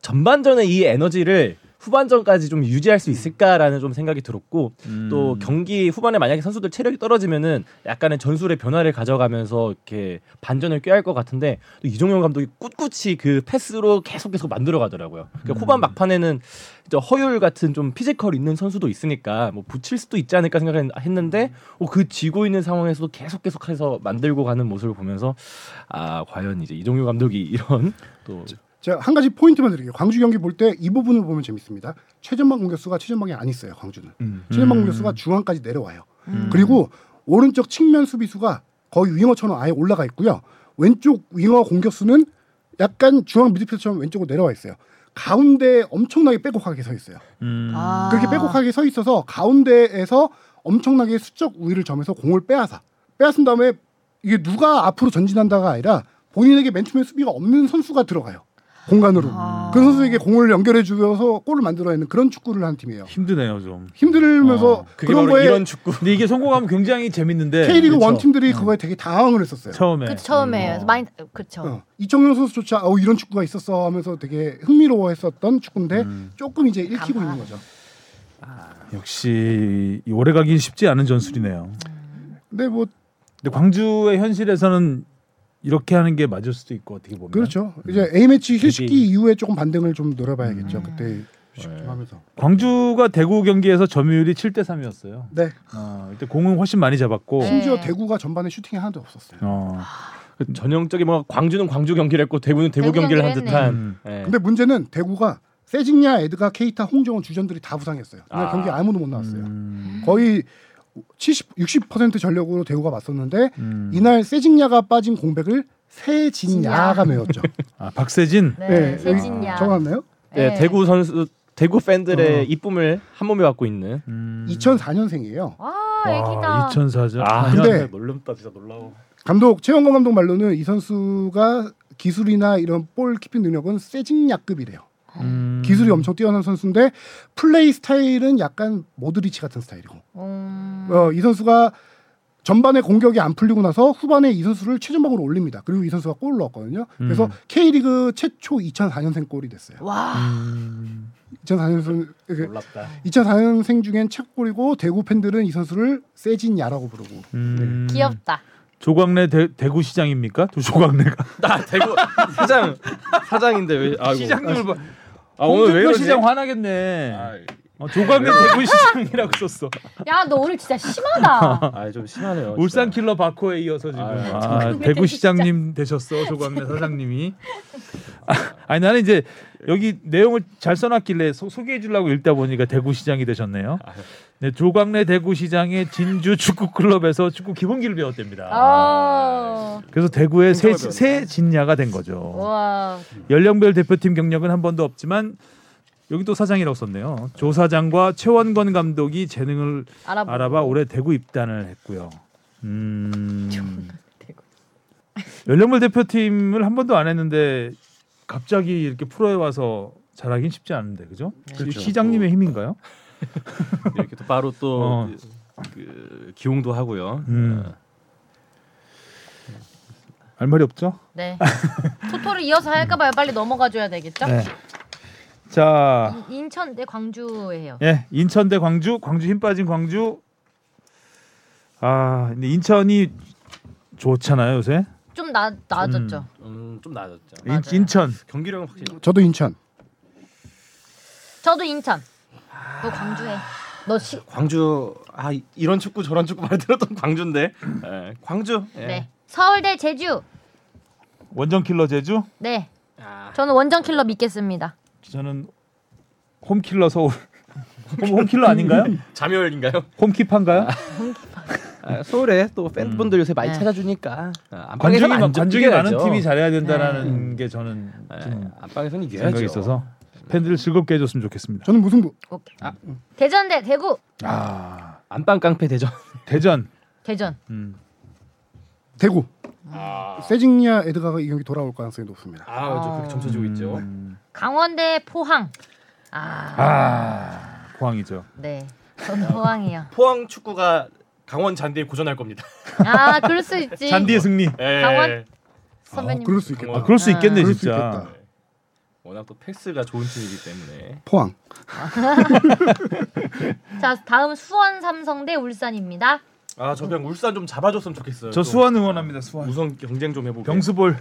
[SPEAKER 3] 전반전의 이 에너지를 후반전까지 좀 유지할 수 있을까라는 좀 생각이 들었고 또
[SPEAKER 2] 음.
[SPEAKER 3] 경기 후반에 만약에 선수들 체력이 떨어지면은 약간의 전술의 변화를 가져가면서 이렇게 반전을 꾀할 것 같은데 또 이종용 감독이 꿋꿋이 그 패스로 계속 계속 만들어 가더라고요. 그러니까 후반 막판에는 이제 허율 같은 좀 피지컬 있는 선수도 있으니까 뭐 붙일 수도 있지 않을까 생각했는데 어, 그 지고 있는 상황에서도 계속 계속해서 만들고 가는 모습을 보면서 아 과연 이제 이종용 감독이 이런 또
[SPEAKER 4] 제가 한 가지 포인트만 드릴게요. 광주 경기 볼 때 이 부분을 보면 재밌습니다. 최전방 공격수가 최전방에 안 있어요. 광주는 최전방 공격수가 중앙까지 내려와요. 그리고 오른쪽 측면 수비수가 거의 윙어처럼 아예 올라가 있고요. 왼쪽 윙어 공격수는 약간 중앙 미드필더처럼 왼쪽으로 내려와 있어요. 가운데 엄청나게 빼곡하게 서 있어요.
[SPEAKER 2] 음.
[SPEAKER 5] 아.
[SPEAKER 4] 그렇게 빼곡하게 서 있어서 가운데에서 엄청나게 수적 우위를 점해서 공을 빼앗아 빼앗은 다음에 이게 누가 앞으로 전진한다가 아니라 본인에게 맨투맨 수비가 없는 선수가 들어가요 공간으로
[SPEAKER 5] 아.
[SPEAKER 4] 그 선수에게 공을 연결해 주면서 골을 만들어내는 그런 축구를 하는 팀이에요
[SPEAKER 2] 힘드네요 좀.
[SPEAKER 4] 힘들면서
[SPEAKER 3] 어, 그게
[SPEAKER 4] 그런
[SPEAKER 3] 바로
[SPEAKER 4] 거에
[SPEAKER 3] 이런 음. 축구
[SPEAKER 2] 근데 이게 성공하면 굉장히 재밌는데
[SPEAKER 4] K리그
[SPEAKER 2] 그쵸?
[SPEAKER 4] 원 팀들이 그거에 되게 당황을 했었어요
[SPEAKER 2] 처음에
[SPEAKER 1] 그 처음에
[SPEAKER 2] 음.
[SPEAKER 1] 많이 그렇죠.
[SPEAKER 4] 어, 이청용 선수조차 어, 이런 축구가 있었어 하면서 되게 흥미로워했었던 축구인데
[SPEAKER 3] 음.
[SPEAKER 4] 조금 이제 읽히고 있는 거죠
[SPEAKER 2] 역시 이 오래 가긴 쉽지 않은 전술이네요.
[SPEAKER 4] 근데 뭐
[SPEAKER 2] 근데 광주의 현실에서는 이렇게 하는 게 맞을 수도 있고 어떻게 보면
[SPEAKER 4] 그렇죠 이제 A매치 휴식기 이후에 조금 반등을 좀
[SPEAKER 2] 음.
[SPEAKER 4] 노려봐야겠죠
[SPEAKER 2] 네.
[SPEAKER 4] 그때 휴식 좀 하면서
[SPEAKER 2] 광주가 대구 경기에서 점유율이 7대 3이었어요.
[SPEAKER 4] 네
[SPEAKER 2] 어, 일단 공은 훨씬 많이 잡았고
[SPEAKER 1] 네.
[SPEAKER 4] 심지어 대구가 전반에 슈팅이 하나도 없었어요.
[SPEAKER 2] 어,
[SPEAKER 3] 그 전형적인 뭐 광주는 광주 경기를 했고 대구는 대구,
[SPEAKER 5] 대구
[SPEAKER 3] 경기를 한
[SPEAKER 5] 경기를
[SPEAKER 3] 듯한 예.
[SPEAKER 4] 근데 문제는 대구가 세징야, 에드가, 케이타, 홍정훈 주전들이 다 부상했어요. 그날
[SPEAKER 3] 아.
[SPEAKER 4] 경기 아무도 못 나왔어요.
[SPEAKER 2] 음,
[SPEAKER 4] 거의 70, 60% 전력으로 대구가 맞섰는데
[SPEAKER 2] 음.
[SPEAKER 4] 이날 세징야가 빠진 공백을
[SPEAKER 1] 진야.
[SPEAKER 4] 세진야가 메웠죠.
[SPEAKER 2] 아, 박세진
[SPEAKER 1] 네,
[SPEAKER 4] 네,
[SPEAKER 1] 세진야.
[SPEAKER 4] 정확나요?
[SPEAKER 3] 예,
[SPEAKER 1] 네.
[SPEAKER 3] 대구 선수 대구 팬들의
[SPEAKER 4] 어.
[SPEAKER 3] 이쁨을 한 몸에 갖고 있는
[SPEAKER 2] 음.
[SPEAKER 4] 2004년생이에요.
[SPEAKER 1] 아, 애기다.
[SPEAKER 2] 2004년
[SPEAKER 3] 아,
[SPEAKER 4] 근데
[SPEAKER 6] 놀랍다 진짜 놀라워.
[SPEAKER 4] 감독 최영건 감독 말로는 이 선수가 기술이나 이런 볼 키핑 능력은 세징야급이래요.
[SPEAKER 2] 음,
[SPEAKER 4] 기술이 엄청 뛰어난 선수인데 플레이 스타일은 약간 모드리치 같은 스타일이고
[SPEAKER 1] 음.
[SPEAKER 4] 어, 이 선수가 전반에 공격이 안 풀리고 나서 후반에 이 선수를 최전방으로 올립니다. 그리고 이 선수가 골을 넣었거든요. 그래서
[SPEAKER 2] 음.
[SPEAKER 4] K리그 최초 2004년생 골이 됐어요.
[SPEAKER 1] 와.
[SPEAKER 2] 음.
[SPEAKER 4] 2004년생 그,
[SPEAKER 6] 놀랍다.
[SPEAKER 4] 2004년생 중엔 최고골이고 대구 팬들은 이 선수를 세진야라고 부르고
[SPEAKER 2] 음.
[SPEAKER 1] 귀엽다.
[SPEAKER 2] 조광래 대, 대구 시장입니까? 두 조광래가
[SPEAKER 3] 나 대구 사장 사장인데 왜 아이고
[SPEAKER 2] 시장님을 봐.
[SPEAKER 3] 아 오늘 왜
[SPEAKER 2] 홍준표
[SPEAKER 3] 이러지?
[SPEAKER 2] 시장 화나겠네.
[SPEAKER 6] 아,
[SPEAKER 2] 어, 조광래 대구 시장이라고 썼어.
[SPEAKER 1] 야, 너 오늘 진짜 심하다.
[SPEAKER 3] 아좀 심하네요.
[SPEAKER 2] 울산 킬러 바코에 이어서 지금
[SPEAKER 3] 아유,
[SPEAKER 2] 아,
[SPEAKER 1] 조광래
[SPEAKER 2] 대구
[SPEAKER 1] 대구
[SPEAKER 2] 시장님 되셨어 조광래 사장님이. 아, 니 나는 이제 여기 내용을 잘 써놨길래 소, 소개해 주려고 읽다 보니까 대구 시장이 되셨네요. 네, 조광래 대구 시장의 진주 축구 클럽에서 축구 기본기를 배웠답니다.
[SPEAKER 1] 아.
[SPEAKER 2] 그래서 대구의 새,
[SPEAKER 6] 행정을
[SPEAKER 2] 새 진야가 된 거죠.
[SPEAKER 1] 와.
[SPEAKER 2] 연령별 대표팀 경력은 한 번도 없지만 여기 또 사장이라고 썼네요. 조 사장과 최원건 감독이 재능을
[SPEAKER 1] 알아보. 뭐.
[SPEAKER 2] 알아봐 올해 대구 입단을 했고요. 음. 연령별 대표팀을 한 번도 안 했는데 갑자기 이렇게 프로에 와서 잘하긴 쉽지 않은데 그죠?
[SPEAKER 1] 네.
[SPEAKER 3] 그렇죠.
[SPEAKER 2] 시장님의 힘인가요?
[SPEAKER 3] 이렇게 또 바로 또
[SPEAKER 2] 어.
[SPEAKER 3] 그, 기용도 하고요.
[SPEAKER 2] 음. 할 말이 없죠?
[SPEAKER 1] 네. 토토를 이어서 할까 봐요. 빨리 넘어가 줘야 되겠죠?
[SPEAKER 2] 네. 자,
[SPEAKER 1] 인- 인천 대 광주예요.
[SPEAKER 2] 예, 인천 대 광주, 광주 힘 빠진 광주. 아, 근데 인천이 좋잖아요 요새.
[SPEAKER 1] 좀 나, 나아졌죠.
[SPEAKER 3] 음, 좀 나아졌죠.
[SPEAKER 2] 인,
[SPEAKER 1] 맞아요.
[SPEAKER 2] 인천.
[SPEAKER 3] 경기력은 확실히
[SPEAKER 4] 저도 인천
[SPEAKER 1] 저도 인천. 너 광주해. 너 시,
[SPEAKER 3] 광주 아 이- 이런 축구 저런 축구 많이 들었던 광주인데 예, 광주 예.
[SPEAKER 1] 네. 서울대 제주.
[SPEAKER 2] 원정 킬러 제주.
[SPEAKER 1] 네.
[SPEAKER 3] 아,
[SPEAKER 1] 저는 원정 킬러 믿겠습니다.
[SPEAKER 2] 저는 홈 킬러 서울. 홈, 홈 킬러 아닌가요?
[SPEAKER 3] 자멸인가요?
[SPEAKER 2] 홈 킵한가요?
[SPEAKER 3] 아, 서울에 또 팬분들 요새 많이
[SPEAKER 1] 네.
[SPEAKER 3] 찾아주니까 아,
[SPEAKER 2] 관중이,
[SPEAKER 3] 안방에서는
[SPEAKER 2] 많-
[SPEAKER 3] 안
[SPEAKER 2] 관중이 많은
[SPEAKER 3] 이겨야죠. 음.
[SPEAKER 2] 팀이 잘해야 된다라는 게 저는 좀
[SPEAKER 3] 예, 안방에서는 이겨야죠.
[SPEAKER 2] 생각이 있어서 팬들을 즐겁게 해줬으면 좋겠습니다.
[SPEAKER 4] 저는 무승부
[SPEAKER 1] 오케이. 대전 대 대구.
[SPEAKER 2] 아
[SPEAKER 3] 안방 깡패 대전.
[SPEAKER 2] 대전.
[SPEAKER 1] 대전.
[SPEAKER 2] 음.
[SPEAKER 4] 대구
[SPEAKER 6] 아,
[SPEAKER 4] 세징야 에드가가 이 경기 돌아올 가능성이 높습니다.
[SPEAKER 3] 아, 저 그렇게 점쳐지고 있죠.
[SPEAKER 6] 음.
[SPEAKER 1] 강원 대 포항. 아,
[SPEAKER 2] 아 포항이죠.
[SPEAKER 1] 네. 저는 포항이요.
[SPEAKER 3] 포항 축구가 강원 잔디에 고전할 겁니다.
[SPEAKER 2] 네.
[SPEAKER 1] 아, 그럴 수 있지.
[SPEAKER 6] 예.
[SPEAKER 2] 잔디의 승리.
[SPEAKER 1] 강원 선배님.
[SPEAKER 4] 아, 그럴 수 있겠다.
[SPEAKER 2] 아, 그럴 수 있겠네
[SPEAKER 1] 아.
[SPEAKER 4] 그럴 수
[SPEAKER 2] 진짜.
[SPEAKER 4] 있겠다.
[SPEAKER 6] 워낙 또 패스가 좋은 팀이기 때문에
[SPEAKER 4] 포항.
[SPEAKER 1] 자 다음 수원 삼성 대 울산입니다.
[SPEAKER 6] 아 저 그냥 울산 좀 잡아줬으면 좋겠어요.
[SPEAKER 2] 저
[SPEAKER 6] 좀.
[SPEAKER 2] 수원 응원합니다. 수원.
[SPEAKER 6] 우선 경쟁 좀 해보게.
[SPEAKER 2] 병수볼.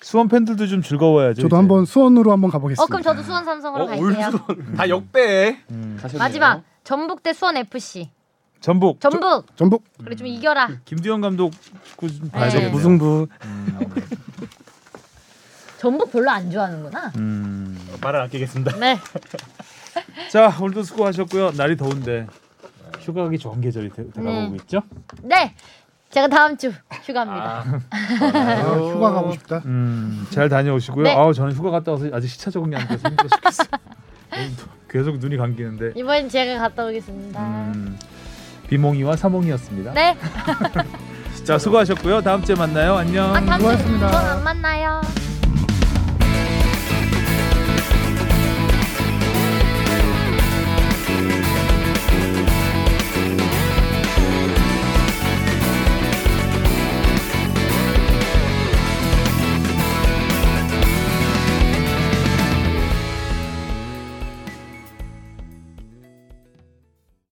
[SPEAKER 2] 수원 팬들도 좀 즐거워야죠. 이제.
[SPEAKER 4] 저도 한번 수원으로 한번 가보겠습니다.
[SPEAKER 1] 어 그럼 저도 수원 삼성으로
[SPEAKER 6] 어,
[SPEAKER 1] 갈게요.
[SPEAKER 6] 울산 다 역배에
[SPEAKER 2] 음.
[SPEAKER 6] 가셨네요.
[SPEAKER 1] 마지막 전북 대 수원 FC.
[SPEAKER 2] 전북.
[SPEAKER 1] 전북
[SPEAKER 4] 전북.
[SPEAKER 1] 그래 좀 이겨라.
[SPEAKER 2] 김두현 감독 축구 좀 봐야
[SPEAKER 1] 네.
[SPEAKER 2] 되겠네요.
[SPEAKER 3] 무승부.
[SPEAKER 1] 전북 별로 안 좋아하는구나.
[SPEAKER 2] 음.
[SPEAKER 6] 어, 말을 아끼겠습니다.
[SPEAKER 1] 네.
[SPEAKER 2] 자 오늘도 수고하셨고요. 날이 더운데 휴가 가기 좋은 계절이 되-
[SPEAKER 1] 네.
[SPEAKER 2] 다가오고 있죠.
[SPEAKER 1] 네. 제가 다음 주 휴가입니다.
[SPEAKER 6] 아,
[SPEAKER 4] 아, 휴가 가고 싶다.
[SPEAKER 2] 음, 잘 다녀오시고요.
[SPEAKER 1] 네.
[SPEAKER 2] 아우 저는 휴가 갔다 와서 아직 시차 적응이 안 돼서 힘들어 죽겠어요. 오늘도 계속 눈이 감기는데.
[SPEAKER 1] 이번엔 제가 갔다 오겠습니다.
[SPEAKER 2] 음, 비몽이와 사몽이었습니다.
[SPEAKER 1] 네.
[SPEAKER 2] 자 수고하셨고요. 다음 주에 만나요. 안녕.
[SPEAKER 1] 아 다음 주에
[SPEAKER 4] 수고하셨습니다.
[SPEAKER 1] 저안 만나요.